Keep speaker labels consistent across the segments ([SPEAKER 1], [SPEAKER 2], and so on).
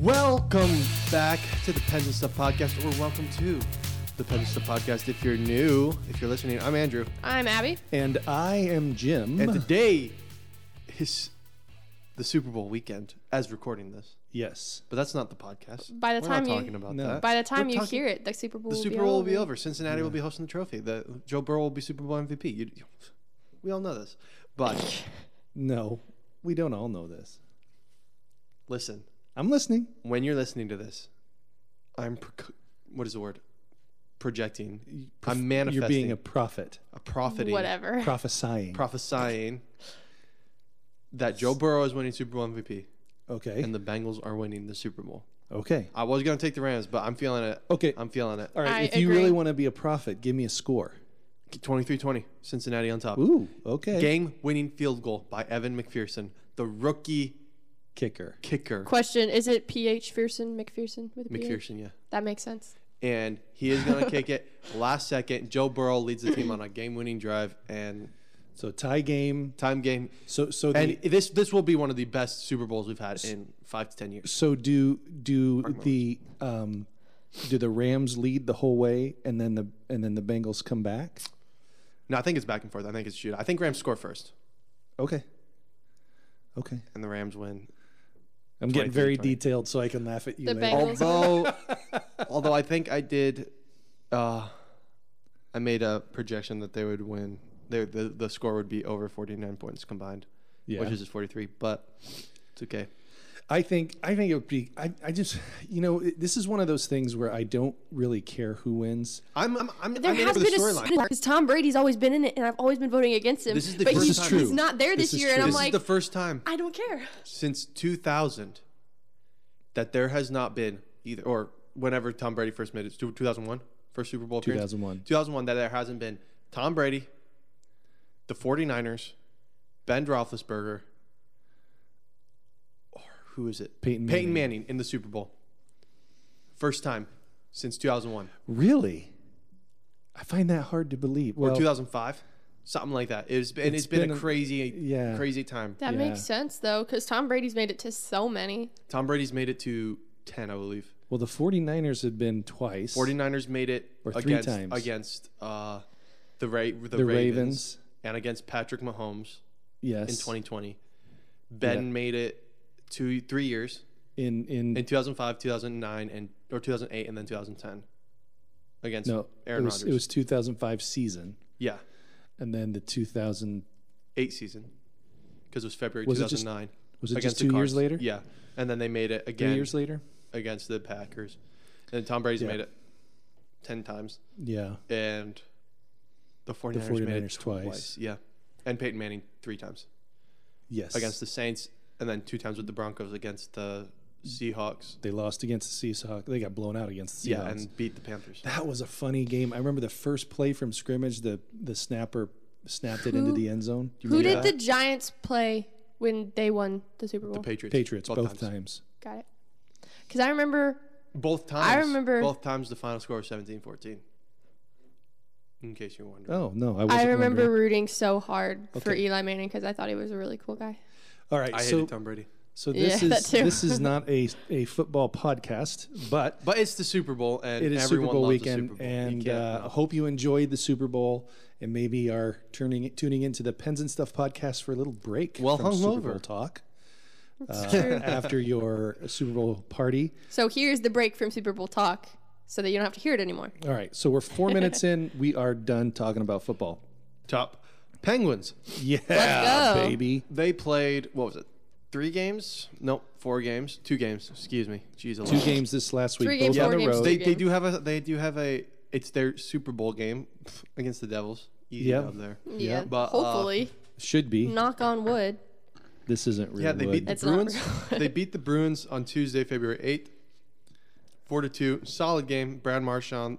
[SPEAKER 1] Welcome back to the Pens and Stuff Podcast, or welcome to the Pens and Stuff Podcast. If you're new, if you're listening, I'm Andrew,
[SPEAKER 2] I'm Abby.
[SPEAKER 3] And I am Jim.
[SPEAKER 1] and today is the Super Bowl weekend as recording this.
[SPEAKER 3] yes.
[SPEAKER 1] But that's not the podcast.
[SPEAKER 2] By the
[SPEAKER 1] We're
[SPEAKER 2] time
[SPEAKER 1] not
[SPEAKER 2] you-
[SPEAKER 1] talking about
[SPEAKER 3] No.
[SPEAKER 1] that.
[SPEAKER 2] By the time
[SPEAKER 1] We're
[SPEAKER 2] you
[SPEAKER 1] talking-
[SPEAKER 2] hear it, the Super Bowl
[SPEAKER 1] the
[SPEAKER 2] will
[SPEAKER 1] Super
[SPEAKER 2] be
[SPEAKER 1] Bowl will
[SPEAKER 2] over.
[SPEAKER 1] be over. Cincinnati will be hosting the trophy. The Joe Burrow will be Super Bowl MVP. You, you- we all know this, but
[SPEAKER 3] No, we don't all know this.
[SPEAKER 1] listen.
[SPEAKER 3] I'm listening.
[SPEAKER 1] When you're listening to this, I'm pro- what is the word? Projecting. I'm manifesting.
[SPEAKER 3] You're being a prophet,
[SPEAKER 1] a profiting.
[SPEAKER 2] Whatever.
[SPEAKER 3] prophesying.
[SPEAKER 1] prophesying that Joe Burrow is winning Super Bowl MVP
[SPEAKER 3] okay.
[SPEAKER 1] and the Bengals are winning the Super Bowl.
[SPEAKER 3] okay.
[SPEAKER 1] I was gonna take the Rams, but I'm feeling it.
[SPEAKER 3] Okay.
[SPEAKER 1] I'm feeling it.
[SPEAKER 3] all right.
[SPEAKER 2] I
[SPEAKER 3] if you
[SPEAKER 2] agree.
[SPEAKER 3] really want to be a prophet, give me a score.
[SPEAKER 1] 23-20, Cincinnati on top.
[SPEAKER 3] Ooh. Okay.
[SPEAKER 1] Game-winning field goal by Evan McPherson, the rookie
[SPEAKER 3] Kicker.
[SPEAKER 1] kicker.
[SPEAKER 2] Question: Is it PH Fearson McPherson with a PH?
[SPEAKER 1] McPherson, yeah.
[SPEAKER 2] That makes sense.
[SPEAKER 1] And he is gonna kick it last second. Joe Burrow leads the team on a game-winning drive and
[SPEAKER 3] So tie game.
[SPEAKER 1] time game.
[SPEAKER 3] So so the,
[SPEAKER 1] And this this will be one of the best Super Bowls we've had in five to ten years.
[SPEAKER 3] so do do the um do the Rams lead the whole way and then the and then the Bengals come back?
[SPEAKER 1] No, I think it's back and forth. I think it's shoot. I think Rams score first,
[SPEAKER 3] Okay. Okay.
[SPEAKER 1] and the Rams win.
[SPEAKER 3] I'm getting very
[SPEAKER 1] 23-20.
[SPEAKER 3] detailed so I can laugh at you
[SPEAKER 2] The
[SPEAKER 3] later.
[SPEAKER 2] Bengals-
[SPEAKER 1] although although I think I did uh I made a projection that they would win they, the the score would be over 49 points combined
[SPEAKER 3] Yeah.
[SPEAKER 1] which is just 43 but it's okay
[SPEAKER 3] I think I think it would be I, I just you know it- this is one of those things where I don't really care who wins.
[SPEAKER 1] I'm I'm I'm,
[SPEAKER 2] There
[SPEAKER 1] I'm in
[SPEAKER 2] has
[SPEAKER 1] for the
[SPEAKER 2] been a
[SPEAKER 1] storyline
[SPEAKER 2] because Tom Brady's always been in it, and I've always been voting against him.
[SPEAKER 1] This is the
[SPEAKER 2] but
[SPEAKER 1] first
[SPEAKER 2] he's,
[SPEAKER 1] time.
[SPEAKER 2] he's not there
[SPEAKER 3] This
[SPEAKER 2] this,
[SPEAKER 3] is
[SPEAKER 2] year,
[SPEAKER 3] true.
[SPEAKER 2] and I'm
[SPEAKER 1] this
[SPEAKER 2] like,
[SPEAKER 1] is the first time
[SPEAKER 2] I don't care.
[SPEAKER 1] since 2000 that there has not been either or whenever Tom Brady first made it 2001 first Super Bowl appearance
[SPEAKER 3] 2001.
[SPEAKER 1] 2001 that there hasn't been Tom Brady the 49ers Ben Roethlisberger or who is it
[SPEAKER 3] Peyton
[SPEAKER 1] Peyton Manning in the Super Bowl first time since 2001
[SPEAKER 3] Really, I find that hard to believe. Well,
[SPEAKER 1] or 2005 something like that it's been, it's been,
[SPEAKER 3] been
[SPEAKER 1] a
[SPEAKER 3] a-
[SPEAKER 1] crazy
[SPEAKER 3] yeah.
[SPEAKER 1] crazy time
[SPEAKER 2] That
[SPEAKER 3] Yeah.
[SPEAKER 2] makes sense though, because Tom Brady's made it to so many.
[SPEAKER 1] Tom Brady's made it to 10 I believe
[SPEAKER 3] well, the 49ers had been twice.
[SPEAKER 1] 49ers made it
[SPEAKER 3] Or three
[SPEAKER 1] against
[SPEAKER 3] times.
[SPEAKER 1] against uh, the Ra- the,
[SPEAKER 3] the
[SPEAKER 1] Ravens,
[SPEAKER 3] Ravens,
[SPEAKER 1] and against Patrick Mahomes
[SPEAKER 3] yes,
[SPEAKER 1] in 2020. Ben
[SPEAKER 3] Yeah.
[SPEAKER 1] made it two three years
[SPEAKER 3] in in,
[SPEAKER 1] in 2005, 2009, and or 2008, and then 2010 against
[SPEAKER 3] no,
[SPEAKER 1] Aaron
[SPEAKER 3] it was,
[SPEAKER 1] Rodgers.
[SPEAKER 3] it was 2005 season,
[SPEAKER 1] yeah,
[SPEAKER 3] and then the 2000
[SPEAKER 1] eight season because it was February
[SPEAKER 3] Was it just
[SPEAKER 1] 2009.
[SPEAKER 3] was it
[SPEAKER 1] against
[SPEAKER 3] just
[SPEAKER 1] the
[SPEAKER 3] two years
[SPEAKER 1] Cards.
[SPEAKER 3] later?
[SPEAKER 1] Yeah, and then they made it
[SPEAKER 3] three
[SPEAKER 1] again
[SPEAKER 3] years later.
[SPEAKER 1] against the Packers, and Tom Brady's
[SPEAKER 3] Yeah.
[SPEAKER 1] made it ten times.
[SPEAKER 3] Yeah,
[SPEAKER 1] and the 49ers, made it
[SPEAKER 3] 49ers twice.
[SPEAKER 1] Yeah. And Peyton Manning three times
[SPEAKER 3] yes,
[SPEAKER 1] against the Saints and then two times with the Broncos against the Seahawks.
[SPEAKER 3] they lost against the Seahawks. They got blown out against the Seahawks.
[SPEAKER 1] Yeah, and beat the Panthers.
[SPEAKER 3] That was a funny game. I remember the first play from scrimmage. The the snapper snapped it into
[SPEAKER 2] Who-
[SPEAKER 3] the end zone. Do you
[SPEAKER 2] Who
[SPEAKER 3] remember
[SPEAKER 2] did
[SPEAKER 3] that?
[SPEAKER 2] the Giants play when they won the Super Bowl?
[SPEAKER 1] The Patriots.
[SPEAKER 3] Patriots both, times.
[SPEAKER 2] Got it. Because I remember
[SPEAKER 1] Both times.
[SPEAKER 2] I remember-
[SPEAKER 1] Both times the final score was 17-14. In case you wonder.
[SPEAKER 3] Oh no, I wasn't.
[SPEAKER 2] I remember
[SPEAKER 3] wondering.
[SPEAKER 2] rooting so hard for
[SPEAKER 3] Okay.
[SPEAKER 2] Eli Manning because I thought he was a really cool guy.
[SPEAKER 3] All right,
[SPEAKER 1] I
[SPEAKER 3] so
[SPEAKER 1] hated Tom Brady.
[SPEAKER 3] so this
[SPEAKER 2] Yeah, that
[SPEAKER 3] is
[SPEAKER 2] too.
[SPEAKER 3] this is not a a football podcast, but
[SPEAKER 1] But it's the Super Bowl and
[SPEAKER 3] it is
[SPEAKER 1] everyone
[SPEAKER 3] Super Bowl
[SPEAKER 1] loves
[SPEAKER 3] weekend,
[SPEAKER 1] the Super Bowl. You
[SPEAKER 3] and
[SPEAKER 1] can't
[SPEAKER 3] uh,
[SPEAKER 1] not.
[SPEAKER 3] hope you enjoyed the Super Bowl and maybe are turning tuning into the Pens and Stuff podcast for a little break.
[SPEAKER 1] Well
[SPEAKER 3] from Super
[SPEAKER 1] hungover.
[SPEAKER 3] Bowl talk
[SPEAKER 2] It's
[SPEAKER 3] uh,
[SPEAKER 2] true.
[SPEAKER 3] after your Super Bowl party.
[SPEAKER 2] So here's the break from Super Bowl talk so that you don't have to hear it anymore.
[SPEAKER 3] All right, so we're four minutes in. We are done talking about football.
[SPEAKER 1] top Penguins.
[SPEAKER 3] Yeah,
[SPEAKER 2] go.
[SPEAKER 3] baby.
[SPEAKER 1] They played what was it? Three games? Nope, four games. Two games. Excuse me. Jeez,
[SPEAKER 3] Two games this last week,
[SPEAKER 2] Three
[SPEAKER 3] both
[SPEAKER 2] games,
[SPEAKER 3] on
[SPEAKER 2] four
[SPEAKER 3] the
[SPEAKER 2] games.
[SPEAKER 3] road.
[SPEAKER 1] They,
[SPEAKER 2] Good
[SPEAKER 1] they
[SPEAKER 2] game.
[SPEAKER 1] do have a they do have a it's their Super Bowl game pff, against the Devils. Easy
[SPEAKER 3] Yeah.
[SPEAKER 1] dub there.
[SPEAKER 2] Yeah.
[SPEAKER 1] But, uh,
[SPEAKER 2] hopefully.
[SPEAKER 3] Should be.
[SPEAKER 2] knock on wood.
[SPEAKER 3] This isn't real.
[SPEAKER 1] Yeah, they beat the
[SPEAKER 2] It's not
[SPEAKER 1] Bruins.
[SPEAKER 2] real.
[SPEAKER 1] they beat the Bruins on Tuesday, February eighth, four to two. Solid game. Brad Marchand.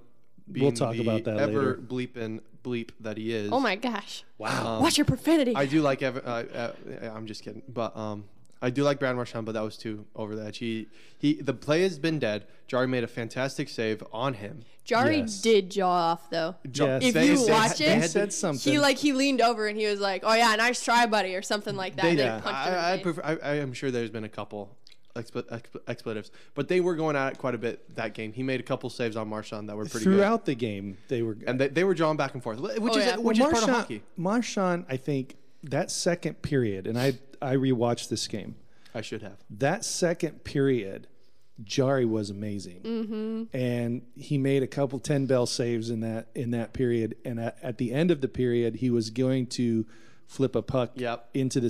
[SPEAKER 1] Being
[SPEAKER 3] talk
[SPEAKER 1] the
[SPEAKER 3] about that
[SPEAKER 1] Ever
[SPEAKER 3] later.
[SPEAKER 1] bleep and bleep that he is.
[SPEAKER 2] Oh my gosh.
[SPEAKER 1] Wow.
[SPEAKER 2] Watch your profanity.
[SPEAKER 1] I do like Evan. Uh, uh, I'm just kidding, but um, I do like Brad Marchand, but that was too over the edge. He he. The play has been dead. Jari made a fantastic save on him.
[SPEAKER 2] Jari
[SPEAKER 3] Yes.
[SPEAKER 2] did jaw off though.
[SPEAKER 3] Yes.
[SPEAKER 2] If you watch
[SPEAKER 1] they
[SPEAKER 2] it,
[SPEAKER 1] had
[SPEAKER 3] They
[SPEAKER 1] to
[SPEAKER 3] said something.
[SPEAKER 2] He like he leaned over and he was like, "Oh yeah, nice try, buddy," or something like that.
[SPEAKER 1] They-
[SPEAKER 2] and then
[SPEAKER 1] yeah.
[SPEAKER 2] punched him in the
[SPEAKER 1] I, I,
[SPEAKER 2] face.
[SPEAKER 1] prefer, I, I am sure there's been a couple exp- exp- expletives. But they were going at it quite a bit that game. He made a couple saves on Marshawn that were pretty good.
[SPEAKER 3] Throughout the game, they were.
[SPEAKER 1] And they, they were drawn back and forth, which
[SPEAKER 2] Oh,
[SPEAKER 1] is
[SPEAKER 2] yeah.
[SPEAKER 1] which is part of hockey.
[SPEAKER 3] Marshawn, I think that second period, and I I rewatched this game.
[SPEAKER 1] I should have.
[SPEAKER 3] that second period, Jari was amazing,
[SPEAKER 1] Mm-hmm.
[SPEAKER 3] and he made a couple ten bell saves in that in that period. And at, at the end of the period, he was going to flip a puck
[SPEAKER 1] Yep.
[SPEAKER 3] into the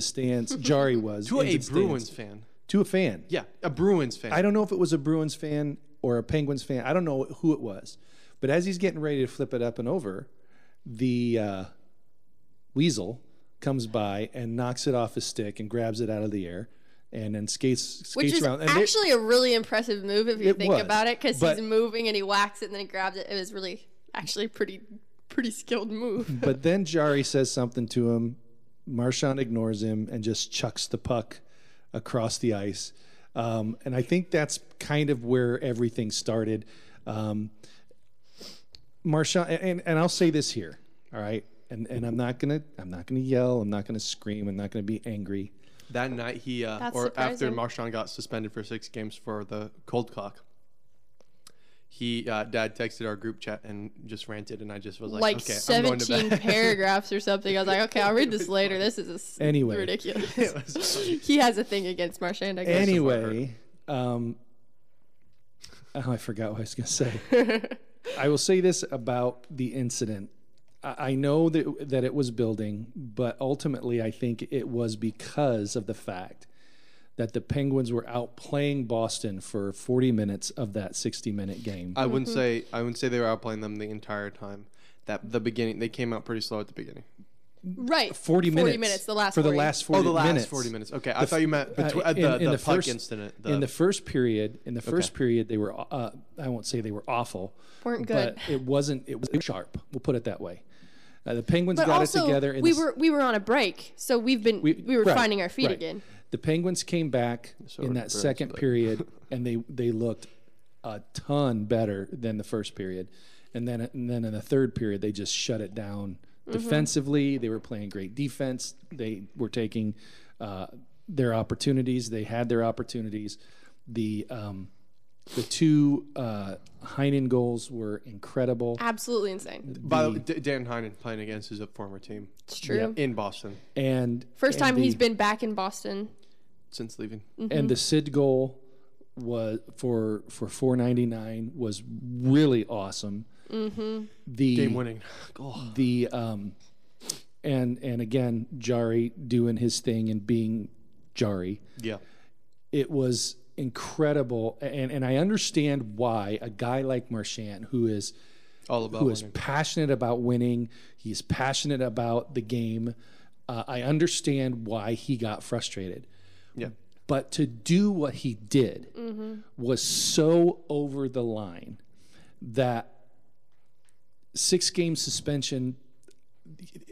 [SPEAKER 3] stands. Jari was
[SPEAKER 1] To
[SPEAKER 3] into
[SPEAKER 1] a
[SPEAKER 3] the stands.
[SPEAKER 1] Bruins fan.
[SPEAKER 3] to a fan.
[SPEAKER 1] Yeah, a Bruins fan.
[SPEAKER 3] I don't know if it was a Bruins fan or a Penguins fan. I don't know who it was, but as he's getting ready to flip it up and over, the uh, weasel comes by and knocks it off his stick and grabs it out of the air, and then skates skates
[SPEAKER 2] Which is
[SPEAKER 3] around. And they-
[SPEAKER 2] actually a really impressive move if you
[SPEAKER 3] It
[SPEAKER 2] think
[SPEAKER 3] was,
[SPEAKER 2] about it, because
[SPEAKER 3] but-
[SPEAKER 2] he's moving and he whacks it and then he grabs it. It was really actually a pretty pretty skilled move.
[SPEAKER 3] but then Jari says something to him. Marshawn ignores him and just chucks the puck across the ice. Um, and I think that's kind of where everything started. Um, Marshawn, and, and I'll say this here, all right. And, and I'm not gonna I'm not gonna yell. I'm not gonna scream. I'm not gonna be angry.
[SPEAKER 1] That night he uh,
[SPEAKER 2] That's
[SPEAKER 1] or after
[SPEAKER 2] surprising.
[SPEAKER 1] Marshawn got suspended for six games for the cold clock. He uh, dad texted our group chat and just ranted, and I just was like,
[SPEAKER 2] Like
[SPEAKER 1] okay, I'm going to bed.
[SPEAKER 2] 17 paragraphs or something. I was like, okay, I'll read this later. This is a s-
[SPEAKER 3] Anyway.
[SPEAKER 2] ridiculous.
[SPEAKER 1] It was funny.
[SPEAKER 2] he has a thing against Marchand, I guess.
[SPEAKER 3] Anyway, um, oh, I forgot what I was gonna say. I will say this about the incident. I I know that that it was building, but ultimately, I think it was because of the fact that the Penguins were outplaying Boston for 40 minutes of that 60-minute game.
[SPEAKER 2] Uh,
[SPEAKER 1] I wouldn't say I wouldn't say they were outplaying them the entire time. That the beginning they came out pretty slow at the beginning.
[SPEAKER 2] Right.
[SPEAKER 3] 40 minutes.
[SPEAKER 2] The last
[SPEAKER 3] for
[SPEAKER 2] 40.
[SPEAKER 3] the last 40
[SPEAKER 1] Oh, the last
[SPEAKER 3] minutes.
[SPEAKER 1] forty minutes. Okay, I thought you meant between
[SPEAKER 3] Uh,
[SPEAKER 1] uh, the,
[SPEAKER 3] in- in
[SPEAKER 1] the,
[SPEAKER 3] the
[SPEAKER 1] puck
[SPEAKER 3] first-
[SPEAKER 1] incident. The,
[SPEAKER 3] In the first period, in the first period, they were uh, I won't say they were awful,
[SPEAKER 2] Weren't
[SPEAKER 3] but
[SPEAKER 2] good.
[SPEAKER 3] it wasn't it was sharp. We'll put it that way. Uh, the Penguins
[SPEAKER 2] But
[SPEAKER 3] got
[SPEAKER 2] also,
[SPEAKER 3] it together. In
[SPEAKER 2] we
[SPEAKER 3] the, s-
[SPEAKER 2] were we were on a break, so we've been we, were
[SPEAKER 3] right,
[SPEAKER 2] finding our feet
[SPEAKER 3] right.
[SPEAKER 2] again.
[SPEAKER 3] The Penguins came back
[SPEAKER 1] So
[SPEAKER 3] in
[SPEAKER 1] were the
[SPEAKER 3] that
[SPEAKER 1] Bruins,
[SPEAKER 3] second
[SPEAKER 1] but-
[SPEAKER 3] period, and they they looked a ton better than the first period, and then and then in the third period they just shut it down
[SPEAKER 2] Mm-hmm.
[SPEAKER 3] defensively. They were playing great defense. They were taking uh, their opportunities. They had their opportunities. The um, the two uh, Heinen goals were incredible.
[SPEAKER 2] Absolutely insane.
[SPEAKER 1] by the, D- Dan Heinen playing against his former team
[SPEAKER 2] It's true.
[SPEAKER 1] in Boston
[SPEAKER 3] And
[SPEAKER 2] First
[SPEAKER 3] and
[SPEAKER 2] time
[SPEAKER 3] the-
[SPEAKER 2] he's been back in Boston.
[SPEAKER 1] since leaving.
[SPEAKER 3] and the Sid goal was for for 499 was really awesome. Mm-hmm. The
[SPEAKER 1] Game winning. Oh,
[SPEAKER 3] the um and and again Jari doing his thing and being Jari.
[SPEAKER 1] yeah.
[SPEAKER 3] It was incredible and and I understand why a guy like Marchand who is
[SPEAKER 1] All about
[SPEAKER 3] who is
[SPEAKER 1] winning.
[SPEAKER 3] passionate about winning. He's passionate about the game. Uh, I understand why he got frustrated.
[SPEAKER 1] Yeah.
[SPEAKER 3] But to do what he did was so over the line that six game suspension.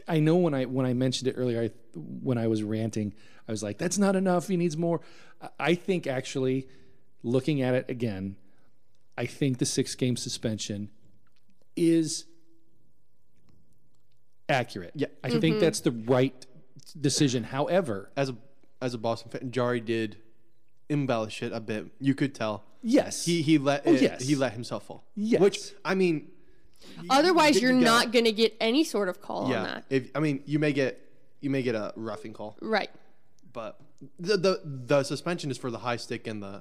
[SPEAKER 3] I know when I when I mentioned it earlier, I, when I was ranting, I was like, "That's not enough. He needs more." I- I think actually, looking at it again, I think the six game suspension is accurate.
[SPEAKER 1] Yeah.
[SPEAKER 3] I
[SPEAKER 2] Mm-hmm.
[SPEAKER 3] think that's the right decision. However,
[SPEAKER 1] As a as a Boston fan, Jari did embellish it a bit. You could tell
[SPEAKER 3] yes,
[SPEAKER 1] he he let it,
[SPEAKER 3] yes.
[SPEAKER 1] he let himself fall.
[SPEAKER 3] Yes.
[SPEAKER 1] Which I mean,
[SPEAKER 2] Otherwise,
[SPEAKER 1] didn't
[SPEAKER 2] you're
[SPEAKER 1] go.
[SPEAKER 2] not going to get any sort of call on
[SPEAKER 1] yeah.
[SPEAKER 2] that.
[SPEAKER 1] If I mean, you may get you may get a roughing call.
[SPEAKER 2] Right.
[SPEAKER 1] But the the the suspension is for the high stick and the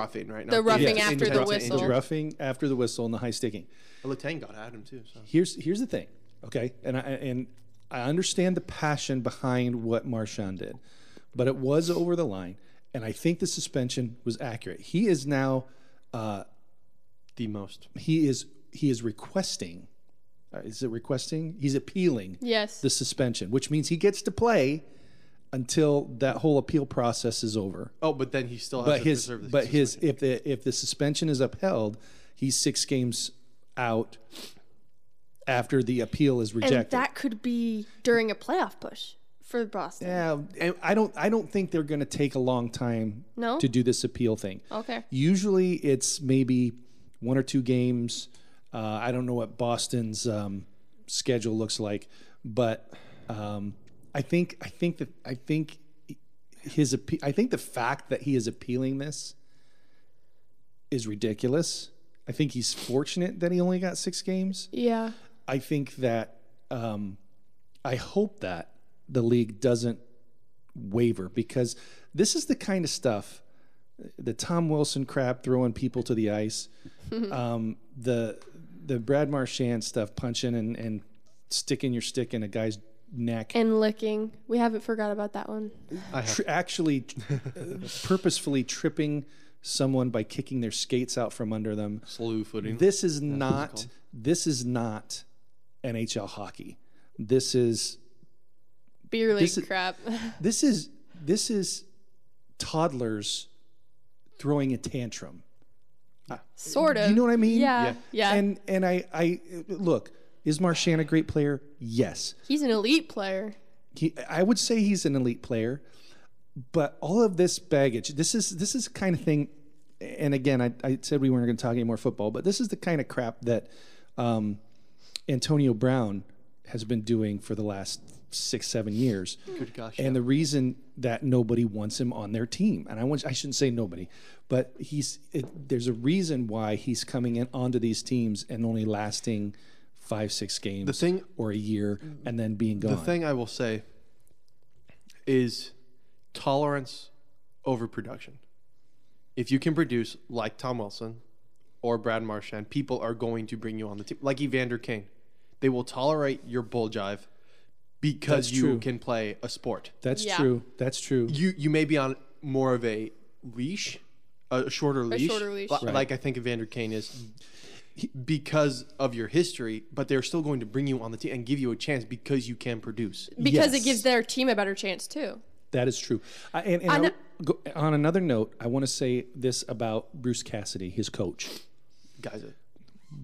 [SPEAKER 1] roughing, right? Not
[SPEAKER 2] The roughing
[SPEAKER 1] Yeah.
[SPEAKER 2] after the
[SPEAKER 1] intent to
[SPEAKER 2] whistle.
[SPEAKER 3] the
[SPEAKER 1] injure.
[SPEAKER 3] roughing after the whistle and the high sticking.
[SPEAKER 1] Letang got at him too. So
[SPEAKER 3] Here's here's the thing, okay? And I and I understand the passion behind what Marshawn did, but it was over the line, and I think the suspension was accurate. He is now
[SPEAKER 1] the most.
[SPEAKER 3] he is he is requesting, uh, is it requesting? He's appealing
[SPEAKER 2] Yes.
[SPEAKER 3] the suspension, which means he gets to play until that whole appeal process is over.
[SPEAKER 1] Oh, but then he still has
[SPEAKER 3] But
[SPEAKER 1] to
[SPEAKER 3] his
[SPEAKER 1] preserve the
[SPEAKER 3] but his if the if the suspension is upheld, he's six games out after the appeal is
[SPEAKER 2] and
[SPEAKER 3] rejected.
[SPEAKER 2] that could be during a playoff push for Boston.
[SPEAKER 3] Yeah, and I don't. I don't think they're going to take a long time
[SPEAKER 2] No? Oh.
[SPEAKER 3] to do this appeal thing.
[SPEAKER 2] Okay.
[SPEAKER 3] Usually, it's maybe one or two games. Uh, I don't know what Boston's um, schedule looks like, but um, I think I think that I think his appe- I think the fact that he is appealing this is ridiculous. I think he's fortunate that he only got six games.
[SPEAKER 2] Yeah.
[SPEAKER 3] I think that um, I hope that the league doesn't waver because this is the kind of stuff the Tom Wilson crap throwing people to the ice, um, the the Brad Marchand stuff punching and, and sticking your stick in a guy's neck.
[SPEAKER 2] And licking. We haven't forgot about that one.
[SPEAKER 3] tr- actually uh, purposefully tripping someone by kicking their skates out from under them.
[SPEAKER 1] Slew footing.
[SPEAKER 3] This is not this is not NHL hockey. This is
[SPEAKER 2] Beer league
[SPEAKER 3] This is-
[SPEAKER 2] crap.
[SPEAKER 3] this is this is toddlers throwing a tantrum.
[SPEAKER 2] sort of.
[SPEAKER 3] You know what I mean?
[SPEAKER 2] Yeah. Yeah.
[SPEAKER 3] And and I I look, is Marchand a great player? Yes.
[SPEAKER 2] He's an elite player.
[SPEAKER 3] he I would say he's an elite player, but all of this baggage, this is this is the kind of thing and again, I, I said we weren't going to talk any more football, but this is the kind of crap that um, Antonio Brown has been doing for the last six, seven years.
[SPEAKER 1] Good gosh.
[SPEAKER 3] And the reason that nobody wants him on their team, and I want, I shouldn't say nobody, but he's it, there's a reason why he's coming in onto these teams and only lasting five, six games,
[SPEAKER 1] thing-
[SPEAKER 3] or a year, and then being gone.
[SPEAKER 1] The thing I will say is tolerance over production. If you can produce like Tom Wilson or Brad Marchand, people are going to bring you on the team. Like Evander Kane, they will tolerate your bull jive because
[SPEAKER 3] That's
[SPEAKER 1] you
[SPEAKER 3] true.
[SPEAKER 1] can play a sport.
[SPEAKER 3] That's
[SPEAKER 2] Yeah.
[SPEAKER 3] true. That's true.
[SPEAKER 1] You you may be on more of a leash, a shorter leash,
[SPEAKER 2] shorter leash.
[SPEAKER 1] li- like I think Evander Kane is. Because of your history, but they're still going to bring you on the team and give you a chance because you can produce.
[SPEAKER 2] Because
[SPEAKER 3] Yes.
[SPEAKER 2] it gives their team a better chance too.
[SPEAKER 3] That is true. I, and and I
[SPEAKER 2] On
[SPEAKER 3] w- go, on another note, I want to say this about Bruce Cassidy, his coach.
[SPEAKER 1] Guys,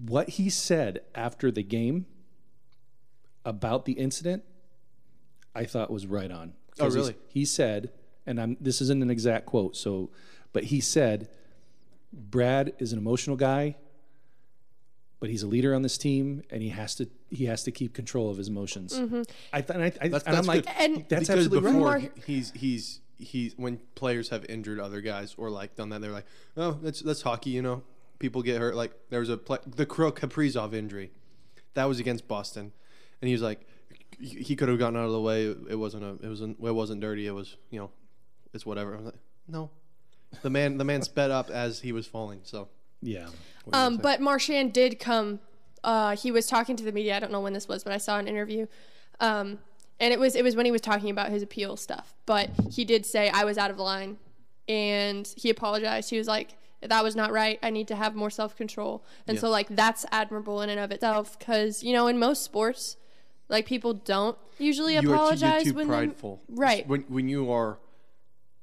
[SPEAKER 3] What he said after the game about the incident, I thought was right on. 'Cause
[SPEAKER 1] Oh,
[SPEAKER 3] he's-
[SPEAKER 1] really?
[SPEAKER 3] He said, and I'm this isn't an exact quote, so, but he said, Brad is an emotional guy, but he's a leader on this team, and he has to he has to keep control of his emotions. I th- and I, I and I'm
[SPEAKER 1] that's
[SPEAKER 3] like,
[SPEAKER 1] good.
[SPEAKER 2] And-
[SPEAKER 1] because
[SPEAKER 3] that's absolutely right.
[SPEAKER 1] before
[SPEAKER 2] right.
[SPEAKER 1] he- he's he's he's when players have injured other guys or like done that, they're like, oh, that's that's hockey, you know. People get hurt. Like there was a play, the Kirill Kaprizov injury, that was against Boston, and he was like, he he could have gotten out of the way. It wasn't a it wasn't it wasn't dirty. It was you know, it's whatever. I was like, no, the man the man sped up as he was falling. So
[SPEAKER 3] Yeah.
[SPEAKER 2] Um, but Marchand did come. Uh, he was talking to the media. I don't know when this was, but I saw an interview, um, and it was it was when he was talking about his appeal stuff. But he did say I was out of line, and he apologized. He was like, "That was not right. I need to have more self control." And so like that's admirable in and of itself, because you know in most sports, like people don't usually
[SPEAKER 1] you are too,
[SPEAKER 2] apologize
[SPEAKER 1] you're too
[SPEAKER 2] when they're-
[SPEAKER 1] prideful.
[SPEAKER 2] right.
[SPEAKER 1] When when you are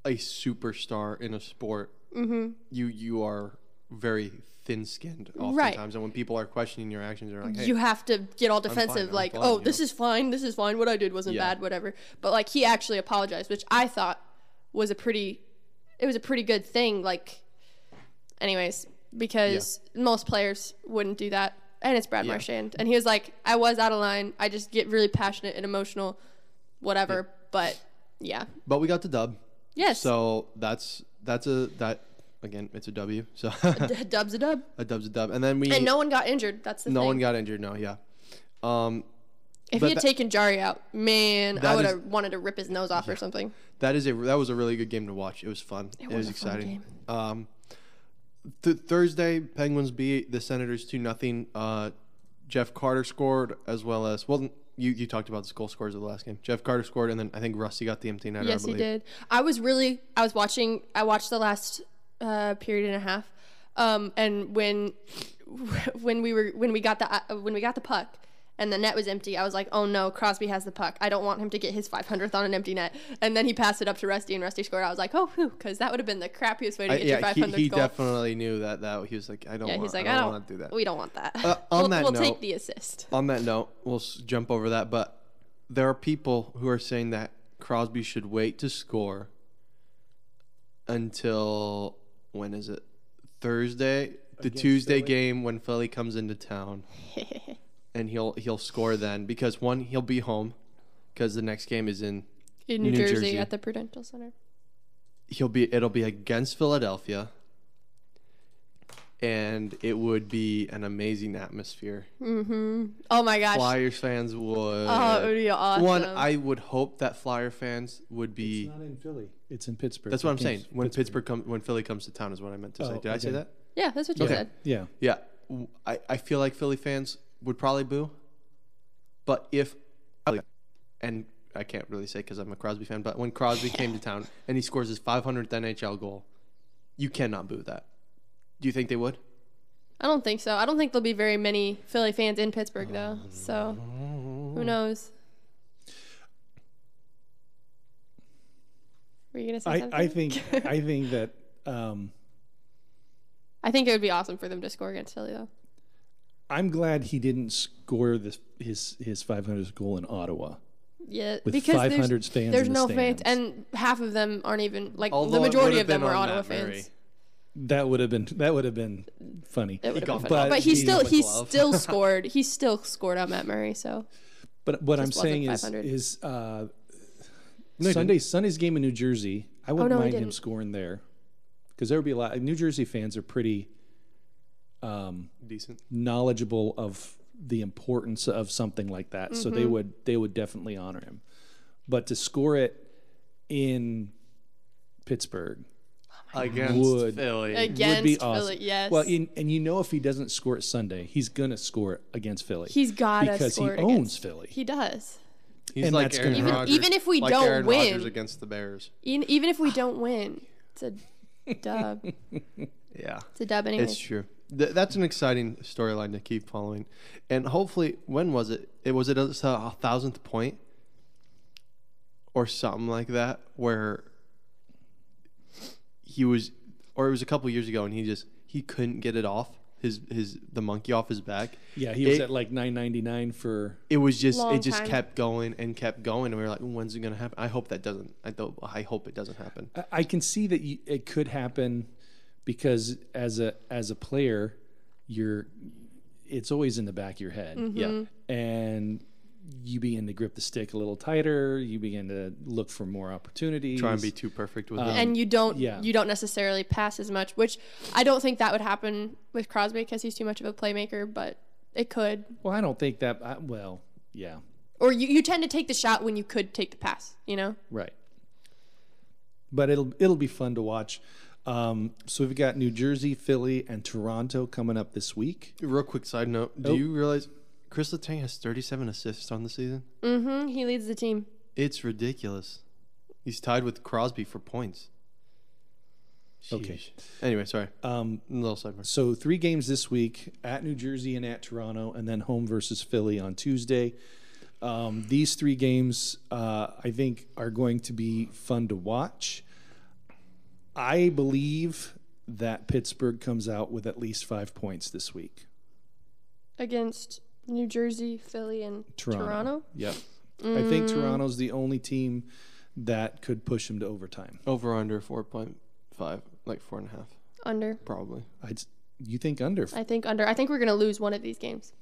[SPEAKER 1] a superstar in a sport,
[SPEAKER 2] Mm-hmm.
[SPEAKER 1] you you are very thin skinned oftentimes. And when people are questioning your actions, they're like, hey,
[SPEAKER 2] you have to get all defensive,
[SPEAKER 1] I'm
[SPEAKER 2] like,
[SPEAKER 1] fine,
[SPEAKER 2] oh,
[SPEAKER 1] you
[SPEAKER 2] this is fine, this is fine, what I did wasn't
[SPEAKER 1] Yeah.
[SPEAKER 2] bad, whatever. But like he actually apologized, which I thought was a pretty, it was a pretty good thing. Like, anyways, because most players wouldn't do that, and it's Brad Marchand, and he was like, I was out of line, I just get really passionate and emotional, whatever. But yeah,
[SPEAKER 1] but we got the dub.
[SPEAKER 2] yes,
[SPEAKER 1] So that's that's a that again, it's a W. So
[SPEAKER 2] D- dub's a dub,
[SPEAKER 1] a dub's a dub. And then we
[SPEAKER 2] and no one got injured. That's the
[SPEAKER 1] no
[SPEAKER 2] thing.
[SPEAKER 1] one got injured, no, yeah. Um
[SPEAKER 2] if
[SPEAKER 1] but
[SPEAKER 2] he had
[SPEAKER 1] that-
[SPEAKER 2] taken Jari out, man, I
[SPEAKER 1] That
[SPEAKER 2] would
[SPEAKER 1] is-
[SPEAKER 2] have wanted to rip his nose off or something.
[SPEAKER 1] that is a that was a really good game to watch. It was fun. It,
[SPEAKER 2] was
[SPEAKER 1] was
[SPEAKER 2] a fun
[SPEAKER 1] exciting. Um, th- Thursday, Penguins beat the Senators two nothing. Uh, Jeff Carter scored as well as well. You you talked about the goal scores of the last game. Jeff Carter scored, and then I think Rusty got the empty netter. I
[SPEAKER 2] Yes, he
[SPEAKER 1] believe.
[SPEAKER 2] did. I was really. I was watching. I watched the last uh, period and a half, um, and when when we were when we got the uh, when we got the puck and the net was empty, I was like, oh no, Crosby has the puck. I don't want him to get his 500th on an empty net. And then he passed it up to Rusty, and Rusty scored. I was like, oh, because that would have been the crappiest way to
[SPEAKER 1] I-
[SPEAKER 2] get your
[SPEAKER 1] Uh, yeah, he,
[SPEAKER 2] 500th
[SPEAKER 1] he
[SPEAKER 2] goal.
[SPEAKER 1] definitely knew that. That he was like, I don't.
[SPEAKER 2] yeah,
[SPEAKER 1] want,
[SPEAKER 2] he's like,
[SPEAKER 1] I don't, want to do that. Uh,
[SPEAKER 2] We don't want that.
[SPEAKER 1] on
[SPEAKER 2] we'll
[SPEAKER 1] that
[SPEAKER 2] we'll
[SPEAKER 1] note-
[SPEAKER 2] take the assist.
[SPEAKER 1] On that note, we'll s- jump over that. But there are people who are saying that Crosby should wait to score until when is it Thursday, the Tuesday game when Philly comes into town, and he'll he'll score then because one he'll be home because the next game is in
[SPEAKER 2] In New,
[SPEAKER 1] New
[SPEAKER 2] Jersey,
[SPEAKER 1] Jersey.
[SPEAKER 2] at the Prudential Center.
[SPEAKER 1] he'll be it'll be against Philadelphia, and it would be an amazing atmosphere.
[SPEAKER 2] Oh my gosh.
[SPEAKER 1] Flyers fans would.
[SPEAKER 2] Oh, it would be awesome.
[SPEAKER 1] One, I would hope that Flyer fans would be.
[SPEAKER 3] It's not in Philly. It's in Pittsburgh.
[SPEAKER 1] That's what
[SPEAKER 3] It
[SPEAKER 1] I'm saying.
[SPEAKER 3] comes-
[SPEAKER 1] When Pittsburgh comes, when Philly comes to town, is what I meant to say.
[SPEAKER 3] Oh,
[SPEAKER 1] Did I say
[SPEAKER 3] okay.
[SPEAKER 1] that?
[SPEAKER 2] yeah, that's what you
[SPEAKER 1] Okay.
[SPEAKER 2] said.
[SPEAKER 3] Yeah.
[SPEAKER 1] Yeah, w- I, I feel like Philly fans would probably boo, but if, and I can't really say because I'm a Crosby fan, but when Crosby came to town and he scores his 500th NHL goal, you cannot boo that. Do you think they would?
[SPEAKER 2] I don't think so. I don't think there'll be very many Philly fans in Pittsburgh though. So who knows? Were you gonna say
[SPEAKER 3] I,
[SPEAKER 2] something?
[SPEAKER 3] I think I think that um,
[SPEAKER 2] I think it would be awesome for them to score against Philly though.
[SPEAKER 3] I'm glad he didn't score this his his 500th goal in Ottawa.
[SPEAKER 2] Yeah,
[SPEAKER 3] With
[SPEAKER 2] because there's-
[SPEAKER 3] 500 fans
[SPEAKER 2] There's
[SPEAKER 3] in the
[SPEAKER 2] no fans,
[SPEAKER 3] stands.
[SPEAKER 2] and half of them aren't even like
[SPEAKER 1] Although
[SPEAKER 2] the
[SPEAKER 1] it
[SPEAKER 2] majority
[SPEAKER 1] would've
[SPEAKER 2] of them
[SPEAKER 1] been
[SPEAKER 2] were
[SPEAKER 1] on
[SPEAKER 2] Ottawa
[SPEAKER 1] Matt Murray.
[SPEAKER 2] fans.
[SPEAKER 3] That would have been that would have been funny.
[SPEAKER 2] It would
[SPEAKER 1] got
[SPEAKER 2] have been
[SPEAKER 3] that.
[SPEAKER 2] fun. But he
[SPEAKER 3] He
[SPEAKER 2] still
[SPEAKER 1] got
[SPEAKER 2] he
[SPEAKER 1] glove.
[SPEAKER 2] still scored. He still scored on Matt Murray. So
[SPEAKER 3] But what I'm
[SPEAKER 2] Just wasn't
[SPEAKER 3] saying is
[SPEAKER 2] 500.
[SPEAKER 3] is uh,
[SPEAKER 1] No, he
[SPEAKER 3] Sunday Sunday's game in New Jersey. I wouldn't
[SPEAKER 2] Oh, no, he
[SPEAKER 3] mind him
[SPEAKER 2] didn't.
[SPEAKER 3] scoring there because there would be a lot. New Jersey fans are pretty
[SPEAKER 1] Decent.
[SPEAKER 3] knowledgeable of the importance of something like that, so
[SPEAKER 2] Mm-hmm.
[SPEAKER 3] they would they would definitely honor him. But to score it in Pittsburgh
[SPEAKER 1] Against
[SPEAKER 3] Would.
[SPEAKER 1] Philly.
[SPEAKER 2] against
[SPEAKER 3] would be awesome.
[SPEAKER 2] Philly, yes.
[SPEAKER 3] Well, e in, and you know if he doesn't score it Sunday, he's gonna score it against Philly.
[SPEAKER 2] he's gotta
[SPEAKER 3] because he
[SPEAKER 2] score it
[SPEAKER 3] owns
[SPEAKER 2] against-
[SPEAKER 3] Philly.
[SPEAKER 2] He does.
[SPEAKER 1] He's
[SPEAKER 3] and
[SPEAKER 1] like
[SPEAKER 3] that's
[SPEAKER 1] Aaron
[SPEAKER 3] gonna-
[SPEAKER 2] Even-
[SPEAKER 1] Rodgers-
[SPEAKER 2] even if we
[SPEAKER 1] like
[SPEAKER 2] don't
[SPEAKER 1] Aaron
[SPEAKER 2] win-
[SPEAKER 1] Rodgers against the Bears.
[SPEAKER 2] Even, even if we don't win, it's a dub.
[SPEAKER 1] Yeah.
[SPEAKER 2] It's a dub anyway.
[SPEAKER 1] It's true. Th- that's an exciting storyline to keep following, and hopefully, when was it? It was it a a thousandth point or something like that, where he was, or it was a couple years ago, and he just he couldn't get it off his his the monkey off his back.
[SPEAKER 3] yeah, he was
[SPEAKER 1] It-
[SPEAKER 3] at like nine ninety nine for
[SPEAKER 1] It was just
[SPEAKER 2] Long
[SPEAKER 1] it just
[SPEAKER 2] time.
[SPEAKER 1] kept going and kept going, and we were like, when's it gonna happen? I hope that doesn't. I do I hope it doesn't happen.
[SPEAKER 3] I- I can see that you, it could happen because as a as a player, you're it's always in the back of your head,
[SPEAKER 2] Mm-hmm.
[SPEAKER 1] Yeah.
[SPEAKER 3] and you begin to grip the stick a little tighter. You begin to look for more opportunities.
[SPEAKER 1] Try and be too perfect
[SPEAKER 3] Uh,
[SPEAKER 1] with it.
[SPEAKER 2] and you don't
[SPEAKER 3] Um, yeah.
[SPEAKER 2] you don't necessarily pass as much, which I don't think that would happen with Crosby because he's too much of a playmaker, but it could.
[SPEAKER 3] well, I don't think that. I, well, yeah,
[SPEAKER 2] Or you, you tend to take the shot when you could take the pass, you know?
[SPEAKER 3] right. But it'll it'll be fun to watch. Um, so we've got New Jersey, Philly, and Toronto coming up this week.
[SPEAKER 1] Real quick side note: Do you realize Chris Letang has 37 assists on the season?
[SPEAKER 2] Mm-hmm. He leads the team.
[SPEAKER 1] It's ridiculous. He's tied with Crosby for points.
[SPEAKER 3] Okay.
[SPEAKER 1] Sheesh. Anyway, sorry.
[SPEAKER 3] Um,
[SPEAKER 1] A little sidebar.
[SPEAKER 3] So three games this week at New Jersey and at Toronto, and then home versus Philly on Tuesday. Um, these three games, uh, I think, are going to be fun to watch. I believe that Pittsburgh comes out with at least five points this week.
[SPEAKER 2] Against New Jersey, Philly, and Toronto.
[SPEAKER 3] Yep. I think Toronto's the only team that could push them to overtime.
[SPEAKER 1] Over under 4.5, like four and a half,
[SPEAKER 2] Under.
[SPEAKER 1] probably.
[SPEAKER 3] I'd, you think under
[SPEAKER 2] I think under. I think we're gonna lose one of these games.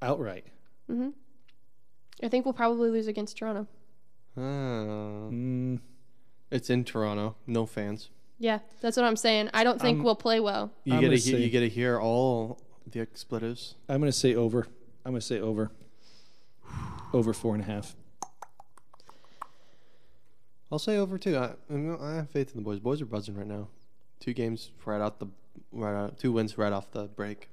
[SPEAKER 3] outright?
[SPEAKER 2] I think we'll probably lose against Toronto.
[SPEAKER 1] Ah.
[SPEAKER 3] Mm,
[SPEAKER 1] It's in Toronto. No fans.
[SPEAKER 2] Yeah, that's what I'm saying. I don't
[SPEAKER 3] Um,
[SPEAKER 2] think we'll play well.
[SPEAKER 1] You
[SPEAKER 3] I'm
[SPEAKER 1] get to
[SPEAKER 3] gonna
[SPEAKER 1] hear,
[SPEAKER 3] say-
[SPEAKER 1] you get to hear all the expletives.
[SPEAKER 3] I'm going to say over. I'm going to say over. Over four and a half.
[SPEAKER 1] I'll say over too. I I mean, I have faith in the boys. Boys are buzzing right now. Two games right out the right out, two wins right off the break.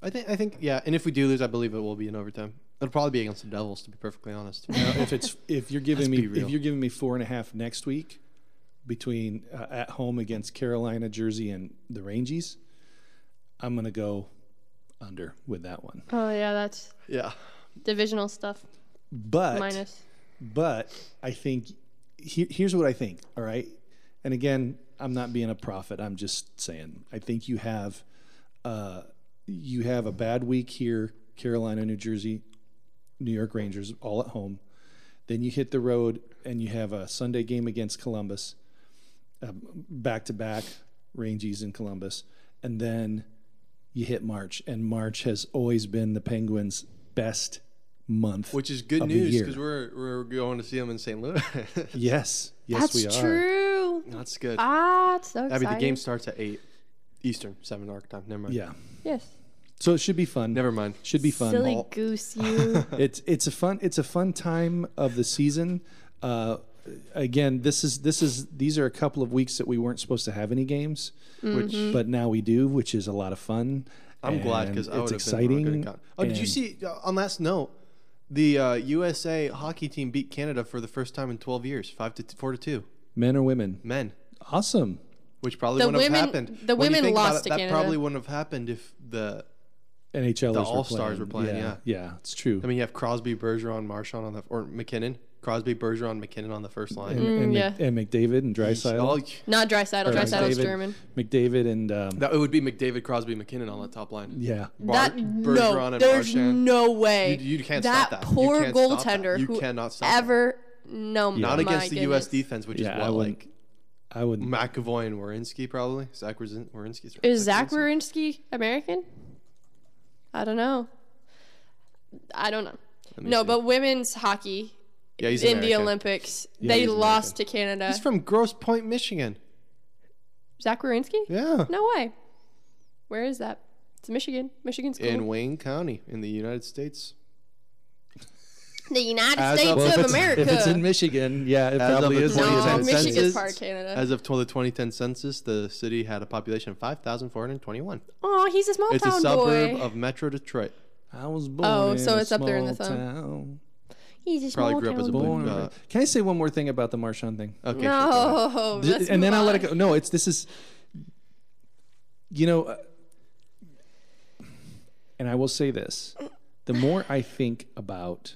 [SPEAKER 1] I think I think yeah, and if we do lose, I believe it will be in overtime. It'll probably be against the Devils, to be perfectly honest.
[SPEAKER 3] Now, if it's if you're giving
[SPEAKER 1] Let's
[SPEAKER 3] me
[SPEAKER 1] be real.
[SPEAKER 3] if you're giving me four and a half next week between uh, at home against Carolina, Jersey, and the Rangies, I'm gonna go under with that one.
[SPEAKER 2] Oh yeah, that's
[SPEAKER 1] yeah,
[SPEAKER 2] divisional stuff.
[SPEAKER 3] But
[SPEAKER 2] Minus.
[SPEAKER 3] but I think he, here's what I think. All right, and again, I'm not being a prophet. I'm just saying I think you have uh, you have a bad week here, Carolina, New Jersey, New York Rangers, all at home. Then you hit the road and you have a Sunday game against Columbus, back to back Rangies in Columbus, and then you hit March, and March has always been the Penguins' best month.
[SPEAKER 1] which is good
[SPEAKER 3] Of the
[SPEAKER 1] news
[SPEAKER 3] year.
[SPEAKER 1] because we're we're going to see them in St. Louis.
[SPEAKER 3] Yes, Yes,
[SPEAKER 2] That's
[SPEAKER 3] we are.
[SPEAKER 2] true.
[SPEAKER 1] That's good.
[SPEAKER 2] Ah, it's so
[SPEAKER 1] Abby,
[SPEAKER 2] exciting.
[SPEAKER 1] the game starts at eight Eastern, seven our time. Never mind.
[SPEAKER 3] Yeah.
[SPEAKER 2] Yes.
[SPEAKER 3] So it should be fun.
[SPEAKER 1] Never mind.
[SPEAKER 3] Should be fun.
[SPEAKER 2] Silly
[SPEAKER 1] Ball.
[SPEAKER 2] goose, you.
[SPEAKER 3] it's it's a fun it's a fun time of the season. Uh, again, this is this is these are a couple of weeks that we weren't supposed to have any games,
[SPEAKER 2] Mm-hmm.
[SPEAKER 1] Which-
[SPEAKER 3] but now we do, which is a lot of fun.
[SPEAKER 1] I'm glad
[SPEAKER 3] And
[SPEAKER 1] because I
[SPEAKER 3] it's
[SPEAKER 1] would
[SPEAKER 3] exciting.
[SPEAKER 1] Been real good at con- oh, did you
[SPEAKER 3] and-
[SPEAKER 1] see? uh, On last note, the uh, USA hockey team beat Canada for the first time in 12 years, five to t- four to two,
[SPEAKER 3] men or women?
[SPEAKER 1] men,
[SPEAKER 3] Awesome.
[SPEAKER 1] which probably
[SPEAKER 2] The
[SPEAKER 1] wouldn't
[SPEAKER 2] women-
[SPEAKER 1] have happened.
[SPEAKER 2] the
[SPEAKER 1] When you
[SPEAKER 2] women
[SPEAKER 1] think about
[SPEAKER 2] lost to
[SPEAKER 1] That
[SPEAKER 2] Canada.
[SPEAKER 1] probably wouldn't have happened if the.
[SPEAKER 3] NHLers
[SPEAKER 1] The
[SPEAKER 3] were
[SPEAKER 1] All-Stars were playing,
[SPEAKER 3] yeah, it's true.
[SPEAKER 1] I mean, you have Crosby, Bergeron, Marchand on the or McKinnon, Crosby, Bergeron, McKinnon on the first line.
[SPEAKER 3] and, and,
[SPEAKER 2] Mm, yeah.
[SPEAKER 3] Mc, and McDavid and
[SPEAKER 1] Oh,
[SPEAKER 3] Drysdale.
[SPEAKER 1] y-
[SPEAKER 2] Not dry saddle. Dry saddle's
[SPEAKER 3] McDavid,
[SPEAKER 2] German.
[SPEAKER 3] McDavid and um,
[SPEAKER 1] that it would be McDavid, Crosby, McKinnon on the top line.
[SPEAKER 3] yeah,
[SPEAKER 2] That no, there's
[SPEAKER 1] Marchand.
[SPEAKER 2] no way.
[SPEAKER 1] You- you can't
[SPEAKER 2] that
[SPEAKER 1] stop that. You
[SPEAKER 2] poor
[SPEAKER 1] can't stop that.
[SPEAKER 2] goaltender
[SPEAKER 1] You
[SPEAKER 2] who
[SPEAKER 1] cannot stop that.
[SPEAKER 2] ever no
[SPEAKER 1] Not
[SPEAKER 2] my
[SPEAKER 1] against the
[SPEAKER 2] goodness.
[SPEAKER 1] U.S. defense, which
[SPEAKER 3] yeah.
[SPEAKER 1] is
[SPEAKER 3] I
[SPEAKER 1] what
[SPEAKER 3] would.
[SPEAKER 1] like
[SPEAKER 3] I would.
[SPEAKER 1] McAvoy and Warinsky probably. Zach Warinsky. Warinsky's
[SPEAKER 2] Is Zach Wierenski American? I don't know. I don't know.
[SPEAKER 1] me
[SPEAKER 2] No,
[SPEAKER 1] see.
[SPEAKER 2] but women's hockey
[SPEAKER 1] Yeah, he's
[SPEAKER 2] in the
[SPEAKER 1] American.
[SPEAKER 2] Olympics, they
[SPEAKER 1] he's
[SPEAKER 2] lost to Canada.
[SPEAKER 1] He's from Gross Point, Michigan.
[SPEAKER 2] Zach Wierenski?
[SPEAKER 1] Yeah.
[SPEAKER 2] No way. Where is that? It's Michigan. Michigan's cool.
[SPEAKER 1] In Wayne County, in the United States.
[SPEAKER 2] the United
[SPEAKER 1] As
[SPEAKER 2] States
[SPEAKER 1] of-
[SPEAKER 2] of,
[SPEAKER 1] Well,
[SPEAKER 3] if, it's,
[SPEAKER 2] America.
[SPEAKER 3] if it's in Michigan, yeah, it
[SPEAKER 1] As of
[SPEAKER 3] probably
[SPEAKER 1] the
[SPEAKER 3] is.
[SPEAKER 1] Well,
[SPEAKER 2] no,
[SPEAKER 1] it's in
[SPEAKER 2] Michigan's
[SPEAKER 1] census.
[SPEAKER 2] part of Canada.
[SPEAKER 1] As of till the 2010 census, the city had a population of 5,421.
[SPEAKER 2] Oh, he's a small
[SPEAKER 1] It's a
[SPEAKER 2] town
[SPEAKER 1] suburb
[SPEAKER 2] boy.
[SPEAKER 1] of Metro Detroit.
[SPEAKER 3] I was born.
[SPEAKER 2] Oh,
[SPEAKER 3] in
[SPEAKER 2] so
[SPEAKER 3] a
[SPEAKER 2] it's up there in the
[SPEAKER 3] small
[SPEAKER 2] thumb.
[SPEAKER 3] town.
[SPEAKER 2] he's a
[SPEAKER 1] Probably
[SPEAKER 2] small
[SPEAKER 1] grew up
[SPEAKER 2] town
[SPEAKER 1] as a
[SPEAKER 2] boy.
[SPEAKER 1] boy.
[SPEAKER 3] Born.
[SPEAKER 1] Uh,
[SPEAKER 3] Can I say one more thing about the Marshawn thing?
[SPEAKER 1] Okay. sure, go ahead.
[SPEAKER 2] No,
[SPEAKER 3] Th-
[SPEAKER 2] let's
[SPEAKER 3] and then
[SPEAKER 2] move
[SPEAKER 3] I'll let it
[SPEAKER 2] on.
[SPEAKER 3] go. No, it's this is. You know, uh, and I will say this: the more I think about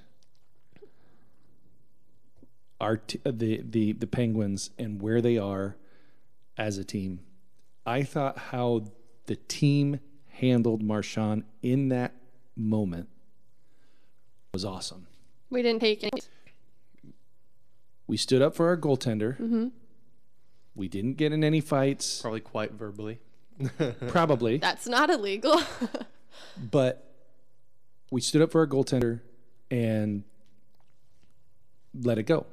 [SPEAKER 3] our t- uh, the the the Penguins and where they are as a team, I thought how the team handled Marshawn in that moment was awesome.
[SPEAKER 2] We didn't take any.
[SPEAKER 3] We stood up for our goaltender.
[SPEAKER 2] Mm-hmm.
[SPEAKER 3] We didn't get in any fights,
[SPEAKER 1] Probably quite verbally.
[SPEAKER 3] probably.
[SPEAKER 2] That's not illegal.
[SPEAKER 3] but we stood up for our goaltender and let it go.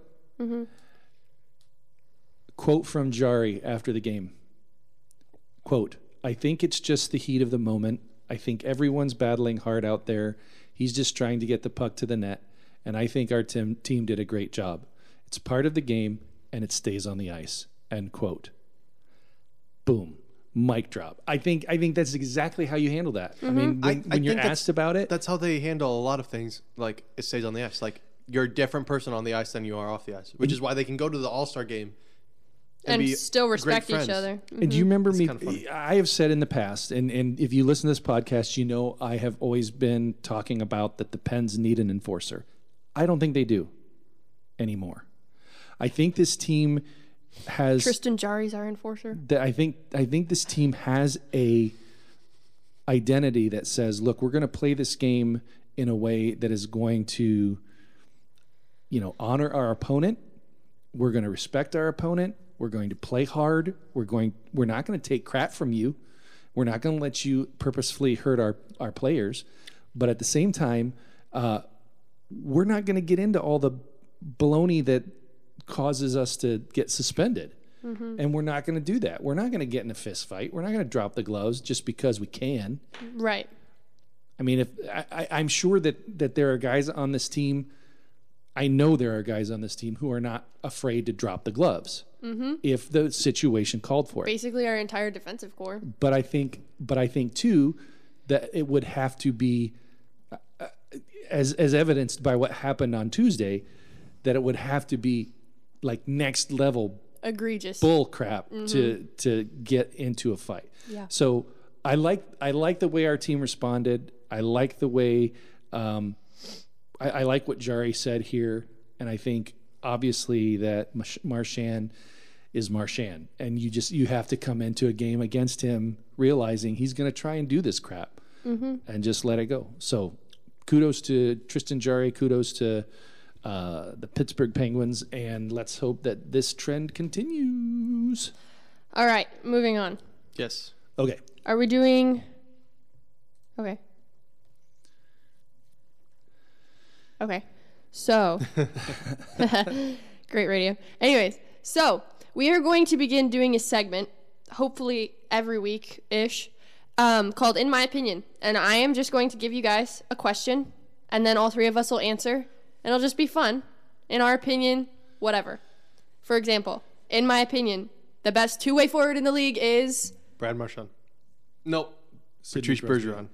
[SPEAKER 3] Quote from Jari after the game. Quote, I think it's just the heat of the moment. I think everyone's battling hard out there. He's just trying to get the puck to the net. And I think our team, team did a great job. It's part of the game and it stays on the ice. End quote boom mic drop i think i think that's exactly how you handle that i mean when,
[SPEAKER 1] I- I
[SPEAKER 3] when you're
[SPEAKER 1] think that's-
[SPEAKER 3] asked about it
[SPEAKER 1] That's how they handle a lot of things. Like it stays on the ice. Like you're a different person on the ice than you are off the ice, which is why they can go to the All Star game
[SPEAKER 2] and
[SPEAKER 1] be
[SPEAKER 2] still
[SPEAKER 1] great
[SPEAKER 2] respect each
[SPEAKER 1] friends.
[SPEAKER 2] other.
[SPEAKER 3] and do you remember me
[SPEAKER 1] Mm-hmm. kinda funny.
[SPEAKER 3] i have said in the past and and if you listen to this podcast you know i have always been talking about that the pens need an enforcer i don't think they do anymore i think this team has
[SPEAKER 2] Tristan Jari's our enforcer.
[SPEAKER 3] that I think I think this team has a identity that says, look, we're going to play this game in a way that is going to, you know, honor our opponent. We're going to respect our opponent. We're going to play hard. We're going. We're not going to take crap from you. We're not going to let you purposefully hurt our our players. But at the same time, uh, we're not going to get into all the baloney that causes us to get suspended. And we're not going to do that. We're not going to get in a fist fight. We're not going to drop the gloves just because we can.
[SPEAKER 2] Right.
[SPEAKER 3] I mean, if I, I, I'm sure that that there are guys on this team, I know there are guys on this team who are not afraid to drop the gloves if the situation called for it.
[SPEAKER 2] Basically, our entire defensive core.
[SPEAKER 1] Mm.
[SPEAKER 3] But I think, but I think too that it would have to be, uh, uh, as as evidenced by what happened on Tuesday, that it would have to be like next level
[SPEAKER 2] Egregious.
[SPEAKER 3] bull crap to to get into a fight.
[SPEAKER 2] Yeah.
[SPEAKER 3] So I like I like the way our team responded. I like the way um, I, I like what Jari said here, and I think obviously that Marsh- Marshan is Marshan, and you just you have to come into a game against him realizing he's going to try and do this crap,
[SPEAKER 2] Mm-hmm.
[SPEAKER 3] and just let it go. So kudos to Tristan Jari. Kudos to uh, the Pittsburgh Penguins, and let's hope that this trend continues.
[SPEAKER 2] All right, moving on.
[SPEAKER 1] Yes.
[SPEAKER 3] Okay,
[SPEAKER 2] Are we doing. Okay. Okay. So. Great radio. Anyways, so we are going to begin doing a segment, hopefully every week ish, um, called In My Opinion. And I am just going to give you guys a question, and then all three of us will answer. And it'll just be fun. In our opinion, whatever. For example, in my opinion, the best two way forward in the league is.
[SPEAKER 1] Brad Marchand. Nope.
[SPEAKER 3] Sidney
[SPEAKER 1] Patrice Bergeron.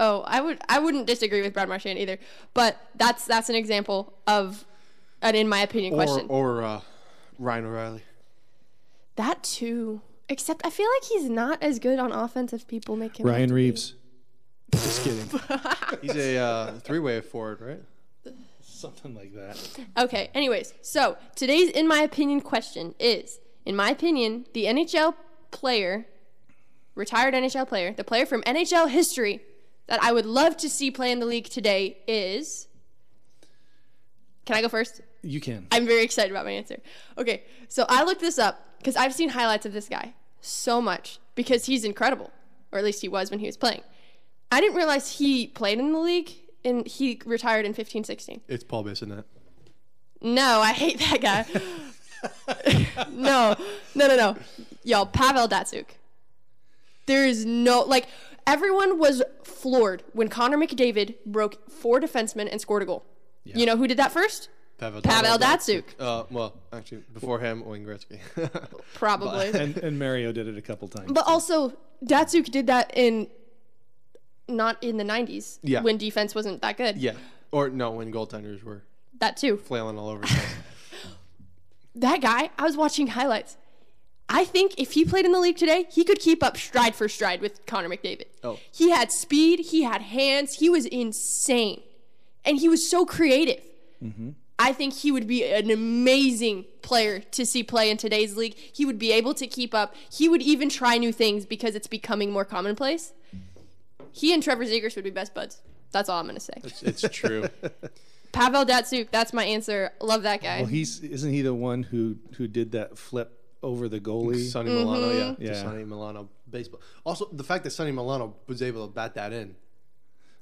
[SPEAKER 2] Oh, I would I wouldn't disagree with Brad Marchand either, but that's that's an example of an in my opinion
[SPEAKER 1] Or,
[SPEAKER 2] question.
[SPEAKER 1] or uh, Ryan O'Reilly.
[SPEAKER 2] that too. Except I feel like he's not as good on offense as people make him. out to
[SPEAKER 3] Ryan
[SPEAKER 2] be.
[SPEAKER 3] Reeves.
[SPEAKER 1] Just kidding. He's a uh, three-way forward, right?
[SPEAKER 3] Something like that.
[SPEAKER 2] Okay, anyways, so today's in my opinion question is in my opinion, the NHL player, retired NHL player, the player from NHL history that I would love to see play in the league today is Can I go first?
[SPEAKER 3] You can.
[SPEAKER 2] I'm very excited about my answer. Okay, so I looked this up because I've seen highlights of this guy so much because he's incredible, or at least he was when he was playing. I didn't realize he played in the league and he retired in 15 16.
[SPEAKER 1] It's Paul Bissonnette.
[SPEAKER 2] No, I hate that guy. no, no, no, no. Y'all, Pavel Datsuk. There is no, like, everyone was floored when Connor McDavid broke four defensemen and scored a goal. You know who did that first?
[SPEAKER 1] Pavel,
[SPEAKER 2] Pavel Datsuk,
[SPEAKER 1] Uh, well, actually, before him, Wayne Gretzky.
[SPEAKER 2] probably.
[SPEAKER 3] and, and Mario did it a couple times.
[SPEAKER 2] But also, Datsuk did that in not in the 90s
[SPEAKER 1] Yeah.
[SPEAKER 2] when defense wasn't that good.
[SPEAKER 1] yeah. Or no, when goaltenders were
[SPEAKER 2] That too.
[SPEAKER 1] flailing all over. the place.
[SPEAKER 2] That guy, I was watching highlights. I think if he played in the league today, he could keep up stride for stride with Connor McDavid.
[SPEAKER 1] Oh.
[SPEAKER 2] He had speed, he had hands, he was insane. And he was so creative. I think he would be an amazing player to see play in today's league. He would be able to keep up. He would even try new things because it's becoming more commonplace. He and Trevor Zegers would be best buds. That's all I'm going to say.
[SPEAKER 1] it's true.
[SPEAKER 2] Pavel Datsuk, that's my answer. Love that guy.
[SPEAKER 3] well, he's isn't he the one who who did that flip over the goalie?
[SPEAKER 1] Sonny Milano, yeah.
[SPEAKER 2] Mm-hmm.
[SPEAKER 3] Yeah.
[SPEAKER 1] yeah. Sonny Milano baseball. Also, the fact that Sonny Milano was able to bat that in.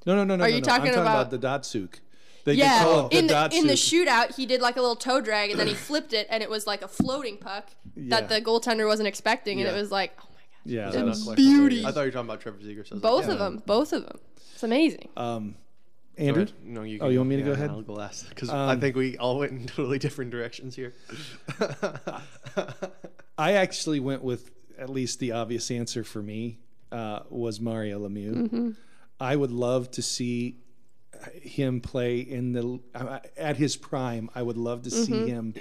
[SPEAKER 3] No, no, no, no.
[SPEAKER 2] Are
[SPEAKER 3] no,
[SPEAKER 2] you
[SPEAKER 3] no.
[SPEAKER 2] talking
[SPEAKER 3] I'm talking about,
[SPEAKER 2] about-
[SPEAKER 3] the Datsuk. They they
[SPEAKER 2] Yeah,
[SPEAKER 3] call it the
[SPEAKER 2] in the, in the
[SPEAKER 3] Datsuk.
[SPEAKER 2] shootout, he did like a little toe drag, and then he flipped it, and it was like a floating puck
[SPEAKER 3] Yeah.
[SPEAKER 2] that the goaltender wasn't expecting, and
[SPEAKER 1] Yeah.
[SPEAKER 2] it was like, oh my god,
[SPEAKER 3] Yeah,
[SPEAKER 1] That
[SPEAKER 3] that's-
[SPEAKER 1] was like
[SPEAKER 2] beauty.
[SPEAKER 1] hilarious. I thought you were talking about Trevor Zegers. So I was
[SPEAKER 2] both
[SPEAKER 1] like,
[SPEAKER 2] of them, both of them, it's amazing.
[SPEAKER 3] um, Andrew.
[SPEAKER 1] yeah. No, you
[SPEAKER 3] Oh, you want me to
[SPEAKER 1] yeah,
[SPEAKER 3] go ahead?
[SPEAKER 1] I'll go last because I
[SPEAKER 3] Um,
[SPEAKER 1] think we all went in totally different directions here.
[SPEAKER 3] I actually went with at least the obvious answer for me uh, was Mario Lemieux. I would love to see him play in the uh, at his prime. I would love to see him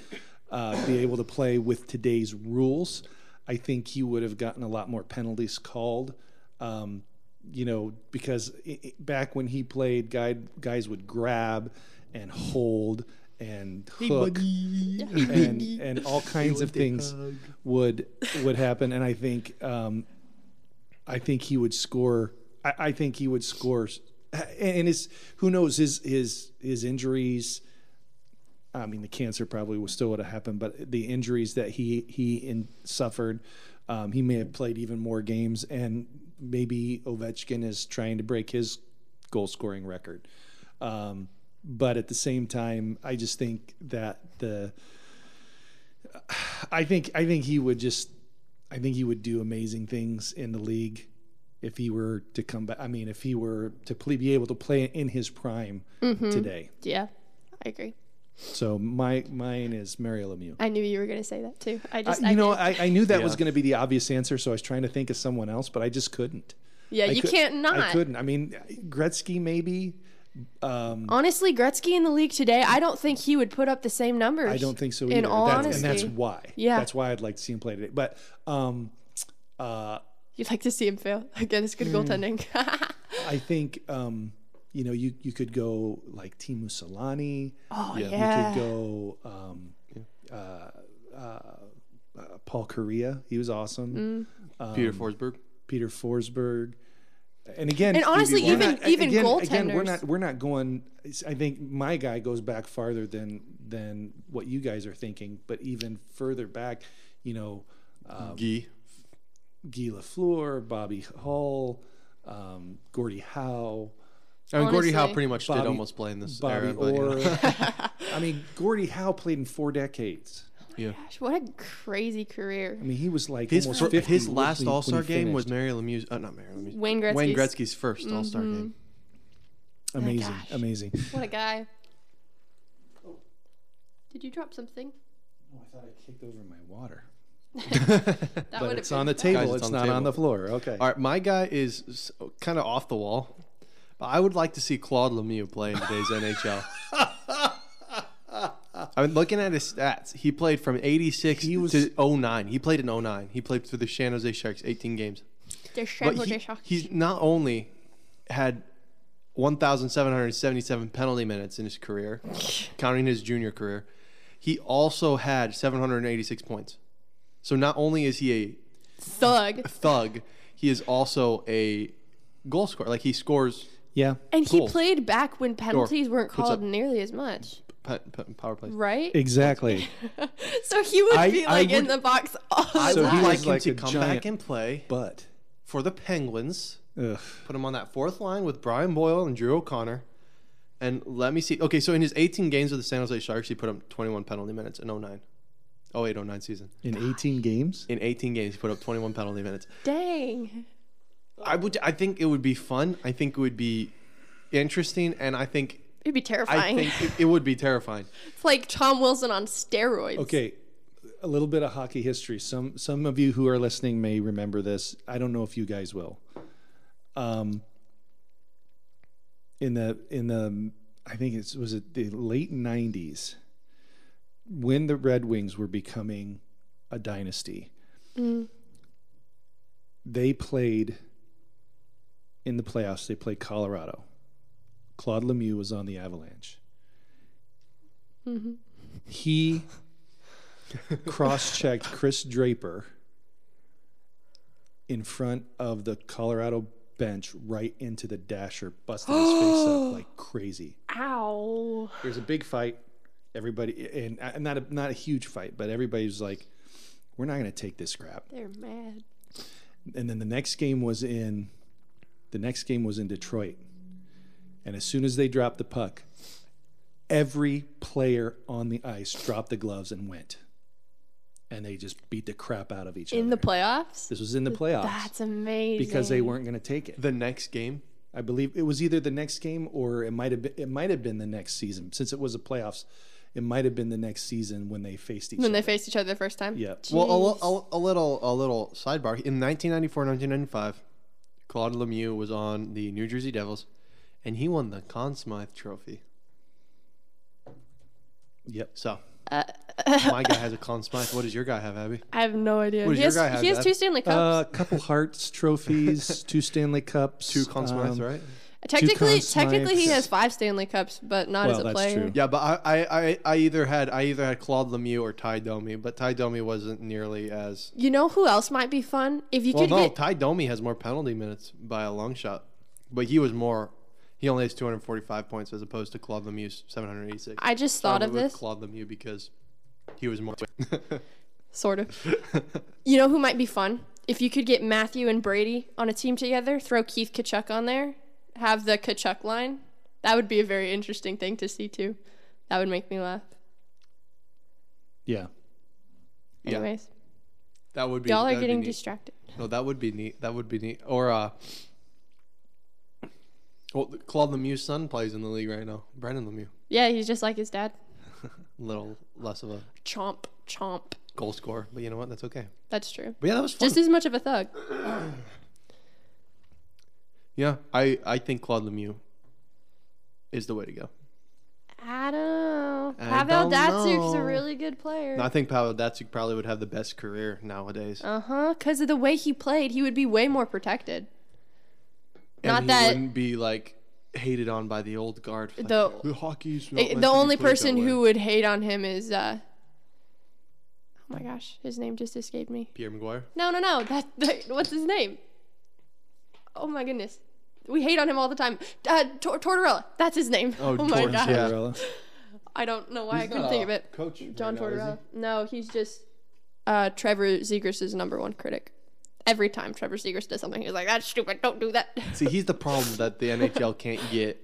[SPEAKER 3] uh, be able to play with today's rules. I think he would have gotten a lot more penalties called. Um, you know, because i i back when he played, guy, guys would grab and hold and hook and, and all kinds of things would would happen. And I think um, I think he would score. I, I think he would score. And his who knows his his his injuries. I mean, the cancer probably was still would have happened, but the injuries that he he in, suffered, um, he may have played even more games, and maybe Ovechkin is trying to break his goal scoring record. Um, but at the same time, I just think that the I think I think he would just I think he would do amazing things in the league if he were to come back. I mean, if he were to play, be able to play in his prime
[SPEAKER 2] Mm-hmm.
[SPEAKER 3] today.
[SPEAKER 2] Yeah, I agree.
[SPEAKER 3] So my mine is Mario Lemieux.
[SPEAKER 2] I knew you were gonna say that too. I
[SPEAKER 3] I,
[SPEAKER 2] just, I
[SPEAKER 3] you know,
[SPEAKER 2] did.
[SPEAKER 3] I, I knew that was
[SPEAKER 1] Yeah.
[SPEAKER 3] going to be the obvious answer, so I was trying to think of someone else, but I just couldn't.
[SPEAKER 2] yeah,
[SPEAKER 3] I
[SPEAKER 2] you
[SPEAKER 3] cou-
[SPEAKER 2] can't not.
[SPEAKER 3] I couldn't. I mean, Gretzky maybe. Um,
[SPEAKER 2] Honestly, Gretzky in the league today, I don't think he would put up the same numbers.
[SPEAKER 3] I don't think so either.
[SPEAKER 2] In all
[SPEAKER 3] That's-
[SPEAKER 2] honesty,
[SPEAKER 3] and that's why.
[SPEAKER 2] Yeah.
[SPEAKER 3] that's why I'd like to see him play today. But um, uh,
[SPEAKER 2] you'd like to see him fail against good
[SPEAKER 3] Mm.
[SPEAKER 2] goaltending.
[SPEAKER 3] I think um, you know you you could go like Timu Solani.
[SPEAKER 2] oh yeah,
[SPEAKER 3] You could go um, uh, uh, uh, Paul Correa. He was
[SPEAKER 2] Mm.
[SPEAKER 3] awesome.
[SPEAKER 1] Peter
[SPEAKER 3] Um,
[SPEAKER 1] Forsberg.
[SPEAKER 3] Peter Forsberg. And again,
[SPEAKER 2] And honestly,
[SPEAKER 3] we're
[SPEAKER 2] even- even
[SPEAKER 3] again, again, we're
[SPEAKER 2] goaltenders.
[SPEAKER 3] not we're not going. I think my guy goes back farther than than what you guys are thinking, but even further back, you know, uh,
[SPEAKER 1] Gee.
[SPEAKER 3] Guy Lafleur, Bobby Hull, um, Gordie Howe.
[SPEAKER 1] I mean, Gordie Howe
[SPEAKER 2] Honestly.
[SPEAKER 1] pretty much
[SPEAKER 3] Bobby-
[SPEAKER 1] did almost play in this
[SPEAKER 3] Bobby
[SPEAKER 1] era. But, you know.
[SPEAKER 3] Orr. I mean, Gordie Howe played in four decades.
[SPEAKER 1] Yeah.
[SPEAKER 2] Gosh, what a crazy career.
[SPEAKER 3] I mean, he was like
[SPEAKER 1] His
[SPEAKER 3] almost
[SPEAKER 1] fir-
[SPEAKER 3] 50
[SPEAKER 1] his
[SPEAKER 3] when
[SPEAKER 1] last
[SPEAKER 3] he- when he
[SPEAKER 1] All Star game was
[SPEAKER 3] finished.
[SPEAKER 1] Mary Lemieux. Uh, not Mary Lemieux.
[SPEAKER 2] Wayne Mm-hmm. Gretzky.
[SPEAKER 1] Wayne Gretzky's 1st All Star game.
[SPEAKER 3] amazing,
[SPEAKER 2] gosh.
[SPEAKER 3] amazing.
[SPEAKER 2] What a guy. Did you drop something?
[SPEAKER 3] Oh, I thought I kicked over my water,
[SPEAKER 2] That
[SPEAKER 3] but
[SPEAKER 2] would've
[SPEAKER 3] it's
[SPEAKER 2] been
[SPEAKER 3] on the
[SPEAKER 2] bad.
[SPEAKER 3] table.
[SPEAKER 1] Guys, it's
[SPEAKER 3] it's
[SPEAKER 1] on the
[SPEAKER 3] not on
[SPEAKER 1] table.
[SPEAKER 3] the floor. Okay.
[SPEAKER 1] All right, my guy is kind of off the wall. But I would like to see Claude Lemieux play in today's NHL. I mean, looking at his stats, he played from 86
[SPEAKER 3] He was-
[SPEAKER 1] to 09. He played in 09. He played for the San Jose Sharks 18 games.
[SPEAKER 2] The
[SPEAKER 1] But
[SPEAKER 2] Chicago
[SPEAKER 1] he,
[SPEAKER 2] Blackhawks.
[SPEAKER 1] he's not only had 1,777 penalty minutes in his career, counting his junior career, he also had 786 points. So not only is he a
[SPEAKER 2] thug.
[SPEAKER 1] thug. He is also a goal scorer. Like he scores
[SPEAKER 3] Yeah,
[SPEAKER 2] And
[SPEAKER 1] Cool.
[SPEAKER 2] he played back when penalties weren't
[SPEAKER 1] Puts up-
[SPEAKER 2] called nearly as much,
[SPEAKER 1] pe- pe- power plays.
[SPEAKER 2] right?
[SPEAKER 3] exactly.
[SPEAKER 2] So he would
[SPEAKER 3] I-
[SPEAKER 2] be
[SPEAKER 3] I
[SPEAKER 2] like in
[SPEAKER 3] would-
[SPEAKER 2] the box all the
[SPEAKER 1] I
[SPEAKER 3] So
[SPEAKER 1] would
[SPEAKER 3] he
[SPEAKER 2] time.
[SPEAKER 1] like
[SPEAKER 3] was
[SPEAKER 1] him
[SPEAKER 3] like
[SPEAKER 1] to
[SPEAKER 3] a
[SPEAKER 1] come back
[SPEAKER 3] giant-
[SPEAKER 1] and play
[SPEAKER 3] but
[SPEAKER 1] for the Penguins.
[SPEAKER 3] ugh,
[SPEAKER 1] Put him on that fourth line with Brian Boyle and Drew O'Connor. And let me see. Okay, so in his 18 games with the San Jose Sharks, he put up 21 penalty minutes in 09. 08 09 season.
[SPEAKER 3] in 18 games,
[SPEAKER 1] In 18 games, he put up 21 penalty minutes.
[SPEAKER 2] Dang.
[SPEAKER 1] I would. I think it would be fun. I think it would be interesting, and I think
[SPEAKER 2] It'd be
[SPEAKER 1] I
[SPEAKER 2] terrifying.
[SPEAKER 1] think it, it would be terrifying.
[SPEAKER 2] it's like Tom Wilson on steroids.
[SPEAKER 3] Okay, a little bit of hockey history. Some some of you who are listening may remember this. I don't know if you guys will. Um, in the in the I think it was it the late '90s when the Red Wings were becoming a dynasty. They played in the playoffs. They played Colorado. Claude Lemieux was on the Avalanche. He cross checked Chris Draper in front of the Colorado bench right into the dasher, busting his face up like crazy.
[SPEAKER 2] Ow.
[SPEAKER 3] There's a big fight. Everybody, and and not a, not a huge fight, but everybody's like, we're not going to take this crap.
[SPEAKER 2] They're mad.
[SPEAKER 3] And then the next game was in, the next game was in Detroit. And as soon as they dropped the puck, every player on the ice dropped the gloves and went. And they just beat the crap out of each other.
[SPEAKER 2] In the playoffs?
[SPEAKER 3] This was in the playoffs
[SPEAKER 2] That's amazing.
[SPEAKER 3] because they weren't going to take it.
[SPEAKER 1] The next game,
[SPEAKER 3] I believe it was either the next game or it might have been, it might have been the next season since it was a playoffs. It might have been the next season when they faced each
[SPEAKER 2] when
[SPEAKER 3] other.
[SPEAKER 2] they faced each other the first time.
[SPEAKER 3] yeah.
[SPEAKER 1] Well, a, li- a, a little a little sidebar. In 1994, 1995, Claude Lemieux was on the New Jersey Devils, and he won the Conn Smythe Trophy.
[SPEAKER 3] Yep.
[SPEAKER 1] So,
[SPEAKER 2] Uh,
[SPEAKER 1] my guy has a Conn Smythe. What does your guy have, Abby?
[SPEAKER 2] I have no idea.
[SPEAKER 1] What does
[SPEAKER 2] he
[SPEAKER 1] your
[SPEAKER 2] has,
[SPEAKER 1] guy have,
[SPEAKER 2] he has
[SPEAKER 1] Dad? Uh,
[SPEAKER 2] two Stanley
[SPEAKER 3] A
[SPEAKER 2] Cups.
[SPEAKER 3] Uh, couple Hearts trophies, two Stanley Cups,
[SPEAKER 1] Two Conn Smythes,
[SPEAKER 3] um,
[SPEAKER 1] right?
[SPEAKER 2] technically,
[SPEAKER 3] Conn Smythes.
[SPEAKER 2] technically he has five Stanley Cups, but not
[SPEAKER 3] Well,
[SPEAKER 2] as a
[SPEAKER 3] that's
[SPEAKER 2] player.
[SPEAKER 3] true.
[SPEAKER 1] Yeah, but I, I, I, I either had I either had Claude Lemieux or Ty Domi, but Ty Domi wasn't nearly as
[SPEAKER 2] You know who else might be fun? If you
[SPEAKER 1] well.
[SPEAKER 2] could
[SPEAKER 1] No,
[SPEAKER 2] get
[SPEAKER 1] Ty Domi has more penalty minutes by a long shot, but he was more. He only has 245 points as opposed to Claude Lemieux's 786.
[SPEAKER 2] I just thought
[SPEAKER 1] I
[SPEAKER 2] of
[SPEAKER 1] went with
[SPEAKER 2] this.
[SPEAKER 1] Claude Lemieux because he was more.
[SPEAKER 2] Sort of. you know who might be fun? If you could get Matthew and Brady on a team together, throw Keith Kachuk on there, have the Kachuk line. That would be a very interesting thing to see too. That would make me laugh.
[SPEAKER 3] Yeah.
[SPEAKER 1] Yeah.
[SPEAKER 2] Anyways,
[SPEAKER 1] That would be.
[SPEAKER 2] y'all
[SPEAKER 1] that
[SPEAKER 2] are
[SPEAKER 1] would
[SPEAKER 2] getting
[SPEAKER 1] be neat.
[SPEAKER 2] distracted.
[SPEAKER 1] No, that would be neat. That would be neat. Or uh, well, Claude Lemieux's son plays in the league right now. Brandon Lemieux,
[SPEAKER 2] Yeah, he's just like his dad.
[SPEAKER 1] little less of a
[SPEAKER 2] Chomp, chomp.
[SPEAKER 1] goal scorer, but you know what? That's okay.
[SPEAKER 2] That's true.
[SPEAKER 1] But yeah, that was fun.
[SPEAKER 2] Just as much of a thug.
[SPEAKER 1] yeah, I I think Claude Lemieux is the way to go.
[SPEAKER 2] I don't know.
[SPEAKER 1] I
[SPEAKER 2] Pavel
[SPEAKER 1] don't
[SPEAKER 2] Datsuk's a
[SPEAKER 1] know.
[SPEAKER 2] really good player.
[SPEAKER 1] And I think Pavel Datsuk probably would have the best career nowadays.
[SPEAKER 2] uh huh. Because of the way he played, he would be way more protected.
[SPEAKER 1] and
[SPEAKER 2] not
[SPEAKER 1] he
[SPEAKER 2] that-
[SPEAKER 1] wouldn't be like hockey's not meant to be played that way. hated on by the old guard.
[SPEAKER 2] The- eh, the only person who would hate on him is uh oh my gosh his name just escaped me
[SPEAKER 1] Pierre McGuire.
[SPEAKER 2] no no no that, that- what's his name oh my goodness we hate on him all the time uh, Tor- tortorella that's his name oh, my
[SPEAKER 1] Tortorella.
[SPEAKER 2] gosh
[SPEAKER 1] Yeah.
[SPEAKER 3] Tortorella.
[SPEAKER 2] i don't know why i couldn't think of it
[SPEAKER 1] Coach
[SPEAKER 2] john tortorella no he's just uh trevor zegers' number one critic every time trevor zegers does something he's like that's stupid don't do that
[SPEAKER 1] See, he's the problem that the NHL can't get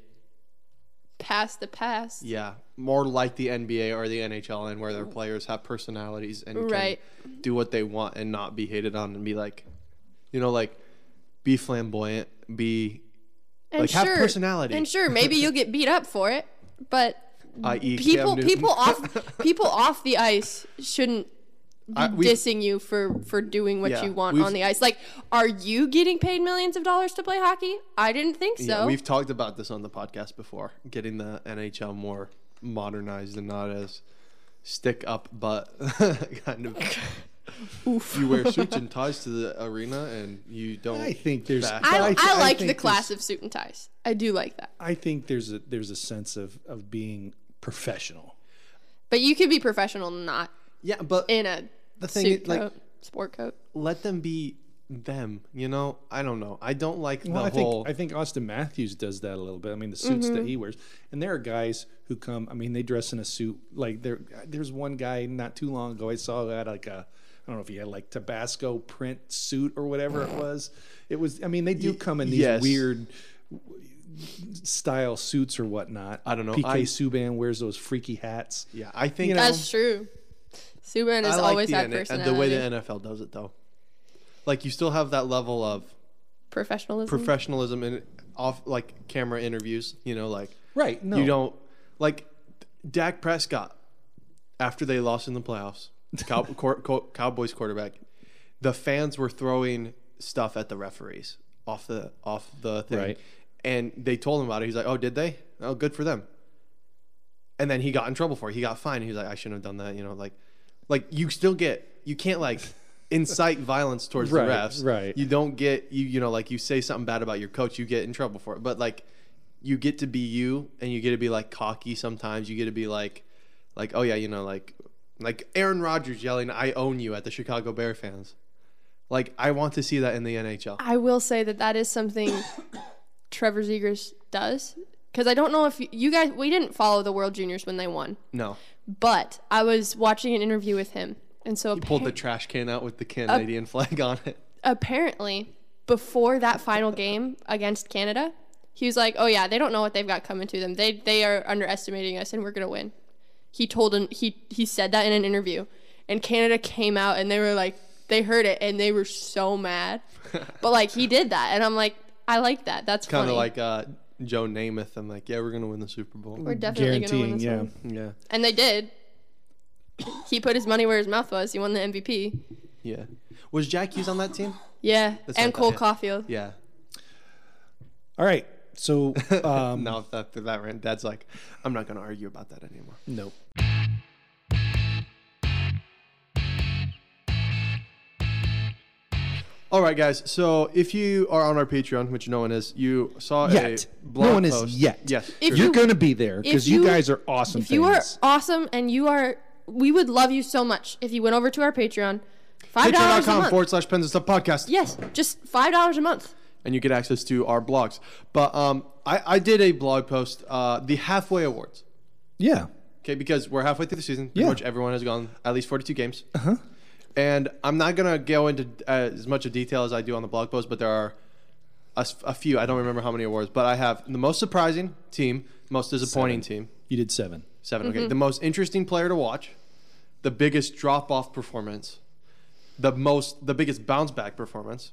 [SPEAKER 2] pass the pass.
[SPEAKER 1] Yeah, more like the NBA or the NHL, and where their players have personalities and
[SPEAKER 2] Right.
[SPEAKER 1] can do what they want and not be hated on and be like, you know, like be flamboyant, be
[SPEAKER 2] And
[SPEAKER 1] Like, have personality.
[SPEAKER 2] And sure, maybe you'll get beat up for it, but
[SPEAKER 1] i.e. e, Cam
[SPEAKER 2] people
[SPEAKER 1] Newton.
[SPEAKER 2] people off people off the ice shouldn't be
[SPEAKER 1] I- we've-
[SPEAKER 2] dissing you for for doing what
[SPEAKER 1] Yeah,
[SPEAKER 2] you want
[SPEAKER 1] we've-
[SPEAKER 2] on the ice. Like, are you getting paid millions of dollars to play hockey? I didn't think so.
[SPEAKER 1] Yeah, we've talked about this on the podcast before. Getting the NHL more modernized and not as stick up butt kind of. You wear suits and ties to the arena, and you don't.
[SPEAKER 3] I think there's-
[SPEAKER 1] back
[SPEAKER 2] I,
[SPEAKER 1] up.
[SPEAKER 2] I,
[SPEAKER 3] I th- I
[SPEAKER 2] like
[SPEAKER 3] think
[SPEAKER 2] the class
[SPEAKER 3] this-
[SPEAKER 2] of suit and ties. I do like that.
[SPEAKER 3] I think there's a there's a sense of of being professional.
[SPEAKER 2] But you could be professional not
[SPEAKER 1] yeah, but
[SPEAKER 2] in a
[SPEAKER 1] the thing
[SPEAKER 2] suit
[SPEAKER 1] is, like,
[SPEAKER 2] coat, sport coat.
[SPEAKER 1] let them be them. You know, I don't know. I don't like
[SPEAKER 3] Well,
[SPEAKER 1] the
[SPEAKER 3] I
[SPEAKER 1] whole. Mm-hmm.
[SPEAKER 3] think I think Austin Matthews does that a little bit. I mean, the suits that he wears, and there are guys who come. I mean, they dress in a suit. Like there, there's one guy not too long ago I saw that like a. I don't know if he had like Tabasco print suit or whatever it was. It was. I mean, they do come in these
[SPEAKER 1] yes.
[SPEAKER 3] weird style suits or whatnot.
[SPEAKER 1] I don't know.
[SPEAKER 3] PK
[SPEAKER 1] I-
[SPEAKER 3] Subban wears those freaky hats.
[SPEAKER 1] yeah, I think
[SPEAKER 3] you know,
[SPEAKER 2] That's true. Subban
[SPEAKER 1] I
[SPEAKER 2] has
[SPEAKER 1] like
[SPEAKER 2] always
[SPEAKER 1] the,
[SPEAKER 2] had
[SPEAKER 1] N- and
[SPEAKER 2] personality.
[SPEAKER 1] the way the NFL does it, though. Like you still have that level of
[SPEAKER 2] professionalism.
[SPEAKER 1] professionalism in off like camera interviews. You know, like
[SPEAKER 3] Right. No.
[SPEAKER 1] You don't like Dak Prescott after they lost in the playoffs. Cow, cor, co- Cowboys quarterback. The fans were throwing stuff at the referees off the off the thing,
[SPEAKER 3] Right.
[SPEAKER 1] and they told him about it. He's like, "Oh, did they? Oh, good for them." And then he got in trouble for it. He got fined. He's like, "I shouldn't have done that." You know, like, like you still get you can't like incite violence towards
[SPEAKER 3] Right,
[SPEAKER 1] the refs.
[SPEAKER 3] right.
[SPEAKER 1] You don't get you you know like you say something bad about your coach, you get in trouble for it. But like you get to be you and you get to be like cocky sometimes. You get to be like like oh yeah, you know like like Aaron Rodgers yelling I own you at the Chicago Bear fans. Like I want to see that in the NHL.
[SPEAKER 2] I will say that that is something Trevor Zegers does. Because I don't know if you, you guys, we didn't follow the World Juniors when they won,
[SPEAKER 1] No.
[SPEAKER 2] but I was watching an interview with him. And so
[SPEAKER 1] Pulled the
[SPEAKER 2] appar-
[SPEAKER 1] trash can out with the Canadian flag on it.
[SPEAKER 2] apparently, before that final game against Canada, he was like, oh, yeah, they don't know what they've got coming to them. They, they are underestimating us and we're going to win. He told him, he, he said that in an interview. And Canada came out and they were like, they heard it and they were so mad. but like, he did that. And I'm like, I like that. That's
[SPEAKER 1] Kind
[SPEAKER 2] funny.
[SPEAKER 1] of like uh Joe Namath. I'm like, yeah, we're gonna win the Super Bowl.
[SPEAKER 2] We're definitely gonna win
[SPEAKER 3] guaranteeing.
[SPEAKER 2] this
[SPEAKER 3] Yeah.
[SPEAKER 2] one.
[SPEAKER 1] Yeah,
[SPEAKER 2] And they did. He put his money where his mouth was. He won the MVP.
[SPEAKER 1] yeah. Was Jack Hughes on that team?
[SPEAKER 2] Yeah. and
[SPEAKER 1] not
[SPEAKER 2] Cole
[SPEAKER 1] bad.
[SPEAKER 2] Caulfield.
[SPEAKER 1] Yeah.
[SPEAKER 3] All right. So. Um,
[SPEAKER 1] No, after that rant, Dad's like, I'm not gonna argue about that anymore.
[SPEAKER 3] Nope.
[SPEAKER 1] All right, guys. So if you are on our Patreon, which no one is, you saw
[SPEAKER 3] Yet.
[SPEAKER 1] a blog
[SPEAKER 3] No one is
[SPEAKER 1] post.
[SPEAKER 3] yet.
[SPEAKER 1] Yes. true.
[SPEAKER 2] If
[SPEAKER 3] You're
[SPEAKER 2] you-
[SPEAKER 3] gonna be there because you,
[SPEAKER 2] you-
[SPEAKER 3] guys are awesome.
[SPEAKER 2] If you are
[SPEAKER 3] fans.
[SPEAKER 2] awesome and you are, we would love you so much if you went over to our Patreon. $5 a
[SPEAKER 1] Patreon.com
[SPEAKER 2] month.
[SPEAKER 1] forward slash Pens and Stuff podcast,
[SPEAKER 2] yes. Just $5 a month.
[SPEAKER 1] and you get access to our blogs. But um, I, I did a blog post, uh, the halfway awards.
[SPEAKER 3] yeah.
[SPEAKER 1] Okay, because we're halfway through the season. Pretty
[SPEAKER 3] Yeah.
[SPEAKER 1] much everyone has gone at least 42 games. Uh-huh. And I'm not going to go into uh, as much of detail as I do on the blog post, but there are a, s- a few. I don't remember how many awards, but I have the most surprising team, most disappointing team.
[SPEAKER 3] You did seven.
[SPEAKER 1] 7 Okay. The most interesting player to watch, the biggest drop off performance, the most the biggest bounce back performance,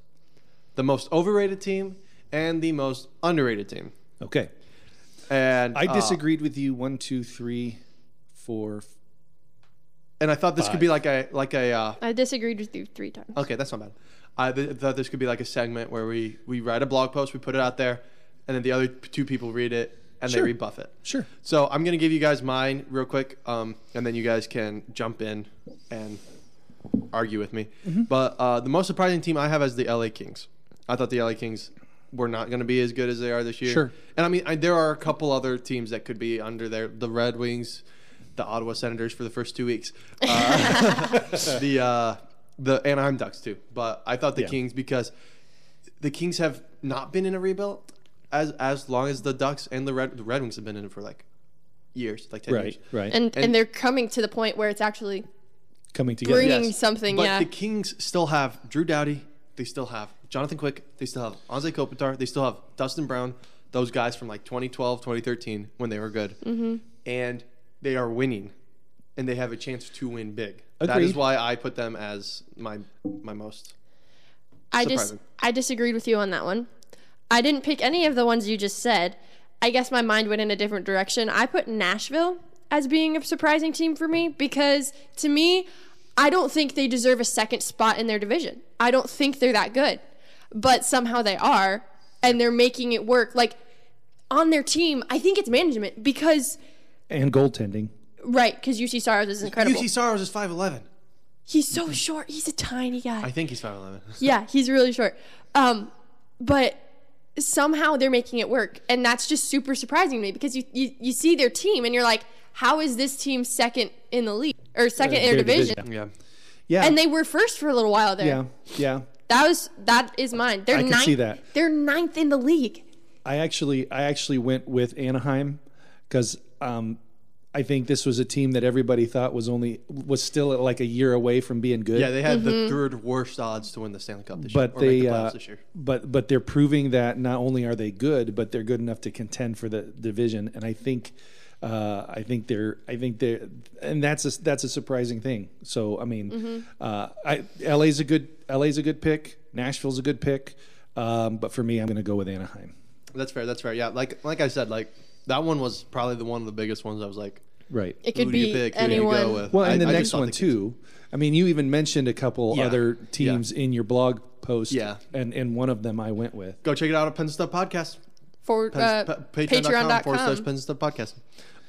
[SPEAKER 1] the most overrated team, and the most underrated team.
[SPEAKER 3] Okay.
[SPEAKER 1] And
[SPEAKER 3] I
[SPEAKER 1] uh,
[SPEAKER 3] disagreed with you. One, two, three, four. f-
[SPEAKER 1] and I thought this could be like a like a uh,
[SPEAKER 2] I disagreed with you three times.
[SPEAKER 1] okay, that's not bad. I th- thought this could be like a segment where we we write a blog post, we put it out there, and then the other two people read it and
[SPEAKER 3] Sure.
[SPEAKER 1] they rebuff it.
[SPEAKER 3] Sure.
[SPEAKER 1] So I'm gonna give you guys mine real quick, um, and then you guys can jump in and argue with me.
[SPEAKER 3] Mm-hmm.
[SPEAKER 1] But uh, the most surprising team I have is the LA Kings. I thought the LA Kings were not gonna be as good as they are this year.
[SPEAKER 3] Sure.
[SPEAKER 1] And I mean, I, there are a couple other teams that could be under there. The Red Wings, the Ottawa Senators for the first two weeks, uh, the uh, the Anaheim Ducks too. But I thought the
[SPEAKER 3] Yeah.
[SPEAKER 1] Kings because the Kings have not been in a rebuild as as long as the Ducks and the Red the Red Wings have been in it for like years, like ten
[SPEAKER 3] Right.
[SPEAKER 1] years.
[SPEAKER 3] Right.
[SPEAKER 2] And, and
[SPEAKER 1] And-
[SPEAKER 2] they're coming to the point where it's actually
[SPEAKER 3] coming together.
[SPEAKER 2] bringing something.
[SPEAKER 1] But
[SPEAKER 2] yeah.
[SPEAKER 1] the Kings still have Drew Doughty. They still have Jonathan Quick. They still have Anze Kopitar. They still have Dustin Brown. those guys from like 2012, 2013 when they were good,
[SPEAKER 2] Mm-hmm.
[SPEAKER 1] and they are winning, and they have a chance to win big. That is
[SPEAKER 3] Agreed.
[SPEAKER 1] why I put them as my my most.
[SPEAKER 2] I just
[SPEAKER 1] Surprising.
[SPEAKER 2] I disagreed with you on that one. I didn't pick any of the ones you just said. I guess my mind went in a different direction. I put Nashville as being a surprising team for me because to me, I don't think they deserve a second spot in their division. I don't think they're that good. But somehow they are and they're making it work. Like on their team, I think it's management because
[SPEAKER 3] and goaltending.
[SPEAKER 2] right, cuz UC Saros is incredible.
[SPEAKER 1] UC Saros is five eleven.
[SPEAKER 2] he's so short. He's a tiny guy.
[SPEAKER 1] I think he's five eleven.
[SPEAKER 2] Yeah, he's really short. Um, but somehow they're making it work, and that's just super surprising to me because you you, you see their team and you're like, how is this team second in the league or second Uh, in their division?
[SPEAKER 1] yeah,
[SPEAKER 3] Yeah.
[SPEAKER 2] And they were first for a little while there.
[SPEAKER 3] yeah. Yeah.
[SPEAKER 2] That was that is mine. They're
[SPEAKER 3] I can
[SPEAKER 2] ninth,
[SPEAKER 3] see that.
[SPEAKER 2] They're ninth in the league.
[SPEAKER 3] I actually I actually went with Anaheim because um, I think this was a team that everybody thought was only was still like a year away from being good.
[SPEAKER 1] yeah. They had the third worst odds to win the Stanley Cup this
[SPEAKER 3] but
[SPEAKER 1] year. or make
[SPEAKER 3] they
[SPEAKER 1] the playoffs
[SPEAKER 3] uh,
[SPEAKER 1] this year.
[SPEAKER 3] but but they're proving that not only are they good, but they're good enough to contend for the division. And I think uh, I think they're I think they're and that's a that's a surprising thing. So I mean,
[SPEAKER 1] Mm-hmm.
[SPEAKER 3] uh, I LA's a good LA's a good pick. Nashville's a good pick. Um, but for me, I'm going to go with Anaheim.
[SPEAKER 1] That's fair. That's fair. Yeah, like like I said, like that one was probably the one of the biggest ones. I was like,
[SPEAKER 3] Right.
[SPEAKER 2] It could
[SPEAKER 1] who do
[SPEAKER 2] be
[SPEAKER 1] you pick? Who do you
[SPEAKER 2] anyone.
[SPEAKER 1] go with?
[SPEAKER 3] Well,
[SPEAKER 1] I-
[SPEAKER 3] and the
[SPEAKER 1] I just
[SPEAKER 3] next
[SPEAKER 1] thought
[SPEAKER 3] one
[SPEAKER 1] the Kings-
[SPEAKER 3] too. I mean, you even mentioned a couple
[SPEAKER 1] Yeah.
[SPEAKER 3] other teams in your blog post.
[SPEAKER 1] Yeah.
[SPEAKER 3] And and one of them I went with.
[SPEAKER 1] Go check it out at Penn Stuff Podcast.
[SPEAKER 2] For
[SPEAKER 1] Pen,
[SPEAKER 2] uh,
[SPEAKER 1] pa- Patreon.com forward slash
[SPEAKER 2] Patreon.com.
[SPEAKER 1] Penn Stuff Podcast.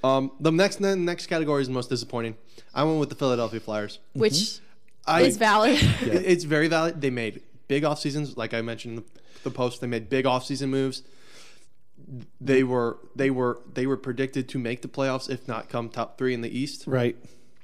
[SPEAKER 1] Um, the next the next category is the most disappointing. I went with the Philadelphia Flyers.
[SPEAKER 2] which
[SPEAKER 1] Hmm? I,
[SPEAKER 2] is valid.
[SPEAKER 1] It- It's very valid. They made big off seasons, like I mentioned in the post. They made big off season moves. They were they were they were predicted to make the playoffs, if not come top three in the East.
[SPEAKER 3] Right.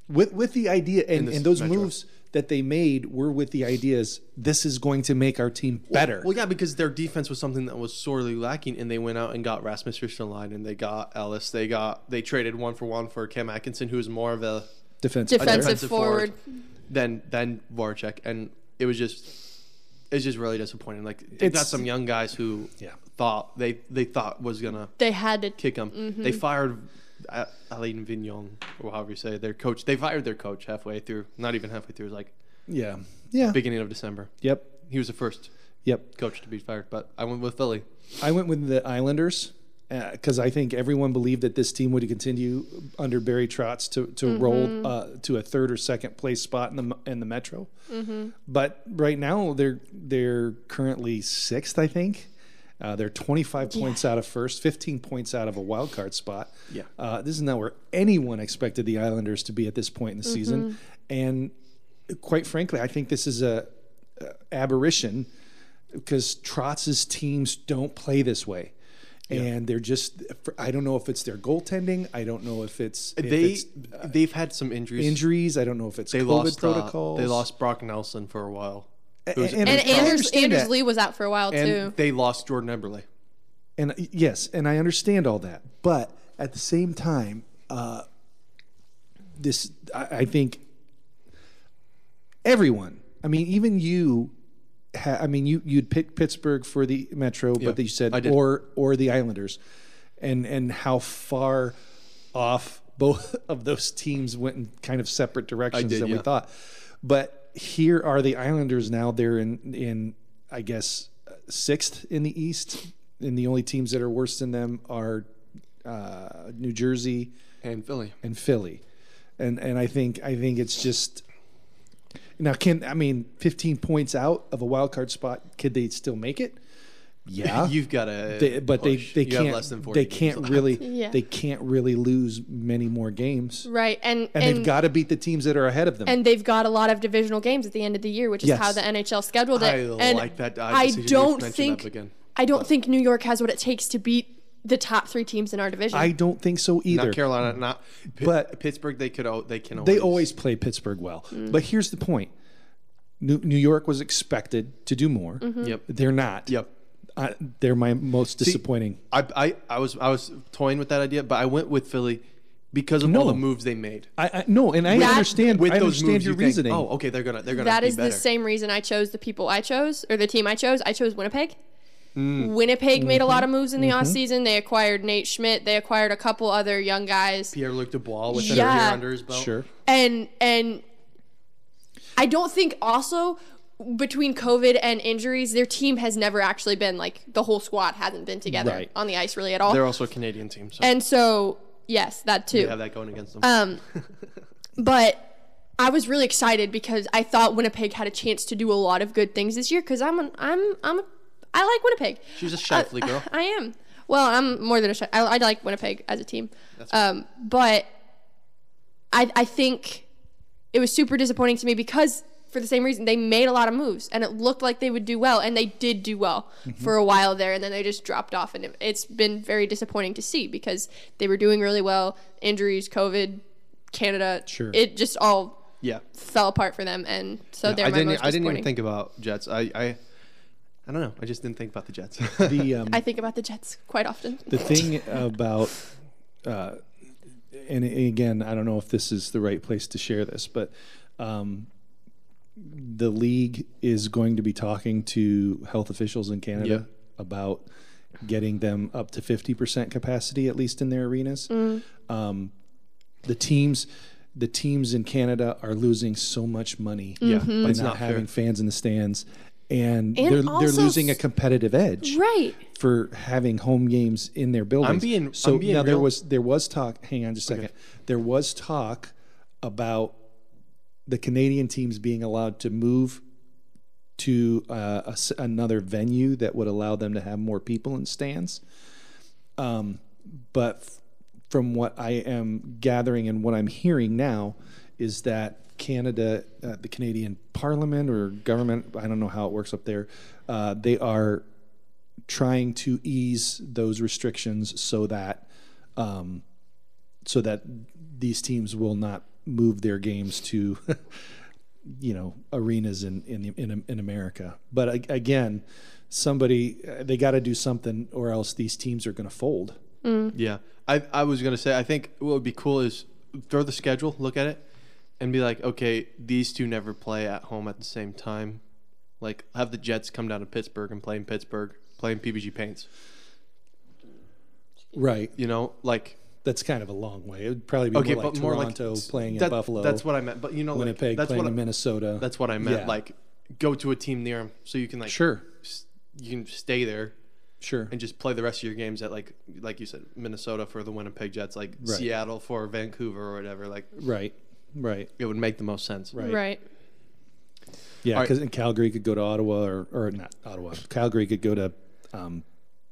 [SPEAKER 3] With with the idea and,
[SPEAKER 1] this
[SPEAKER 3] and those
[SPEAKER 1] metro.
[SPEAKER 3] moves that they made were with the ideas this is going to make our team better.
[SPEAKER 1] Well, yeah, because their defense was something that was sorely lacking, and they went out and got Rasmus Ristolainen, and they got Ellis. They got they traded one for one for Cam Atkinson, who is more of a
[SPEAKER 3] defense.
[SPEAKER 2] Defensive
[SPEAKER 3] better.
[SPEAKER 1] defensive
[SPEAKER 2] forward.
[SPEAKER 1] forward, than than Voracek, and it was just it's just really disappointing. Like they got
[SPEAKER 3] It's-
[SPEAKER 1] some young guys who
[SPEAKER 3] Yeah.
[SPEAKER 1] thought they they thought was gonna
[SPEAKER 2] they had to
[SPEAKER 1] kick them. They fired A- Alain Vignon, or however you say it, their coach. They fired their coach halfway through, not even halfway through. It was like
[SPEAKER 3] Yeah. Yeah.
[SPEAKER 1] beginning of December.
[SPEAKER 3] Yep.
[SPEAKER 1] He was the first
[SPEAKER 3] Yep.
[SPEAKER 1] coach to be fired, but I went with Philly.
[SPEAKER 3] I went with the Islanders because I think everyone believed that this team would continue under Barry Trotz to to roll uh, to a third or second place spot in the in the Metro. But right now they're they're currently sixth, I think. Uh, they're 25 points out of first, 15 points out of a wild card spot.
[SPEAKER 1] Yeah.
[SPEAKER 3] uh, this is not where anyone expected the Islanders to be at this point in the season, and quite frankly, I think this is a, a aberration because Trotz's teams don't play this way. And they're just, I don't know if it's their goaltending. I don't know if it's, if
[SPEAKER 1] they
[SPEAKER 3] it's
[SPEAKER 1] they've had some injuries.
[SPEAKER 3] injuries. I don't know if it's
[SPEAKER 1] they
[SPEAKER 3] COVID
[SPEAKER 1] lost uh,
[SPEAKER 3] protocols.
[SPEAKER 1] they lost Brock Nelson for a while, who's-
[SPEAKER 2] And
[SPEAKER 3] I
[SPEAKER 2] Anders,
[SPEAKER 3] understand
[SPEAKER 2] Anders
[SPEAKER 3] that.
[SPEAKER 2] Lee was out for a while
[SPEAKER 1] and
[SPEAKER 2] too.
[SPEAKER 1] they lost Jordan Eberle.
[SPEAKER 3] And uh, yes, and I understand all that, but at the same time, uh, this I, I think everyone. I mean, even you. Ha- I mean, you you'd pick Pittsburgh for the Metro, but you said
[SPEAKER 1] I did.
[SPEAKER 3] or or the Islanders, and and how far off both of those teams went in kind of separate directions
[SPEAKER 1] did,
[SPEAKER 3] than we
[SPEAKER 1] yeah.
[SPEAKER 3] thought. But here are the Islanders now. They're in in I guess uh, sixth in the East, and the only teams that are worse than them are uh, New Jersey
[SPEAKER 1] And Philly.
[SPEAKER 3] and Philly, and and I think I think it's just now can I mean 15 points out of a wild card spot could they still make it? Yeah,
[SPEAKER 1] You've got to,
[SPEAKER 3] they, but they they
[SPEAKER 1] uh, you
[SPEAKER 3] can't
[SPEAKER 1] Have less than 40
[SPEAKER 3] they
[SPEAKER 1] games
[SPEAKER 3] can't
[SPEAKER 1] left.
[SPEAKER 3] really
[SPEAKER 2] Yeah.
[SPEAKER 3] they can't really lose many more games,
[SPEAKER 2] right. And
[SPEAKER 3] and, they've got to beat the teams that are ahead of them.
[SPEAKER 2] and they've got a lot of divisional games at the end of the year, which is
[SPEAKER 3] Yes.
[SPEAKER 2] how the NHL scheduled it.
[SPEAKER 1] I
[SPEAKER 2] and
[SPEAKER 1] like that. I,
[SPEAKER 2] I
[SPEAKER 1] just- you just
[SPEAKER 2] don't
[SPEAKER 1] mentioned
[SPEAKER 2] think
[SPEAKER 1] that again.
[SPEAKER 2] I don't think New York has what it takes to beat the top three teams in our division.
[SPEAKER 3] I don't think so either.
[SPEAKER 1] Not Carolina, not Pi-
[SPEAKER 3] But-
[SPEAKER 1] Pittsburgh. They could. al- They can. Always,
[SPEAKER 3] They always play Pittsburgh well,
[SPEAKER 2] Mm.
[SPEAKER 3] but here's the point: New, New York was expected to do more.
[SPEAKER 2] Mm-hmm.
[SPEAKER 1] Yep.
[SPEAKER 3] They're not.
[SPEAKER 1] Yep.
[SPEAKER 3] I, they're my most disappointing.
[SPEAKER 1] I, I I was I was toying with that idea, but I went with Philly because of all
[SPEAKER 3] No.
[SPEAKER 1] the moves they made.
[SPEAKER 3] I, I no, and I
[SPEAKER 2] That-
[SPEAKER 3] understand.
[SPEAKER 1] With
[SPEAKER 3] I
[SPEAKER 1] those
[SPEAKER 3] understand
[SPEAKER 1] moves,
[SPEAKER 3] your
[SPEAKER 1] you think,
[SPEAKER 3] reasoning.
[SPEAKER 1] oh, okay, they're gonna they're gonna
[SPEAKER 2] that
[SPEAKER 1] be
[SPEAKER 2] is
[SPEAKER 1] better.
[SPEAKER 2] the same reason I chose the people I chose or the team I chose. I chose Winnipeg
[SPEAKER 1] Mm.
[SPEAKER 2] Winnipeg made
[SPEAKER 1] Mm-hmm.
[SPEAKER 2] a lot of moves in the off season. They acquired Nate Schmidt. They acquired a couple other young guys.
[SPEAKER 1] Pierre Luc Dubois with another
[SPEAKER 2] Yeah.
[SPEAKER 1] year under his belt.
[SPEAKER 3] Sure.
[SPEAKER 2] and and I don't think also between COVID and injuries, their team has never actually been like the whole squad hasn't been together
[SPEAKER 3] Right.
[SPEAKER 2] on the ice really at all.
[SPEAKER 1] They're also a Canadian team, so
[SPEAKER 2] Oh. and so yes, that too.
[SPEAKER 1] you have that going against them.
[SPEAKER 2] Um, but I was really excited because I thought Winnipeg had a chance to do a lot of good things this year. Because I'm an, I'm I'm a, I like Winnipeg.
[SPEAKER 1] She's a Shifley girl.
[SPEAKER 2] I am. Well, I'm more than a Shi- I, I like Winnipeg as a team. Um, but I I think it was super disappointing to me because for the same reason they made a lot of moves and it looked like they would do well and they did do well
[SPEAKER 1] Mm-hmm.
[SPEAKER 2] for a while there and then they just dropped off and it, it's been very disappointing to see because they were doing really well injuries covid canada
[SPEAKER 3] Sure.
[SPEAKER 2] it just all
[SPEAKER 1] yeah.
[SPEAKER 2] fell apart for them and so they're
[SPEAKER 1] I
[SPEAKER 2] my
[SPEAKER 1] didn't. e,
[SPEAKER 2] most
[SPEAKER 1] I didn't even
[SPEAKER 2] disappointing.
[SPEAKER 1] think about Jets. I. I. I don't know. I just didn't think about the Jets.
[SPEAKER 3] The um,
[SPEAKER 2] I think about the Jets quite often.
[SPEAKER 3] the thing about uh, and again i don't know if this is the right place to share this but um, the league is going to be talking to health officials in canada about getting them up to 50% capacity at least in their arenas
[SPEAKER 2] Mm-hmm.
[SPEAKER 3] um, the teams the teams in canada are losing so much money yeah, by
[SPEAKER 1] It's
[SPEAKER 3] not,
[SPEAKER 1] not fair.
[SPEAKER 3] having fans in the stands and,
[SPEAKER 2] Mm-hmm. And
[SPEAKER 3] they're, they're
[SPEAKER 2] also
[SPEAKER 3] losing a
[SPEAKER 2] s-
[SPEAKER 3] competitive edge
[SPEAKER 2] right.
[SPEAKER 3] for having home games in their buildings.
[SPEAKER 1] I'm being-
[SPEAKER 3] so
[SPEAKER 1] I'm being
[SPEAKER 3] now there
[SPEAKER 1] real-
[SPEAKER 3] was there was talk. Hang on just a second. There was talk about the Canadian teams being allowed to move to uh, a s another venue that would allow them to have more people in stands. Um, but f- from what I am gathering and what I'm hearing now is that Canada, uh, the Canadian Parliament or government, I don't know how it works up there, uh, they are trying to ease those restrictions so that um, so that these teams will not move their games to you know arenas in in in, in America. But a- again, somebody uh, they got to do something, or else these teams are going to fold.
[SPEAKER 1] yeah. I. I was gonna say. I think what would be cool is throw the schedule, look at it, and be like, okay, these two never play at home at the same time. Like, have the Jets come down to Pittsburgh and play in Pittsburgh, play in PBG Paints.
[SPEAKER 3] Right.
[SPEAKER 1] You know, like
[SPEAKER 3] That's kind of a long way. It would probably be more like Toronto playing
[SPEAKER 1] that-
[SPEAKER 3] in Buffalo.
[SPEAKER 1] That's what I meant. But you know, like,
[SPEAKER 3] Winnipeg
[SPEAKER 1] that's
[SPEAKER 3] playing
[SPEAKER 1] what I,
[SPEAKER 3] in Minnesota.
[SPEAKER 1] That's what I meant.
[SPEAKER 3] Yeah.
[SPEAKER 1] Like, go to a team near them so you can like
[SPEAKER 3] sure,
[SPEAKER 1] s- you can stay there
[SPEAKER 3] sure.
[SPEAKER 1] and just play the rest of your games at like like you said Minnesota for the Winnipeg Jets, like
[SPEAKER 3] Right.
[SPEAKER 1] Seattle for Vancouver or whatever. Like
[SPEAKER 3] Right. Right.
[SPEAKER 1] it would make the most sense.
[SPEAKER 3] Right.
[SPEAKER 2] Right.
[SPEAKER 3] Yeah,
[SPEAKER 1] All right.
[SPEAKER 3] because in Calgary could go to Ottawa or or not Ottawa. Calgary could go to um,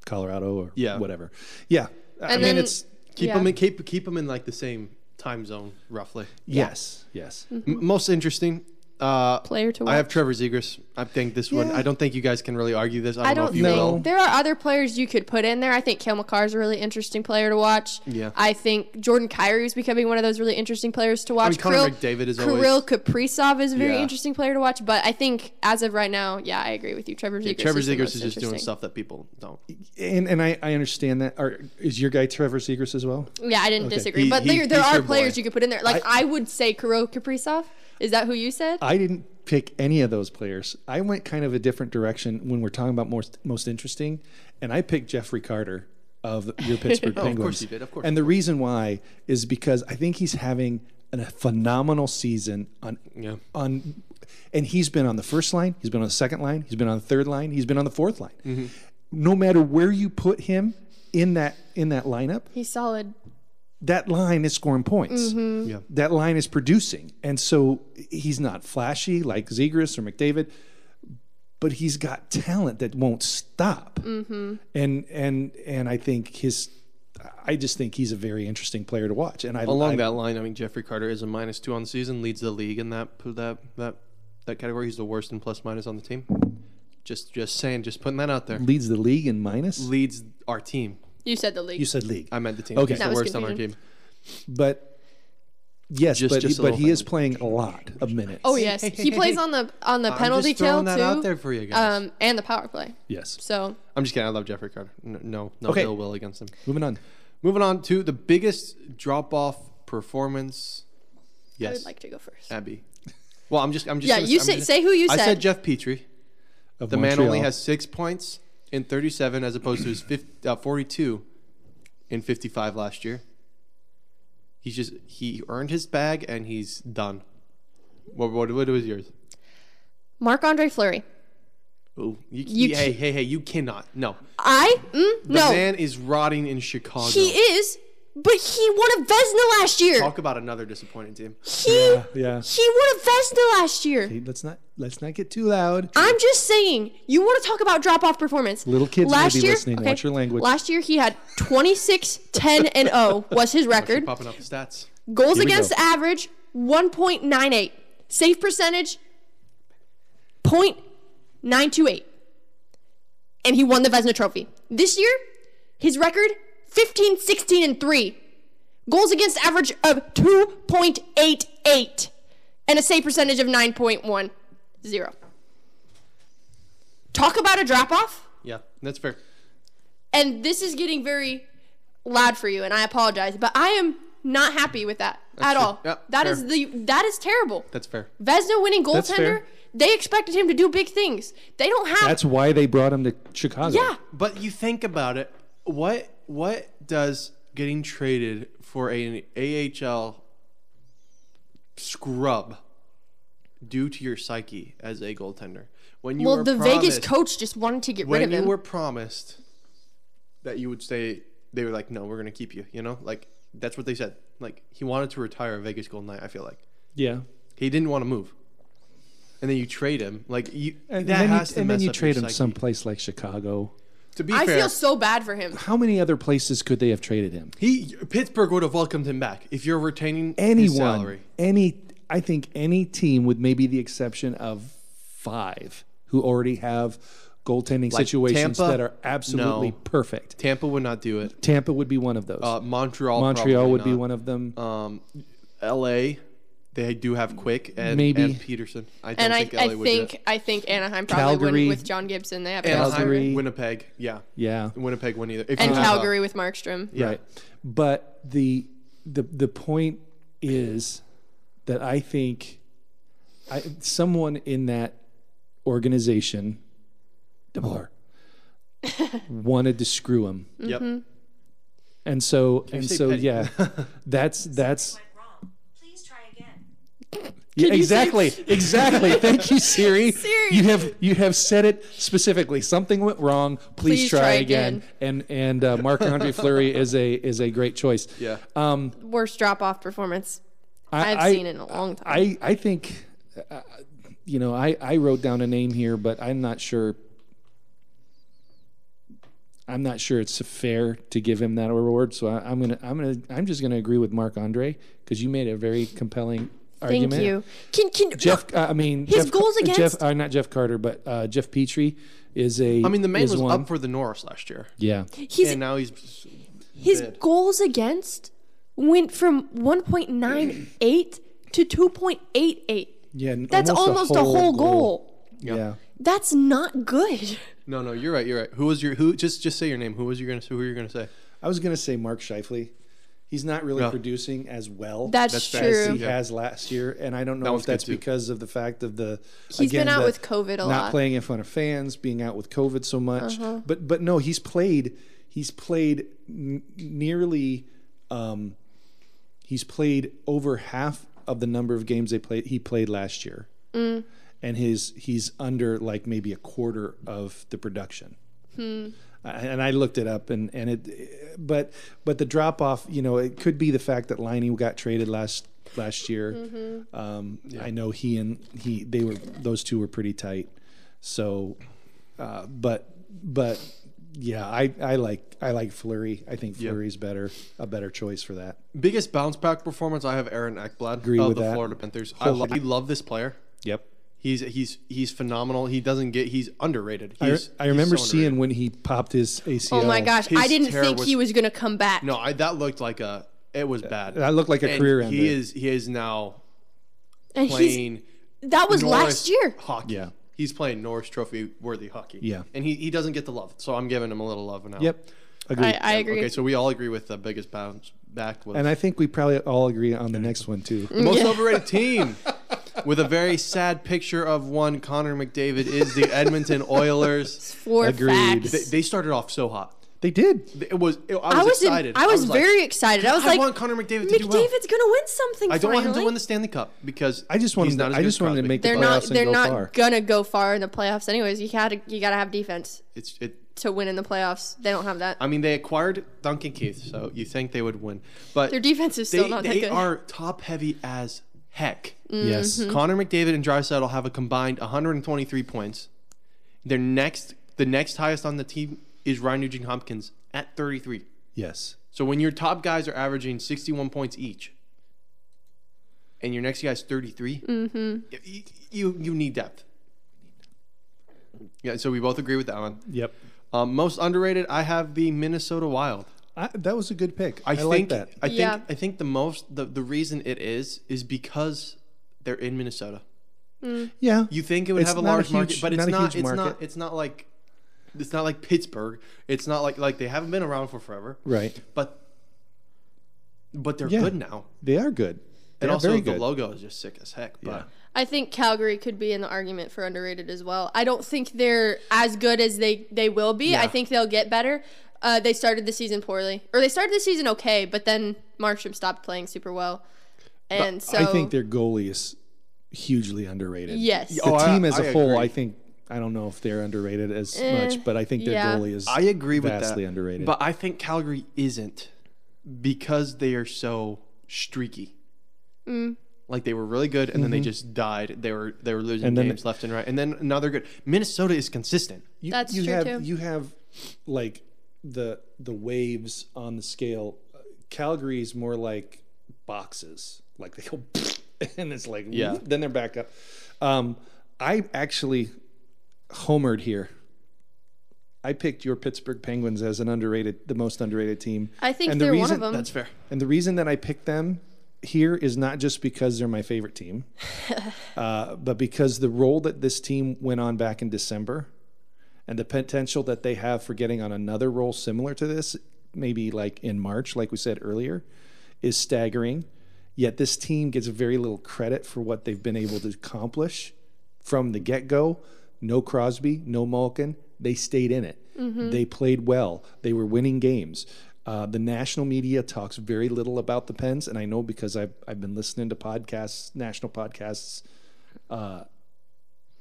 [SPEAKER 3] Colorado or
[SPEAKER 1] Yeah.
[SPEAKER 3] whatever. Yeah, I
[SPEAKER 2] And
[SPEAKER 3] mean
[SPEAKER 2] then-
[SPEAKER 3] it's
[SPEAKER 1] Keep
[SPEAKER 2] Yeah.
[SPEAKER 1] them in keep keep 'em in like the same time zone roughly.
[SPEAKER 3] yes, yes.
[SPEAKER 2] Mm-hmm.
[SPEAKER 1] M- most interesting. Uh,
[SPEAKER 2] Player to watch.
[SPEAKER 1] I have Trevor Zegers. I think this one.
[SPEAKER 3] Yeah.
[SPEAKER 1] I don't think you guys can really argue this. I don't,
[SPEAKER 2] I
[SPEAKER 1] know
[SPEAKER 2] don't
[SPEAKER 1] if you
[SPEAKER 2] think
[SPEAKER 1] will.
[SPEAKER 3] No.
[SPEAKER 2] there are other players you could put in there. I think Kale McCarr's a really interesting player to watch.
[SPEAKER 1] Yeah.
[SPEAKER 2] I think Jordan Kyrie is becoming one of those really interesting players to watch.
[SPEAKER 1] mean, Connor McDavid is always-
[SPEAKER 2] Kirill Kaprizov is a very
[SPEAKER 3] Yeah.
[SPEAKER 2] interesting player to watch. But I think as of right now, yeah, I agree with you. Trevor Zegers.
[SPEAKER 1] Trevor
[SPEAKER 2] is the
[SPEAKER 1] Zegers
[SPEAKER 2] most
[SPEAKER 1] is just doing
[SPEAKER 2] interesting.
[SPEAKER 1] stuff that people don't.
[SPEAKER 3] And and I, I understand that. Are, is your guy Trevor Segers as well?
[SPEAKER 2] Yeah, I didn't disagree.
[SPEAKER 1] He-
[SPEAKER 2] but there,
[SPEAKER 1] he-
[SPEAKER 2] there
[SPEAKER 1] he's
[SPEAKER 2] are
[SPEAKER 1] your boy.
[SPEAKER 2] players you could put in there. Like I, would say Kirill Kaprizov. Is that who you said?
[SPEAKER 1] Uh,
[SPEAKER 3] I didn't pick any of those players. I went kind of a different direction when we're talking about most most interesting, and I picked Jeffrey Carter of your Pittsburgh
[SPEAKER 1] course
[SPEAKER 3] Penguins.
[SPEAKER 1] you did, Oh, of course.
[SPEAKER 3] And the reason why is because I think he's having an- a phenomenal season on
[SPEAKER 1] Yeah.
[SPEAKER 3] on and he's been on the first line, he's been on the second line, he's been on the third line, he's been on the fourth line.
[SPEAKER 1] Mm-hmm.
[SPEAKER 3] No matter where you put him in that in that lineup,
[SPEAKER 2] He's solid.
[SPEAKER 3] that line is scoring points.
[SPEAKER 1] Yeah.
[SPEAKER 3] That line is producing. And so he's not flashy like Zegras or McDavid, but he's got talent that won't stop.
[SPEAKER 2] Mm-hmm.
[SPEAKER 3] And and and I think his I just think he's a very interesting player to watch. And I
[SPEAKER 1] Along
[SPEAKER 3] I,
[SPEAKER 1] that line, I mean, Jeffrey Carter is a minus two on the season, leads the league in that that that that category. He's the worst in plus minus on the team. Just just saying, just putting that out there.
[SPEAKER 3] leads the league in minus.
[SPEAKER 1] Leads our team.
[SPEAKER 2] You said the league.
[SPEAKER 3] You said league.
[SPEAKER 1] I meant the team.
[SPEAKER 3] Okay.
[SPEAKER 1] He's
[SPEAKER 3] That
[SPEAKER 1] the
[SPEAKER 2] was
[SPEAKER 1] worst on our team.
[SPEAKER 2] confusion.
[SPEAKER 3] but yes,
[SPEAKER 1] Just-
[SPEAKER 3] but,
[SPEAKER 1] just a
[SPEAKER 3] but
[SPEAKER 1] little
[SPEAKER 3] he
[SPEAKER 1] thing.
[SPEAKER 3] is playing a lot of minutes.
[SPEAKER 2] oh yes,
[SPEAKER 1] hey, hey,
[SPEAKER 2] he
[SPEAKER 1] hey,
[SPEAKER 2] plays
[SPEAKER 1] hey.
[SPEAKER 2] on the on the
[SPEAKER 1] I'm
[SPEAKER 2] penalty
[SPEAKER 1] just throwing
[SPEAKER 2] kill
[SPEAKER 1] that
[SPEAKER 2] too.
[SPEAKER 1] out there for you guys.
[SPEAKER 2] um, and the power play.
[SPEAKER 3] Yes.
[SPEAKER 2] So
[SPEAKER 1] I'm just kidding. I love Jeffrey Carter. No, no, no
[SPEAKER 3] Okay.
[SPEAKER 1] ill will against him.
[SPEAKER 3] Moving on.
[SPEAKER 1] Moving on to the biggest drop off performance.
[SPEAKER 2] I
[SPEAKER 1] Yes,
[SPEAKER 2] would like to go first.
[SPEAKER 1] Abby. Well, I'm just. I'm just.
[SPEAKER 2] Yeah,
[SPEAKER 1] gonna-
[SPEAKER 2] you
[SPEAKER 1] I'm
[SPEAKER 2] say
[SPEAKER 1] gonna-
[SPEAKER 2] say who you
[SPEAKER 1] I
[SPEAKER 2] said.
[SPEAKER 1] said Jeff Petrie.
[SPEAKER 3] Of
[SPEAKER 1] The man only
[SPEAKER 3] Montreal.
[SPEAKER 1] has six points and 37 as opposed to his 50, uh, 42 and 55 last year. He's just he earned his bag and he's done. What what, what was yours?
[SPEAKER 2] Marc Andre Fleury.
[SPEAKER 1] Ooh, you,
[SPEAKER 2] You
[SPEAKER 1] hey hey hey! You cannot. No,
[SPEAKER 2] I mm,
[SPEAKER 1] the
[SPEAKER 2] no.
[SPEAKER 1] man is rotting in Chicago.
[SPEAKER 2] he is, but he won a Vesna last year.
[SPEAKER 1] Talk about another disappointing team.
[SPEAKER 2] he
[SPEAKER 3] yeah.
[SPEAKER 2] he won a Vesna last year.
[SPEAKER 3] Hey, let's not let's not get too loud.
[SPEAKER 2] I'm just saying, you want to talk about drop off performance.
[SPEAKER 3] Little kids may be listening. Watch your language.
[SPEAKER 2] Last year, he had 26, 10, and 0 was his record.
[SPEAKER 1] Popping up the stats.
[SPEAKER 2] Goals
[SPEAKER 3] Here we
[SPEAKER 2] against
[SPEAKER 3] go.
[SPEAKER 2] average, 1.98. Save percentage, 0.928. And he won the Vesna Trophy. This year, his record, 15, 16, and 3. Goals against average of 2.88. And a save percentage of 9.10. Talk about a drop off.
[SPEAKER 1] Yeah, that's fair.
[SPEAKER 2] And this is getting very loud for you, and I apologize, but I am not happy with that at
[SPEAKER 1] true.
[SPEAKER 2] all. That is
[SPEAKER 1] Yep, fair.
[SPEAKER 2] the that is terrible.
[SPEAKER 1] That's fair.
[SPEAKER 2] Vesna winning
[SPEAKER 3] That's
[SPEAKER 2] goaltender.
[SPEAKER 3] fair.
[SPEAKER 2] They expected him to do big things. They don't have.
[SPEAKER 3] That's why they brought him to Chicago.
[SPEAKER 2] yeah,
[SPEAKER 1] But you think about it. What what does getting traded for an AHL scrub do to your psyche as a goaltender? When you
[SPEAKER 2] well,
[SPEAKER 1] were
[SPEAKER 2] the Vegas
[SPEAKER 1] promised-
[SPEAKER 2] coach just wanted to get rid
[SPEAKER 1] when
[SPEAKER 2] of
[SPEAKER 1] you
[SPEAKER 2] him.
[SPEAKER 1] were promised that you would stay, they were like, "No, we're gonna keep you." You know, like that's what they said. Like he wanted to retire a Vegas Golden Knight. I feel like
[SPEAKER 3] Yeah.
[SPEAKER 1] he didn't want to move, and then you trade him. Like you,
[SPEAKER 3] And
[SPEAKER 1] that
[SPEAKER 3] then
[SPEAKER 1] has
[SPEAKER 3] you,
[SPEAKER 1] to
[SPEAKER 3] and
[SPEAKER 1] mess
[SPEAKER 3] then you
[SPEAKER 1] up your
[SPEAKER 3] trade him
[SPEAKER 1] psyche.
[SPEAKER 3] someplace like Chicago.
[SPEAKER 1] To be
[SPEAKER 2] I
[SPEAKER 1] fair,
[SPEAKER 2] feel so bad for him.
[SPEAKER 3] How many other places could they have traded him?
[SPEAKER 1] He Pittsburgh would have welcomed him back if you're retaining his
[SPEAKER 3] Anyone,
[SPEAKER 1] salary.
[SPEAKER 3] any, I think any team, with maybe the exception of five, who already have goaltending situations
[SPEAKER 1] Tampa?
[SPEAKER 3] that are absolutely
[SPEAKER 1] No.
[SPEAKER 3] perfect.
[SPEAKER 1] Tampa would not do it.
[SPEAKER 3] Tampa would be one of those.
[SPEAKER 1] Uh, Montreal,
[SPEAKER 3] Montreal
[SPEAKER 1] probably
[SPEAKER 3] would be
[SPEAKER 1] not.
[SPEAKER 3] one of them.
[SPEAKER 1] Um, L.A. They do have Quick and,
[SPEAKER 3] Maybe.
[SPEAKER 1] and Peterson. I don't
[SPEAKER 2] And I,
[SPEAKER 1] think
[SPEAKER 2] I
[SPEAKER 1] L.A. would do
[SPEAKER 2] think
[SPEAKER 1] it.
[SPEAKER 2] I think Anaheim probably
[SPEAKER 3] Calgary.
[SPEAKER 2] wouldn't with John Gibson. They have Calgary
[SPEAKER 1] Anaheim, Winnipeg, yeah,
[SPEAKER 3] yeah,
[SPEAKER 1] Winnipeg wouldn't either. If
[SPEAKER 2] and
[SPEAKER 1] you have, uh,
[SPEAKER 2] Calgary with Markstrom.
[SPEAKER 1] yeah.
[SPEAKER 3] right. But the the the point is that I think I, someone in that organization, DeBoer, wanted to screw him.
[SPEAKER 1] Yep.
[SPEAKER 2] Mm-hmm.
[SPEAKER 3] And so and
[SPEAKER 1] say
[SPEAKER 3] so
[SPEAKER 1] petty?
[SPEAKER 3] yeah. That's that's
[SPEAKER 4] went wrong. Please try again.
[SPEAKER 3] yeah, exactly. Exactly. Thank you, Siri.
[SPEAKER 2] Siri.
[SPEAKER 3] You have you have said it specifically. Something went wrong. Please,
[SPEAKER 2] Please
[SPEAKER 3] try,
[SPEAKER 2] try
[SPEAKER 3] again. And and uh, Mark Andre Fleury is a is a great choice.
[SPEAKER 1] Yeah.
[SPEAKER 3] Um
[SPEAKER 2] Worst drop off performance
[SPEAKER 3] I,
[SPEAKER 2] I've
[SPEAKER 3] I-
[SPEAKER 2] seen in a long time.
[SPEAKER 3] I I think uh, you know, I I wrote down a name here, but I'm not sure I'm not sure it's fair to give him that award, so I, I'm gonna, I'm gonna, I'm just gonna agree with Mark Andre because you made a very compelling
[SPEAKER 2] Thank
[SPEAKER 3] argument.
[SPEAKER 2] you. Can can
[SPEAKER 3] Jeff, uh, I mean,
[SPEAKER 2] His
[SPEAKER 3] Jeff,
[SPEAKER 2] goals
[SPEAKER 3] Jeff-
[SPEAKER 2] against-
[SPEAKER 3] uh, not Jeff Carter, but uh, Jeff Petrie is a.
[SPEAKER 1] I mean, the man
[SPEAKER 3] is
[SPEAKER 1] was
[SPEAKER 3] one.
[SPEAKER 1] up for the Norris last year,
[SPEAKER 3] Yeah,
[SPEAKER 2] he's
[SPEAKER 1] and now he's
[SPEAKER 2] His
[SPEAKER 1] Dead.
[SPEAKER 2] goals against went from 1.98 to 2.88.
[SPEAKER 3] yeah. and
[SPEAKER 2] That's almost, a whole, goal.
[SPEAKER 3] Yeah.
[SPEAKER 2] That's not good.
[SPEAKER 1] no, no. You're right. You're right. Who was your who? Just just say your name. Who was you gonna who were you gonna say?
[SPEAKER 3] I was gonna say Mark Shifley. He's not really
[SPEAKER 1] Yeah.
[SPEAKER 3] producing as well.
[SPEAKER 2] That's,
[SPEAKER 1] That's bad.
[SPEAKER 3] as
[SPEAKER 2] true.
[SPEAKER 3] he has last year, and I don't know
[SPEAKER 1] That
[SPEAKER 3] if
[SPEAKER 1] one's good
[SPEAKER 3] that's
[SPEAKER 1] too.
[SPEAKER 3] because of the fact of the he's
[SPEAKER 2] been out with COVID a
[SPEAKER 3] not
[SPEAKER 2] lot. Uh-huh.
[SPEAKER 3] playing in front of fans, being out with COVID so much. But but no, he's played he's played n- nearly um, he's played over half of the number of games they played he played last year,
[SPEAKER 2] Mm.
[SPEAKER 3] and his he's under like maybe a quarter of the production. I- and I looked it up, and and it, but but the drop off, you know, it could be the fact that Liney got traded last last year.
[SPEAKER 2] Mm-hmm.
[SPEAKER 3] Um, I know he and he they were those two were pretty tight, so, uh, but but yeah, I I like I like Flurry. I think Flurry's better, a better choice for that.
[SPEAKER 1] Biggest bounce back performance. I have Aaron Eckblad
[SPEAKER 3] Agree
[SPEAKER 1] of
[SPEAKER 3] with
[SPEAKER 1] the
[SPEAKER 3] that.
[SPEAKER 1] Florida Panthers. I love, we love this player.
[SPEAKER 3] Yep.
[SPEAKER 1] He's he's he's phenomenal. He doesn't get he's underrated.
[SPEAKER 3] I,
[SPEAKER 1] He's,
[SPEAKER 3] I
[SPEAKER 1] he's
[SPEAKER 3] remember
[SPEAKER 1] so
[SPEAKER 3] seeing
[SPEAKER 1] underrated.
[SPEAKER 3] when he popped his ACL.
[SPEAKER 2] Oh my gosh,
[SPEAKER 1] His
[SPEAKER 2] I didn't
[SPEAKER 1] terror
[SPEAKER 2] think
[SPEAKER 1] was-
[SPEAKER 2] he was going to come back.
[SPEAKER 1] No, I that looked like a it was bad.
[SPEAKER 3] That looked like a
[SPEAKER 1] And
[SPEAKER 3] career ender.
[SPEAKER 1] He is he is now
[SPEAKER 2] and he's,
[SPEAKER 1] playing.
[SPEAKER 2] that was
[SPEAKER 1] Norris
[SPEAKER 2] last year.
[SPEAKER 1] hockey.
[SPEAKER 3] Yeah.
[SPEAKER 1] He's playing Norris Trophy worthy hockey.
[SPEAKER 3] Yeah.
[SPEAKER 1] and he, he doesn't get the love, so I'm giving him a little love now.
[SPEAKER 3] Yep. Agreed.
[SPEAKER 2] I, I agree.
[SPEAKER 1] Okay, so we all agree with the biggest bounce back was
[SPEAKER 2] Mm.
[SPEAKER 3] and I think we probably all agree on the next one too.
[SPEAKER 1] most overrated team. with a very sad picture of one Connor McDavid is the Edmonton Oilers.
[SPEAKER 2] For
[SPEAKER 3] Agreed.
[SPEAKER 2] facts.
[SPEAKER 1] They, they started off so hot.
[SPEAKER 3] They did.
[SPEAKER 1] It was. It, I was,
[SPEAKER 2] I was in-
[SPEAKER 1] excited.
[SPEAKER 2] I was,
[SPEAKER 1] like,
[SPEAKER 2] very excited. I was
[SPEAKER 1] I
[SPEAKER 2] like,
[SPEAKER 1] want Connor McDavid to do well.
[SPEAKER 2] McDavid's gonna win something.
[SPEAKER 1] I don't want him to
[SPEAKER 2] finally.
[SPEAKER 1] win the Stanley Cup because
[SPEAKER 3] I just want
[SPEAKER 1] he's
[SPEAKER 3] him to-
[SPEAKER 1] not as
[SPEAKER 3] I
[SPEAKER 1] good
[SPEAKER 3] just
[SPEAKER 1] as
[SPEAKER 3] want him to
[SPEAKER 1] Crosby.
[SPEAKER 3] make the
[SPEAKER 2] They're
[SPEAKER 3] playoffs
[SPEAKER 2] not.
[SPEAKER 3] and
[SPEAKER 2] They're
[SPEAKER 3] go
[SPEAKER 2] not
[SPEAKER 3] far.
[SPEAKER 2] gonna go far in the playoffs, anyways. You gotta. You gotta have defense
[SPEAKER 1] It's it.
[SPEAKER 2] to win in the playoffs. They don't have that.
[SPEAKER 1] I mean, they acquired Duncan Keith, so you think they would win, but
[SPEAKER 2] Their defense is still
[SPEAKER 1] they,
[SPEAKER 2] not that
[SPEAKER 1] they
[SPEAKER 2] good. Mm-hmm.
[SPEAKER 1] are top heavy as heck.
[SPEAKER 3] Yes.
[SPEAKER 1] Connor McDavid and Drysdale have a combined 123 points. Their next, the next highest on the team is Ryan Nugent Hopkins at 33.
[SPEAKER 3] Yes.
[SPEAKER 1] So when your top guys are averaging 61 points each, and your next guy's 33, y- y- you you need depth. Yeah, so we both agree with that one.
[SPEAKER 3] Yep.
[SPEAKER 1] Um, most underrated, I have the Minnesota Wild.
[SPEAKER 3] I, that was a good pick. I,
[SPEAKER 1] I,
[SPEAKER 3] like
[SPEAKER 1] think
[SPEAKER 3] that.
[SPEAKER 1] I think
[SPEAKER 2] Yeah.
[SPEAKER 1] I think the most the, the reason it is is because they're in Minnesota.
[SPEAKER 3] Yeah.
[SPEAKER 1] You think it would
[SPEAKER 3] It's
[SPEAKER 1] have a
[SPEAKER 3] not a
[SPEAKER 1] large
[SPEAKER 3] huge-
[SPEAKER 1] market, but it's
[SPEAKER 3] not a
[SPEAKER 1] not.
[SPEAKER 3] huge
[SPEAKER 1] it's not.
[SPEAKER 3] market.
[SPEAKER 1] It's not like. It's not like Pittsburgh. It's not like like they haven't been around for forever.
[SPEAKER 3] right.
[SPEAKER 1] But. But they're
[SPEAKER 3] Yeah.
[SPEAKER 1] good now,
[SPEAKER 3] They are good. They
[SPEAKER 1] and
[SPEAKER 3] are
[SPEAKER 1] also
[SPEAKER 3] very
[SPEAKER 1] the
[SPEAKER 3] good.
[SPEAKER 1] logo is just sick as heck. But
[SPEAKER 3] Yeah.
[SPEAKER 2] I think Calgary could be in the argument for underrated as well. I don't think they're as good as they they will be. I
[SPEAKER 1] Yeah.
[SPEAKER 2] think they'll get better. Uh, they started the season poorly, or they started the season okay, but then Markstrom stopped playing super well, and so
[SPEAKER 3] I think their goalie is hugely underrated.
[SPEAKER 2] yes,
[SPEAKER 3] The
[SPEAKER 1] Oh, I-
[SPEAKER 3] team as a
[SPEAKER 1] I
[SPEAKER 3] whole,
[SPEAKER 1] agree.
[SPEAKER 3] I think I don't know if they're underrated as much, but I think their
[SPEAKER 2] yeah.
[SPEAKER 3] goalie is
[SPEAKER 1] I agree with that.
[SPEAKER 3] vastly underrated.
[SPEAKER 1] But I think Calgary isn't because they are so streaky.
[SPEAKER 2] Mm.
[SPEAKER 1] Like they were really good, and then they just died. They were they were losing
[SPEAKER 3] Mm-hmm. And then-
[SPEAKER 1] games left and right, and then another good. Minnesota is consistent.
[SPEAKER 3] you,
[SPEAKER 2] That's
[SPEAKER 3] you
[SPEAKER 2] true,
[SPEAKER 3] have
[SPEAKER 2] too.
[SPEAKER 3] you have like the the waves on the scale. Calgary is more like boxes, like they go and it's like
[SPEAKER 1] Yeah.
[SPEAKER 3] Then they're back up. Um, I actually homered here. I picked your Pittsburgh Penguins as an underrated, the most underrated team.
[SPEAKER 2] I think
[SPEAKER 3] And the
[SPEAKER 2] they're one
[SPEAKER 3] reason-
[SPEAKER 2] of them.
[SPEAKER 1] That's fair.
[SPEAKER 3] And the reason that I picked them here is not just because they're my favorite team, uh, but because the role that this team went on back in December and the potential that they have for getting on another role similar to this, maybe like in March, like we said earlier, is staggering. Yet this team gets very little credit for what they've been able to accomplish from the get go. No Crosby, no Malkin. They stayed in it. They played well. They were winning games. Uh, the national media talks very little about the Pens, and I know because I've I've been listening to podcasts, national podcasts, uh,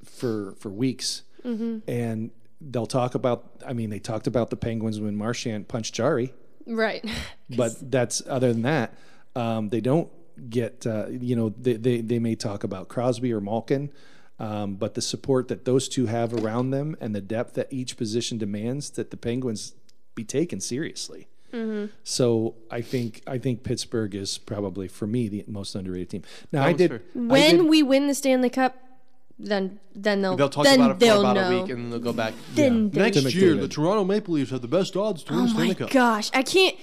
[SPEAKER 3] for for weeks, and they'll talk about. I mean, they talked about the Penguins when Marchand punched Jari
[SPEAKER 1] oh.
[SPEAKER 2] right.
[SPEAKER 3] but that's other than that um, they don't get uh, you know they, they, they may talk about crosby or malkin um, but the support that those two have around them and the depth that each position demands that the penguins be taken seriously so I think I think Pittsburgh is probably for me the most underrated team. Now I
[SPEAKER 1] was
[SPEAKER 3] did
[SPEAKER 1] fair.
[SPEAKER 2] when we win the Stanley Cup, then then they'll
[SPEAKER 1] They'll talk
[SPEAKER 2] then
[SPEAKER 1] about it for
[SPEAKER 2] they'll
[SPEAKER 1] about
[SPEAKER 2] know.
[SPEAKER 1] a week, and then they'll go back.
[SPEAKER 2] Then they'll
[SPEAKER 1] Next
[SPEAKER 3] To
[SPEAKER 1] year,
[SPEAKER 3] McDavid.
[SPEAKER 1] the Toronto Maple Leafs have the best odds to win
[SPEAKER 2] Oh
[SPEAKER 1] the
[SPEAKER 2] my
[SPEAKER 1] Stanley Cup.
[SPEAKER 2] gosh, I can't.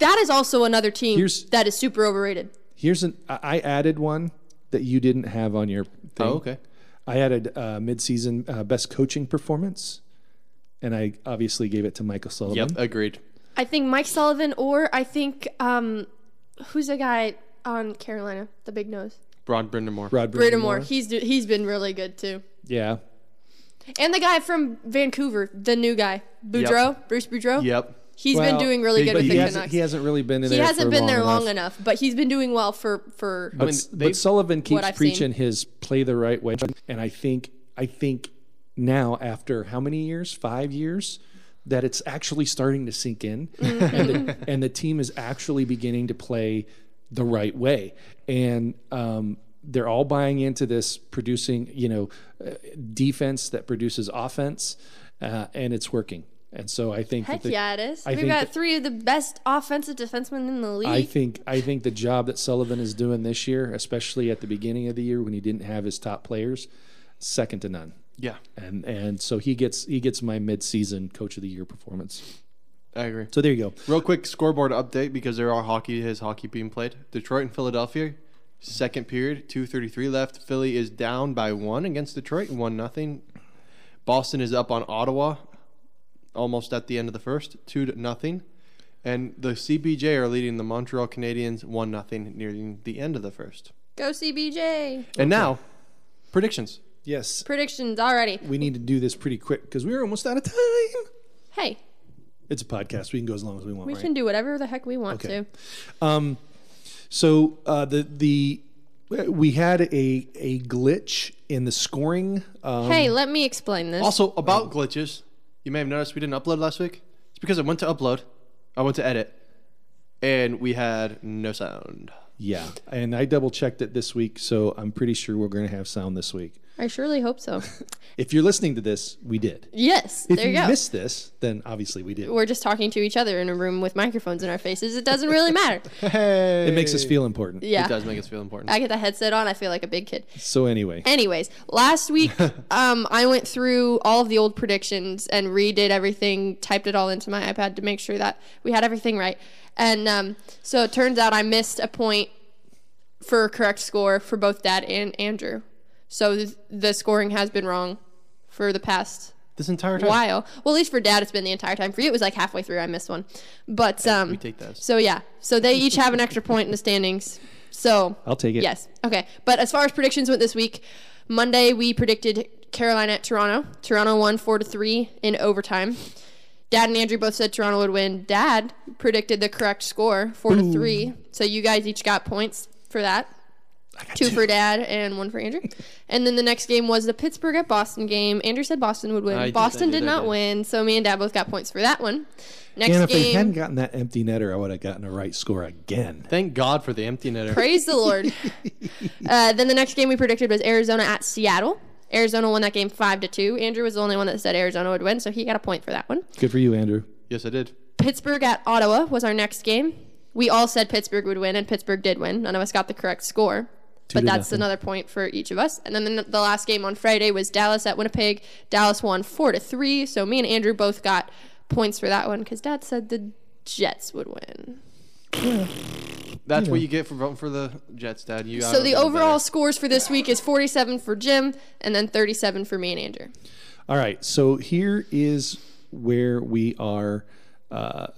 [SPEAKER 2] That is also another team
[SPEAKER 3] Here's-
[SPEAKER 2] that is super overrated.
[SPEAKER 3] here's an I I added one that you didn't have on your thing.
[SPEAKER 1] Oh, okay.
[SPEAKER 3] I added uh, midseason uh, best coaching performance, and I obviously gave it to Michael Sullivan.
[SPEAKER 1] Yep, agreed.
[SPEAKER 2] I think Mike Sullivan, or I think um, who's the guy on Carolina, the big nose,
[SPEAKER 1] Rod Brindamore.
[SPEAKER 3] Rod
[SPEAKER 2] Brittamore. He's do- he's been really good too.
[SPEAKER 3] Yeah.
[SPEAKER 2] And the guy from Vancouver, the new guy, Boudreau, Bruce Boudreau.
[SPEAKER 1] Yep.
[SPEAKER 2] He's
[SPEAKER 3] Well,
[SPEAKER 2] been doing really
[SPEAKER 1] they-
[SPEAKER 2] good
[SPEAKER 1] but
[SPEAKER 2] with
[SPEAKER 3] He
[SPEAKER 2] the
[SPEAKER 3] hasn't,
[SPEAKER 2] Canucks.
[SPEAKER 3] he hasn't really been in
[SPEAKER 2] He
[SPEAKER 3] there
[SPEAKER 2] hasn't
[SPEAKER 3] for
[SPEAKER 2] been
[SPEAKER 3] long
[SPEAKER 2] there long
[SPEAKER 3] enough.
[SPEAKER 2] enough, but he's been doing well for for.
[SPEAKER 3] But,
[SPEAKER 1] mean,
[SPEAKER 3] S-
[SPEAKER 1] they've-
[SPEAKER 3] but Sullivan keeps
[SPEAKER 2] I've
[SPEAKER 3] preaching his play the right way, and I think I think now after how many years? Five years. That it's actually starting to sink in,
[SPEAKER 2] Mm-hmm.
[SPEAKER 3] and, the, and the team is actually beginning to play the right way, and um, they're all buying into this producing, you know, uh, defense that produces offense, uh, and it's working. And so I think
[SPEAKER 2] Heck
[SPEAKER 3] that the,
[SPEAKER 2] yeah, it is.
[SPEAKER 3] I
[SPEAKER 2] We've
[SPEAKER 3] think
[SPEAKER 2] got
[SPEAKER 3] that-
[SPEAKER 2] three of the best offensive defensemen in the league.
[SPEAKER 3] I think I think the job that Sullivan is doing this year, especially at the beginning of the year when he didn't have his top players, second to none.
[SPEAKER 1] Yeah,
[SPEAKER 3] And and so he gets he gets my midseason coach of the year performance.
[SPEAKER 1] I agree.
[SPEAKER 3] So there you go.
[SPEAKER 1] Real quick scoreboard update because there are hockey is hockey being played. Detroit and Philadelphia, second period, two thirty three left. Philly is down by one against Detroit, one nothing. Boston is up on Ottawa, almost at the end of the first, two to nothing. And the CBJ are leading the Montreal Canadiens one nothing near the end of the first.
[SPEAKER 2] Go CBJ.
[SPEAKER 1] And now Predictions.
[SPEAKER 3] Yes,
[SPEAKER 2] Predictions already.
[SPEAKER 3] we need to do this pretty quick because we're almost out of time.
[SPEAKER 2] Hey,
[SPEAKER 3] It's a podcast. We can go as long as we want.
[SPEAKER 2] we
[SPEAKER 3] right?
[SPEAKER 2] can do whatever the heck we want
[SPEAKER 3] Okay.
[SPEAKER 2] to.
[SPEAKER 3] Um, so uh, the the we had a a glitch in the scoring. Um,
[SPEAKER 2] hey, let me explain this.
[SPEAKER 1] Also, about glitches, you may have noticed we didn't upload last week. It's because I went to upload, I went to edit, and we had no sound.
[SPEAKER 3] yeah, and I double checked it this week, so I'm pretty sure we're going to have sound this week.
[SPEAKER 2] I surely hope so.
[SPEAKER 3] If you're listening to this, we did.
[SPEAKER 2] Yes,
[SPEAKER 3] If
[SPEAKER 2] there you go.
[SPEAKER 3] missed this, then obviously we did.
[SPEAKER 2] We're just talking to each other in a room with microphones in our faces. It doesn't really matter.
[SPEAKER 1] Hey,
[SPEAKER 3] It makes us feel important.
[SPEAKER 1] It
[SPEAKER 2] Yeah.
[SPEAKER 1] does make us feel important.
[SPEAKER 2] I get the headset on, I feel like a big kid.
[SPEAKER 3] So anyway,
[SPEAKER 2] Anyways, last week um, I went through all of the old predictions and redid everything, typed it all into my iPad to make sure that we had everything right. And um, so it turns out I missed a point for correct score for both Dad and Andrew. So th- the scoring has been wrong for the past
[SPEAKER 1] this entire time.
[SPEAKER 2] while. Well, at least for Dad, it's been the entire time. For you, it was like halfway through. I missed one, but um,
[SPEAKER 1] We take that.
[SPEAKER 2] so yeah, so they each have an extra point in the standings. So
[SPEAKER 3] I'll take it.
[SPEAKER 2] Yes. Okay. But as far as predictions went this week, Monday we predicted Carolina at Toronto. Toronto won four to three in overtime. Dad and Andrew both said Toronto would win. Dad predicted the correct score, four to three. So you guys each got points for that. Two for dad and one for Andrew. and then the next game was the Pittsburgh at Boston game. Andrew said Boston would win.
[SPEAKER 1] I did,
[SPEAKER 2] Boston
[SPEAKER 1] I did,
[SPEAKER 2] did
[SPEAKER 1] I
[SPEAKER 2] not
[SPEAKER 1] did.
[SPEAKER 2] win, so me and dad both got points for that one. Next
[SPEAKER 3] and if they
[SPEAKER 2] game.
[SPEAKER 3] hadn't gotten that empty netter, I would have gotten a right score again.
[SPEAKER 1] Thank God for the empty netter.
[SPEAKER 2] Praise the Lord. uh, then the next game we predicted was Arizona at Seattle. Arizona won that game five to two. Andrew was the only one that said Arizona would win, so he got a point for that one.
[SPEAKER 3] Good for you, Andrew.
[SPEAKER 1] yes, I did.
[SPEAKER 2] Pittsburgh at Ottawa was our next game. We all said Pittsburgh would win, and Pittsburgh did win. None of us got the correct score, but
[SPEAKER 3] to
[SPEAKER 2] that's
[SPEAKER 3] nothing.
[SPEAKER 2] another point for each of us. And then the, the last game on Friday was Dallas at Winnipeg. Dallas won four to three, so me and Andrew both got points for that one because Dad said the Jets would win.
[SPEAKER 1] That's what you get for voting for the Jets, Dad. You.
[SPEAKER 2] So
[SPEAKER 1] gotta
[SPEAKER 2] the
[SPEAKER 1] know
[SPEAKER 2] overall
[SPEAKER 1] better.
[SPEAKER 2] scores for this week is 47 for Jim and then 37 for me and Andrew.
[SPEAKER 3] All right, so here is where we are, uh,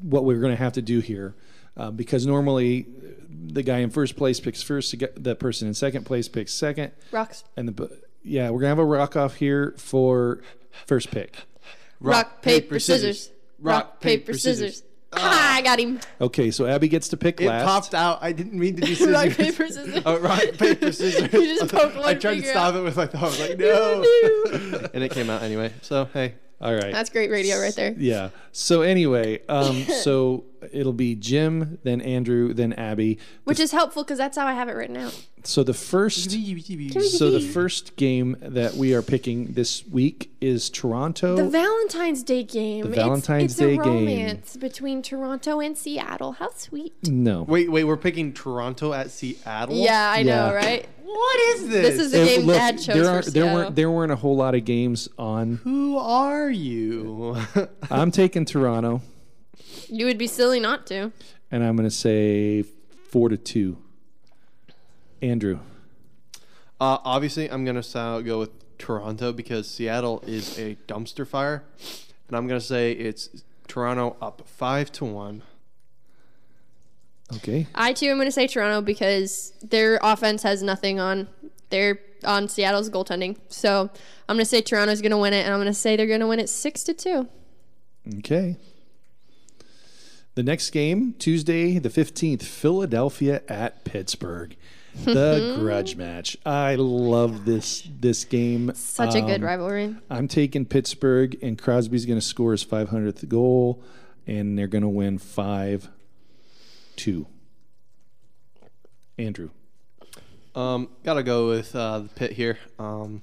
[SPEAKER 3] what we're going to have to do here, uh, because normally the guy in first place picks first, the guy- the person in second place picks second,
[SPEAKER 2] Rocks.
[SPEAKER 3] and the yeah, we're gonna have a rock off here for first pick.
[SPEAKER 2] Rock, paper, scissors. Rock, paper, scissors. Ah, I got him.
[SPEAKER 3] Okay, so Abby gets to pick
[SPEAKER 1] It
[SPEAKER 3] last.
[SPEAKER 1] popped out. I didn't mean to do scissors.
[SPEAKER 2] Rock, paper, scissors.
[SPEAKER 1] Oh, rock, paper, scissors.
[SPEAKER 2] You just poked
[SPEAKER 1] I
[SPEAKER 2] one
[SPEAKER 1] tried to
[SPEAKER 2] finger
[SPEAKER 1] stop
[SPEAKER 2] out.
[SPEAKER 1] it with my thumb. I was like, no. and it came out anyway. So, hey.
[SPEAKER 3] All right.
[SPEAKER 2] That's great radio right there.
[SPEAKER 3] yeah. So anyway, um, so it'll be Jim, then Andrew, then Abby.
[SPEAKER 2] Which is helpful because that's how I have it written out.
[SPEAKER 3] So the first, so the first game that we are picking this week is Toronto.
[SPEAKER 2] The Valentine's Day game. The
[SPEAKER 3] Valentine's
[SPEAKER 2] it's, it's
[SPEAKER 3] Day
[SPEAKER 2] a
[SPEAKER 3] game.
[SPEAKER 2] romance between Toronto and Seattle. How sweet.
[SPEAKER 3] no.
[SPEAKER 1] Wait, wait, we're picking Toronto at Seattle?
[SPEAKER 2] Yeah, I
[SPEAKER 3] Yeah.
[SPEAKER 2] know, right?
[SPEAKER 1] What is this?
[SPEAKER 2] This is the
[SPEAKER 3] And
[SPEAKER 2] game
[SPEAKER 3] look,
[SPEAKER 2] Dad chose
[SPEAKER 3] there,
[SPEAKER 2] for
[SPEAKER 3] aren't- there
[SPEAKER 2] Seattle.
[SPEAKER 3] weren't there weren't a whole lot of games on.
[SPEAKER 1] Who are you? Uh,
[SPEAKER 3] I'm taking Toronto,
[SPEAKER 2] you would be silly not to.
[SPEAKER 3] and I'm going to say four to two. Andrew,
[SPEAKER 1] Uh, obviously, I'm gonna sou- go with Toronto because Seattle is a dumpster fire, and I'm gonna say it's Toronto up five to one.
[SPEAKER 3] okay,
[SPEAKER 2] I too am going to say Toronto because their offense has nothing on their on Seattle's goaltending. So I'm going to say Toronto's going to win it, and I'm going to say they're going to win it six to two.
[SPEAKER 3] okay. The next game, Tuesday the fifteenth, Philadelphia at Pittsburgh, the grudge match. I love this this game.
[SPEAKER 2] Such a good rivalry.
[SPEAKER 3] I'm taking Pittsburgh, and Crosby's going to score his 500th goal, and they're going to win 5 2. Andrew.
[SPEAKER 1] Um, gotta go with uh, the pit here. Um,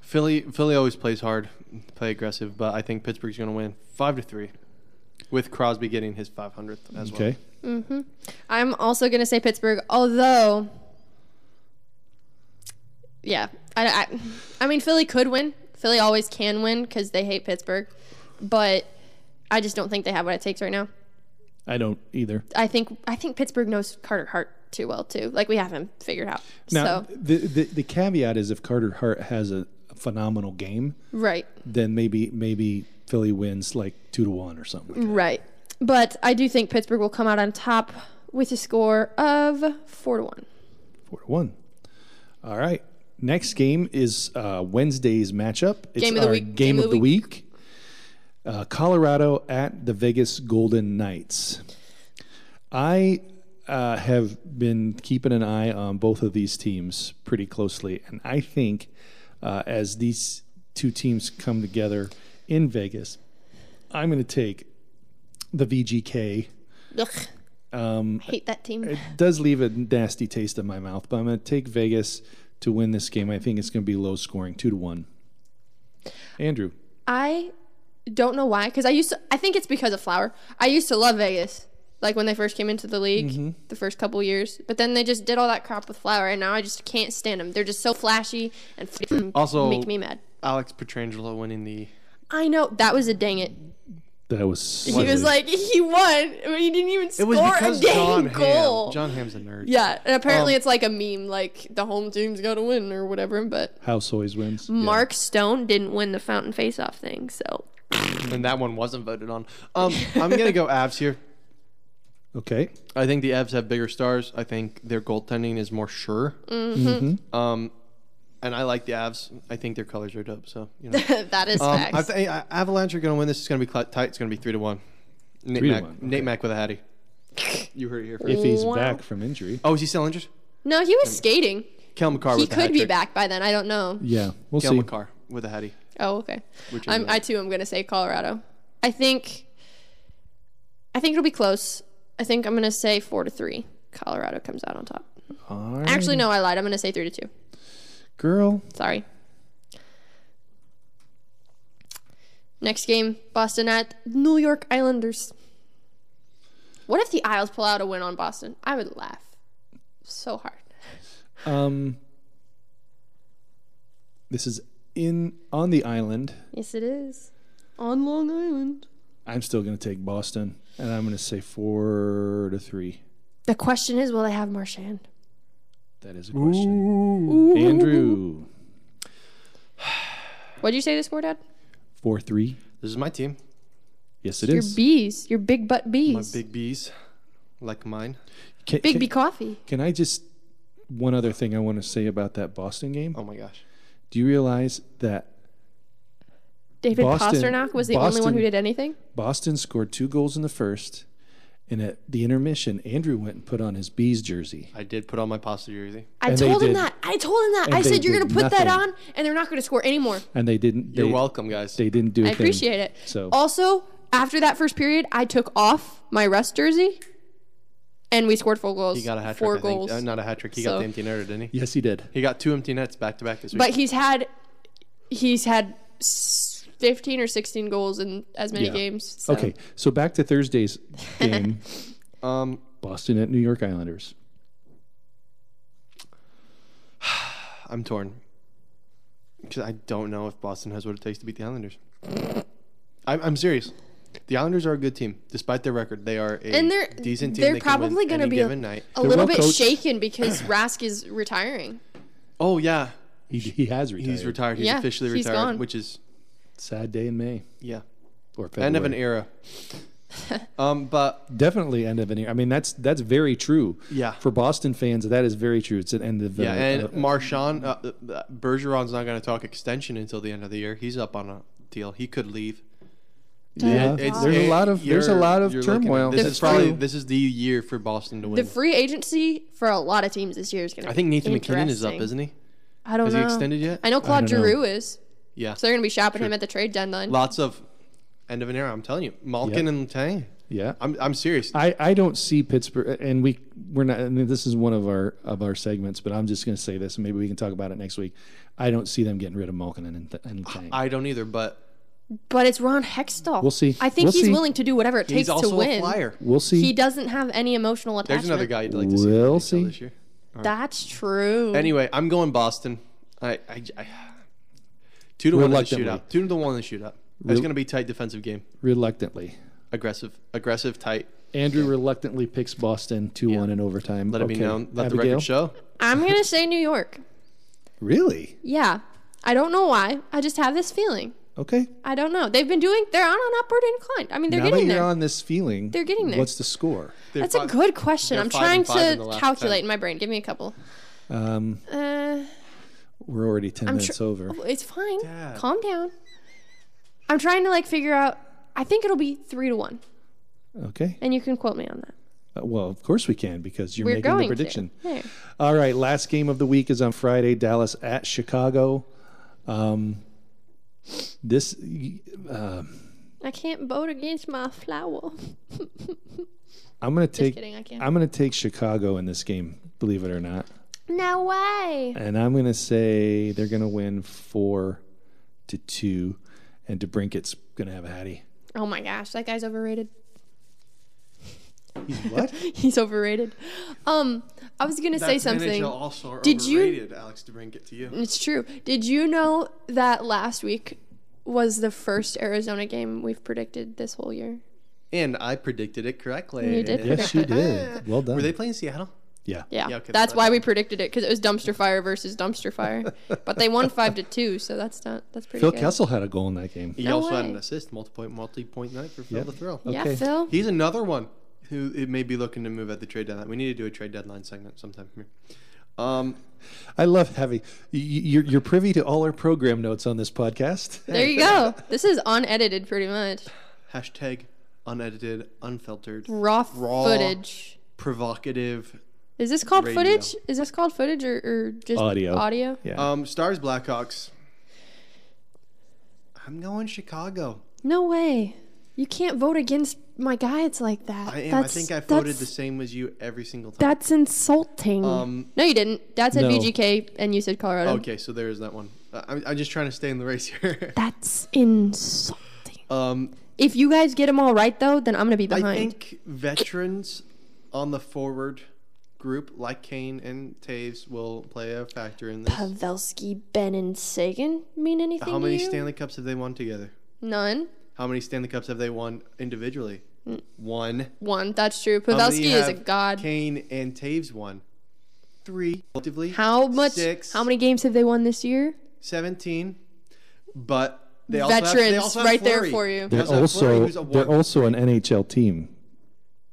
[SPEAKER 1] Philly, Philly always plays hard, play aggressive, but I think Pittsburgh's gonna win five to three, with Crosby getting his 500th as well.
[SPEAKER 3] Okay.
[SPEAKER 2] I'm also going to say Pittsburgh, although, yeah, I, I, I mean Philly could win. Philly always can win because they hate Pittsburgh, but I just don't think they have what it takes right now.
[SPEAKER 3] I don't either.
[SPEAKER 2] I think I think Pittsburgh knows Carter Hart too well too. Like we have him figured out.
[SPEAKER 3] Now,
[SPEAKER 2] so
[SPEAKER 3] the, the, the caveat is if Carter Hart has a phenomenal game,
[SPEAKER 2] right.
[SPEAKER 3] then maybe maybe Philly wins like 2 to 1 or something. like that.
[SPEAKER 2] Right. But I do think Pittsburgh will come out on top with a score of 4 to 1.
[SPEAKER 3] 4 to 1. All right. Next game is uh, Wednesday's matchup. It's
[SPEAKER 2] Game of the
[SPEAKER 3] our
[SPEAKER 2] week,
[SPEAKER 3] Game, of, the week. Uh, Colorado at the Vegas Golden Knights. I uh, have been keeping an eye on both of these teams pretty closely, and I think uh, as these two teams come together in Vegas, I'm going to take the VGK.
[SPEAKER 2] Ugh. Hate that team.
[SPEAKER 3] Um, It does leave a nasty taste in my mouth, but I'm going to take Vegas to win this game. I think it's going to be low scoring, two to one. Andrew,
[SPEAKER 2] I don't know why, because I used to. I think it's because of Flower. I used to love Vegas, like when they first came into the league,
[SPEAKER 1] Mm-hmm.
[SPEAKER 2] the first couple years. But then they just did all that crap with Flower, and now I just can't stand them. They're just so flashy and f-
[SPEAKER 1] Also-
[SPEAKER 2] make me mad.
[SPEAKER 1] Alex Petrangelo winning the
[SPEAKER 2] I know that was a dang it.
[SPEAKER 3] that was
[SPEAKER 2] He was like he won, but he didn't even
[SPEAKER 1] It was
[SPEAKER 2] score a
[SPEAKER 1] because
[SPEAKER 2] dang
[SPEAKER 1] John
[SPEAKER 2] goal.
[SPEAKER 1] Ham. John Ham's a nerd.
[SPEAKER 2] yeah, and apparently
[SPEAKER 1] Um,
[SPEAKER 2] it's like a meme, like the home team's got to win or whatever. But
[SPEAKER 3] house always wins.
[SPEAKER 2] Mark Stone didn't win the fountain face-off thing, so
[SPEAKER 1] And that one wasn't voted on. Um, I'm gonna go Avs here.
[SPEAKER 3] Okay,
[SPEAKER 1] I think the Avs have bigger stars. I think their goaltending is more sure. Mm-hmm. Um, and I like the Avs. I think their colors are dope. So you know,
[SPEAKER 2] that is
[SPEAKER 1] um,
[SPEAKER 2] facts.
[SPEAKER 1] I think I- Avalanche are gonna win. This is gonna be cl- tight. It's gonna be three to one. Nate
[SPEAKER 3] Three to
[SPEAKER 1] Mac,
[SPEAKER 3] one, okay.
[SPEAKER 1] Nate Mac with a hattie. You heard it here first.
[SPEAKER 3] if he's
[SPEAKER 2] Wow.
[SPEAKER 3] back from injury,
[SPEAKER 1] Oh, is he still injured?
[SPEAKER 2] no, he was skating.
[SPEAKER 1] Kel McCarr
[SPEAKER 2] He
[SPEAKER 1] with a
[SPEAKER 2] could be
[SPEAKER 1] hat-trick.
[SPEAKER 2] back by then. I don't know.
[SPEAKER 3] yeah, we'll
[SPEAKER 1] Kel
[SPEAKER 3] see.
[SPEAKER 1] McCarr with a hattie.
[SPEAKER 2] Oh, okay.
[SPEAKER 1] Which is
[SPEAKER 2] I'm,
[SPEAKER 1] nice.
[SPEAKER 2] I too am going to say Colorado. I think. I think it'll be close. I think I'm going to say four to three. Colorado comes out on top.
[SPEAKER 3] All right,
[SPEAKER 2] Actually, no, I lied. I'm going to say three to two.
[SPEAKER 3] girl,
[SPEAKER 2] Sorry. Next game, Boston at New York Islanders. What if the Isles pull out a win on Boston? I would laugh so hard.
[SPEAKER 3] um, this is in on the island.
[SPEAKER 2] Yes, it is. On Long Island.
[SPEAKER 3] I'm still going to take Boston, and I'm going to say four to three.
[SPEAKER 2] The question is, will they have Marchand?
[SPEAKER 3] That is a question. Andrew,
[SPEAKER 2] What did you say the score, Dad?
[SPEAKER 3] four three.
[SPEAKER 1] This is my team.
[SPEAKER 3] Yes, it
[SPEAKER 2] Your
[SPEAKER 3] is.
[SPEAKER 2] bees, your big butt
[SPEAKER 1] My
[SPEAKER 2] bees, big,
[SPEAKER 1] big bees, like mine.
[SPEAKER 3] Can-
[SPEAKER 2] big
[SPEAKER 3] can-
[SPEAKER 2] bee coffee.
[SPEAKER 3] Can I just one other thing I want to say about that Boston game?
[SPEAKER 1] Oh my gosh.
[SPEAKER 3] Do you realize that
[SPEAKER 2] David
[SPEAKER 3] Boston-
[SPEAKER 2] Pasternak was the only one
[SPEAKER 3] Boston-
[SPEAKER 2] who did anything.
[SPEAKER 3] Boston scored two goals in the first, and at the intermission, Andrew went and put on his bees jersey.
[SPEAKER 1] I did put on my pasta jersey.
[SPEAKER 2] I
[SPEAKER 3] And they
[SPEAKER 2] told him
[SPEAKER 3] did-
[SPEAKER 2] that. I told him that.
[SPEAKER 3] and
[SPEAKER 2] I
[SPEAKER 3] they
[SPEAKER 2] said you're
[SPEAKER 3] did
[SPEAKER 2] gonna put that
[SPEAKER 3] nothing.
[SPEAKER 2] on, and they're not gonna score anymore.
[SPEAKER 3] And they didn't. They,
[SPEAKER 1] You're welcome, guys.
[SPEAKER 3] They didn't do. I
[SPEAKER 2] I appreciate it.
[SPEAKER 3] So
[SPEAKER 2] Also, after that first period, I took off my rest jersey, and we scored four goals.
[SPEAKER 1] He got a hat trick.
[SPEAKER 2] four
[SPEAKER 1] I think.
[SPEAKER 2] goals.
[SPEAKER 1] Uh, not a hat trick. He got
[SPEAKER 2] So-
[SPEAKER 1] the empty netter, didn't he?
[SPEAKER 3] yes, he did.
[SPEAKER 1] He got two empty nets back to back this week.
[SPEAKER 2] But he's had, he's had s- fifteen or sixteen goals in as many
[SPEAKER 3] Yeah.
[SPEAKER 2] games. So.
[SPEAKER 3] Okay, so back to Thursday's game,
[SPEAKER 1] um,
[SPEAKER 3] Boston at New York Islanders.
[SPEAKER 1] I'm torn because I don't know if Boston has what it takes to beat the Islanders. I'm, I'm serious. The Islanders are a good team, despite their record. They are a
[SPEAKER 2] And they're-
[SPEAKER 1] decent team.
[SPEAKER 2] they're
[SPEAKER 1] They can win
[SPEAKER 2] probably gonna
[SPEAKER 1] any
[SPEAKER 2] be a-
[SPEAKER 1] given night.
[SPEAKER 2] A
[SPEAKER 3] They're
[SPEAKER 2] little
[SPEAKER 3] well
[SPEAKER 2] bit
[SPEAKER 3] coached.
[SPEAKER 2] shaken because Rask is retiring.
[SPEAKER 1] Oh yeah,
[SPEAKER 3] He, he has retired.
[SPEAKER 1] he's retired. He's
[SPEAKER 2] Yeah,
[SPEAKER 1] officially
[SPEAKER 2] he's
[SPEAKER 1] retired,
[SPEAKER 2] gone.
[SPEAKER 1] which is
[SPEAKER 3] Sad day in May
[SPEAKER 1] yeah,
[SPEAKER 3] or February.
[SPEAKER 1] end of an era. um, but
[SPEAKER 3] Definitely end of an era. I mean, that's that's very true.
[SPEAKER 1] Yeah.
[SPEAKER 3] For Boston fans, that is very true. It's an end of.
[SPEAKER 1] yeah,
[SPEAKER 3] uh,
[SPEAKER 1] and
[SPEAKER 3] uh,
[SPEAKER 1] Marchand uh, uh, Bergeron's not going to talk extension until the end of the year. He's up on a deal. He could leave.
[SPEAKER 3] Yeah,
[SPEAKER 2] It's-
[SPEAKER 3] there's a
[SPEAKER 1] it-
[SPEAKER 3] lot of there's a
[SPEAKER 1] you're-
[SPEAKER 3] lot of
[SPEAKER 1] you're looking at-
[SPEAKER 3] turmoil.
[SPEAKER 1] This
[SPEAKER 2] The
[SPEAKER 1] is probably
[SPEAKER 2] free-
[SPEAKER 1] this is the year for Boston to
[SPEAKER 2] The
[SPEAKER 1] win.
[SPEAKER 2] free agency for a lot of teams this year is going to.
[SPEAKER 1] I think Nathan McKinnon is up, isn't he?
[SPEAKER 2] I don't
[SPEAKER 1] Is
[SPEAKER 2] know.
[SPEAKER 1] he extended yet?
[SPEAKER 2] I know Claude
[SPEAKER 3] don't know.
[SPEAKER 2] Giroux is,
[SPEAKER 1] Yeah.
[SPEAKER 2] so they're going to be shopping him at the trade deadline.
[SPEAKER 1] Lots of end of an era. I'm telling you, Malkin
[SPEAKER 3] Yeah.
[SPEAKER 1] and Tang.
[SPEAKER 3] yeah.
[SPEAKER 1] I'm I'm serious.
[SPEAKER 3] I, I don't see Pittsburgh, and we we're not. And this is one of our of our segments, but I'm just going to say this, and maybe we can talk about it next week. I don't see them getting rid of Malkin and, Th- and Tang.
[SPEAKER 1] I don't either, but
[SPEAKER 2] But it's Ron Hextall.
[SPEAKER 3] We'll see.
[SPEAKER 2] I think
[SPEAKER 3] We'll
[SPEAKER 2] he's
[SPEAKER 3] see.
[SPEAKER 2] willing to do whatever it takes
[SPEAKER 1] he's also
[SPEAKER 2] to win.
[SPEAKER 1] a flyer.
[SPEAKER 3] we'll see.
[SPEAKER 2] He doesn't have any emotional attachment.
[SPEAKER 1] There's another guy you'd like to see. in the
[SPEAKER 3] We'll
[SPEAKER 1] NHL
[SPEAKER 3] see.
[SPEAKER 1] This year.
[SPEAKER 2] That's true.
[SPEAKER 1] Anyway, I'm going Boston. I, I, I two to
[SPEAKER 3] Reluctantly.
[SPEAKER 1] one in the shootout. Two to one in the shootout. It's going to be tight defensive game.
[SPEAKER 3] reluctantly,
[SPEAKER 1] Aggressive, aggressive, tight.
[SPEAKER 3] Andrew reluctantly picks Boston two one in overtime.
[SPEAKER 1] Let it be
[SPEAKER 3] Okay.
[SPEAKER 1] known. Let the
[SPEAKER 3] Abigail?
[SPEAKER 1] record show.
[SPEAKER 2] I'm going to say New York.
[SPEAKER 3] Really?
[SPEAKER 2] Yeah. I don't know why. I just have this feeling.
[SPEAKER 3] Okay.
[SPEAKER 2] I don't know. They've been doing, they're on an upward incline. I mean, they're
[SPEAKER 3] now that
[SPEAKER 2] getting
[SPEAKER 3] you're
[SPEAKER 2] there.
[SPEAKER 3] on this feeling,
[SPEAKER 2] They're getting there.
[SPEAKER 3] What's the score?
[SPEAKER 1] They're
[SPEAKER 2] That's a
[SPEAKER 1] fi-
[SPEAKER 2] good question.
[SPEAKER 1] they're
[SPEAKER 2] I'm
[SPEAKER 1] five
[SPEAKER 2] trying
[SPEAKER 1] and five in the
[SPEAKER 2] to
[SPEAKER 1] last
[SPEAKER 2] calculate
[SPEAKER 1] ten.
[SPEAKER 2] in my brain. Give me a couple.
[SPEAKER 3] Um,
[SPEAKER 2] Uh,
[SPEAKER 3] We're already 10
[SPEAKER 2] I'm
[SPEAKER 3] minutes
[SPEAKER 2] sure-
[SPEAKER 3] over.
[SPEAKER 2] Oh, It's fine.
[SPEAKER 1] Dad.
[SPEAKER 2] Calm down. I'm trying to like figure out. I think it'll be three to one,
[SPEAKER 3] Okay.
[SPEAKER 2] and you can quote me on that.
[SPEAKER 3] Uh, Well, of course we can because you're
[SPEAKER 2] We're
[SPEAKER 3] making the
[SPEAKER 2] going
[SPEAKER 3] prediction.
[SPEAKER 2] to. There.
[SPEAKER 3] All right, last game of the week is on Friday, Dallas at Chicago. Um, this uh,
[SPEAKER 2] I can't vote against my flower.
[SPEAKER 3] I'm going to
[SPEAKER 2] Just
[SPEAKER 3] take
[SPEAKER 2] kidding. I can't.
[SPEAKER 3] I'm going to take Chicago in this game, believe it or not.
[SPEAKER 2] no way.
[SPEAKER 3] And I'm going to say they're going to win 4 to 2 and DeBrinket's going to have a hattie.
[SPEAKER 2] Oh my gosh, that guy's overrated.
[SPEAKER 1] He's what?
[SPEAKER 2] He's overrated. Um, I was gonna say something.
[SPEAKER 1] also
[SPEAKER 2] Did you-
[SPEAKER 1] you? Alex, to bring it to you.
[SPEAKER 2] It's true. Did you know that last week was the first Arizona game we've predicted this whole year?
[SPEAKER 1] And I predicted it correctly.
[SPEAKER 2] You did
[SPEAKER 3] Yes, you did. Well done.
[SPEAKER 1] Were they playing Seattle?
[SPEAKER 3] yeah.
[SPEAKER 2] Yeah,
[SPEAKER 1] Yeah, okay,
[SPEAKER 2] that's
[SPEAKER 1] that's
[SPEAKER 2] why
[SPEAKER 1] what I
[SPEAKER 2] we predicted it because it was dumpster fire versus dumpster fire. but they won five to two, so that's not that's pretty
[SPEAKER 3] Phil
[SPEAKER 2] good.
[SPEAKER 3] Kessel had a goal in that game.
[SPEAKER 1] He
[SPEAKER 2] No
[SPEAKER 1] also had
[SPEAKER 2] way.
[SPEAKER 1] an assist, multi-point, multi-point night for Phil
[SPEAKER 3] Yep.
[SPEAKER 1] the Thrill.
[SPEAKER 2] Yeah,
[SPEAKER 3] Okay.
[SPEAKER 2] Phil.
[SPEAKER 1] He's another one who it may be looking to move at the trade deadline. We need to do a trade deadline segment sometime. Come here. Um,
[SPEAKER 3] I love having y- y- you're you're privy to all our program notes on this podcast.
[SPEAKER 2] There you go. This is unedited, pretty much.
[SPEAKER 1] hashtag unedited, unfiltered,
[SPEAKER 2] Raw,
[SPEAKER 1] Raw.
[SPEAKER 2] footage.
[SPEAKER 1] provocative.
[SPEAKER 2] Is this called
[SPEAKER 1] Radio.
[SPEAKER 2] footage? Is this called footage or, or just
[SPEAKER 3] Audio.
[SPEAKER 2] Audio.
[SPEAKER 3] Yeah.
[SPEAKER 1] Um, Stars Blackhawks. I'm going Chicago.
[SPEAKER 2] No way. You can't vote against my guy. It's like that.
[SPEAKER 1] I am.
[SPEAKER 2] That's,
[SPEAKER 1] I think I voted
[SPEAKER 2] that's-
[SPEAKER 1] the same as you every single time.
[SPEAKER 2] That's insulting.
[SPEAKER 1] Um,
[SPEAKER 2] no, you didn't. Dad said
[SPEAKER 3] No.
[SPEAKER 2] VGK, and you said Colorado.
[SPEAKER 1] Okay, so there is that one. Uh, I'm, I'm just trying to stay in the race here.
[SPEAKER 2] That's insulting.
[SPEAKER 1] um,
[SPEAKER 2] If you guys get them all right, though, then I'm gonna be behind.
[SPEAKER 1] I think veterans on the forward group, like Kane and Taves, will play a factor in this.
[SPEAKER 2] Pavelski, Ben, and Sagan mean anything
[SPEAKER 1] How many
[SPEAKER 2] to you?
[SPEAKER 1] Stanley Cups have they won together?
[SPEAKER 2] None.
[SPEAKER 1] How many Stanley Cups have they won individually?
[SPEAKER 2] Mm.
[SPEAKER 1] One.
[SPEAKER 2] One. That's true.
[SPEAKER 1] How many
[SPEAKER 2] Pavelski is a
[SPEAKER 1] have
[SPEAKER 2] god.
[SPEAKER 1] Kane and Taves won. Three. Collectively.
[SPEAKER 2] how much?
[SPEAKER 1] Six.
[SPEAKER 2] How many games have they won this year?
[SPEAKER 1] Seventeen. But they also have- they
[SPEAKER 2] Veterans,
[SPEAKER 1] also have
[SPEAKER 2] right there
[SPEAKER 1] Fleury.
[SPEAKER 2] for you.
[SPEAKER 1] They
[SPEAKER 3] they're
[SPEAKER 1] also have Fleury,
[SPEAKER 3] also
[SPEAKER 1] who's a
[SPEAKER 3] they're
[SPEAKER 1] one-
[SPEAKER 3] also an NHL team.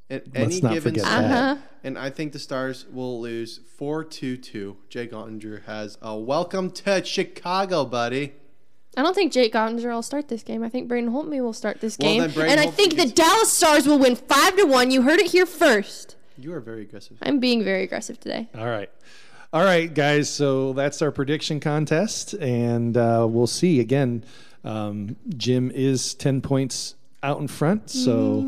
[SPEAKER 1] at
[SPEAKER 3] Let's
[SPEAKER 1] any
[SPEAKER 3] not
[SPEAKER 1] given
[SPEAKER 3] forget
[SPEAKER 1] Saturday.
[SPEAKER 2] that. Uh-huh.
[SPEAKER 1] And I think the Stars will lose 4 2 2. Jay Ottinger has a welcome to Chicago, buddy.
[SPEAKER 2] I don't think Jake Ottinger will start this game. I think Braden Holtby will start this
[SPEAKER 1] Well,
[SPEAKER 2] game,
[SPEAKER 1] then Braden
[SPEAKER 2] and I
[SPEAKER 1] Holtby
[SPEAKER 2] think the
[SPEAKER 1] gets-
[SPEAKER 2] Dallas Stars will win five to one. You heard it here first.
[SPEAKER 1] You are very aggressive.
[SPEAKER 2] I'm being very aggressive today.
[SPEAKER 3] All right. All right, guys. So that's our prediction contest, and uh, we'll see. Again, um, Jim is 10 points out in front. So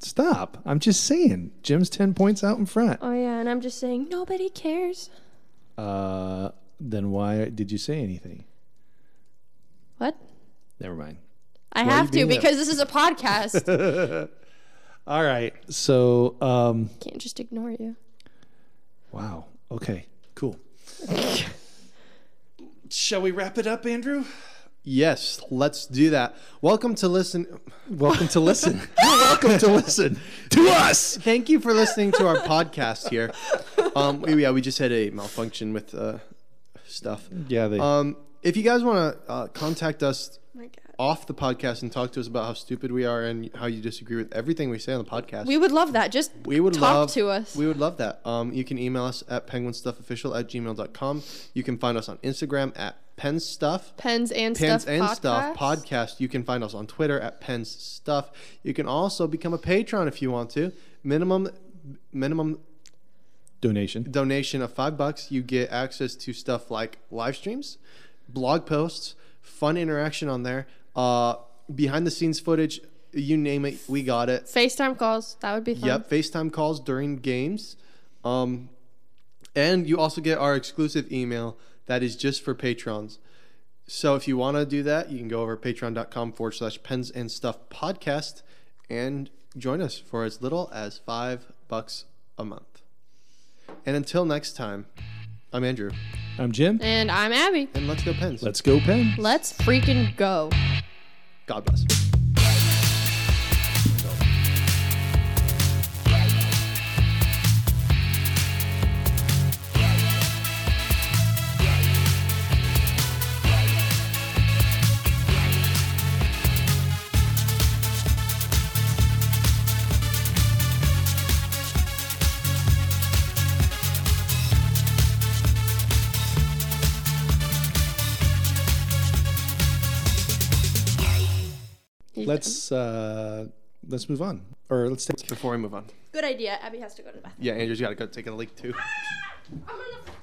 [SPEAKER 3] stop. I'm just saying, Jim's 10 points out in front.
[SPEAKER 2] Oh yeah, and I'm just saying nobody cares.
[SPEAKER 3] Uh, then why did you say anything?
[SPEAKER 2] What?
[SPEAKER 3] Never mind.
[SPEAKER 2] I
[SPEAKER 3] are
[SPEAKER 2] have
[SPEAKER 3] you
[SPEAKER 2] to
[SPEAKER 3] being a-
[SPEAKER 2] because this is a podcast.
[SPEAKER 3] All right. So, um,
[SPEAKER 2] Can't just ignore you.
[SPEAKER 3] wow. Okay. Cool. Shall we wrap it up, Andrew?
[SPEAKER 1] Yes, let's do that. Welcome to listen.
[SPEAKER 3] Welcome to listen. You're welcome to listen to us.
[SPEAKER 1] Thank you for listening to our podcast here. Um, yeah, we just had a malfunction with uh, stuff.
[SPEAKER 3] Yeah, they.
[SPEAKER 1] Um, if you guys want to uh, contact us
[SPEAKER 2] Oh my God.
[SPEAKER 1] off the podcast and talk to us about how stupid we are and how you disagree with everything we say on the podcast,
[SPEAKER 2] We would love that. Just
[SPEAKER 1] we would
[SPEAKER 2] talk
[SPEAKER 1] love
[SPEAKER 2] to us.
[SPEAKER 1] We would love that. Um, you can email us at penguinstuffofficial at gmail.com. You can find us on Instagram at penstuff.
[SPEAKER 2] Pens and
[SPEAKER 1] Pens
[SPEAKER 2] stuff.
[SPEAKER 1] and
[SPEAKER 2] podcast.
[SPEAKER 1] Stuff podcast. You can find us on Twitter at Pens Stuff. You can also become a patron if you want to. Minimum minimum
[SPEAKER 3] donation.
[SPEAKER 1] donation of five bucks, you get access to stuff like live streams, blog posts, fun interaction on there, uh, behind the scenes footage, you name it, we got it.
[SPEAKER 2] FaceTime calls. That would be fun.
[SPEAKER 1] Yep, FaceTime calls during games. Um, and you also get our exclusive email that is just for patrons. So if you want to do that, you can go over to patreon.com forward slash pens and stuff podcast and join us for as little as five bucks a month. And until next time, I'm Andrew,
[SPEAKER 3] I'm Jim.
[SPEAKER 2] And I'm Abby.
[SPEAKER 1] and let's go pens.
[SPEAKER 3] Let's go, Penn.
[SPEAKER 2] Let's freaking go.
[SPEAKER 1] God bless.
[SPEAKER 3] let's uh, let's move on, or let's take.
[SPEAKER 1] Before I move on.
[SPEAKER 2] Good idea. Abby has to go to the bathroom.
[SPEAKER 1] Yeah, Andrew's got to go take a leak too.
[SPEAKER 2] I'm on the floor.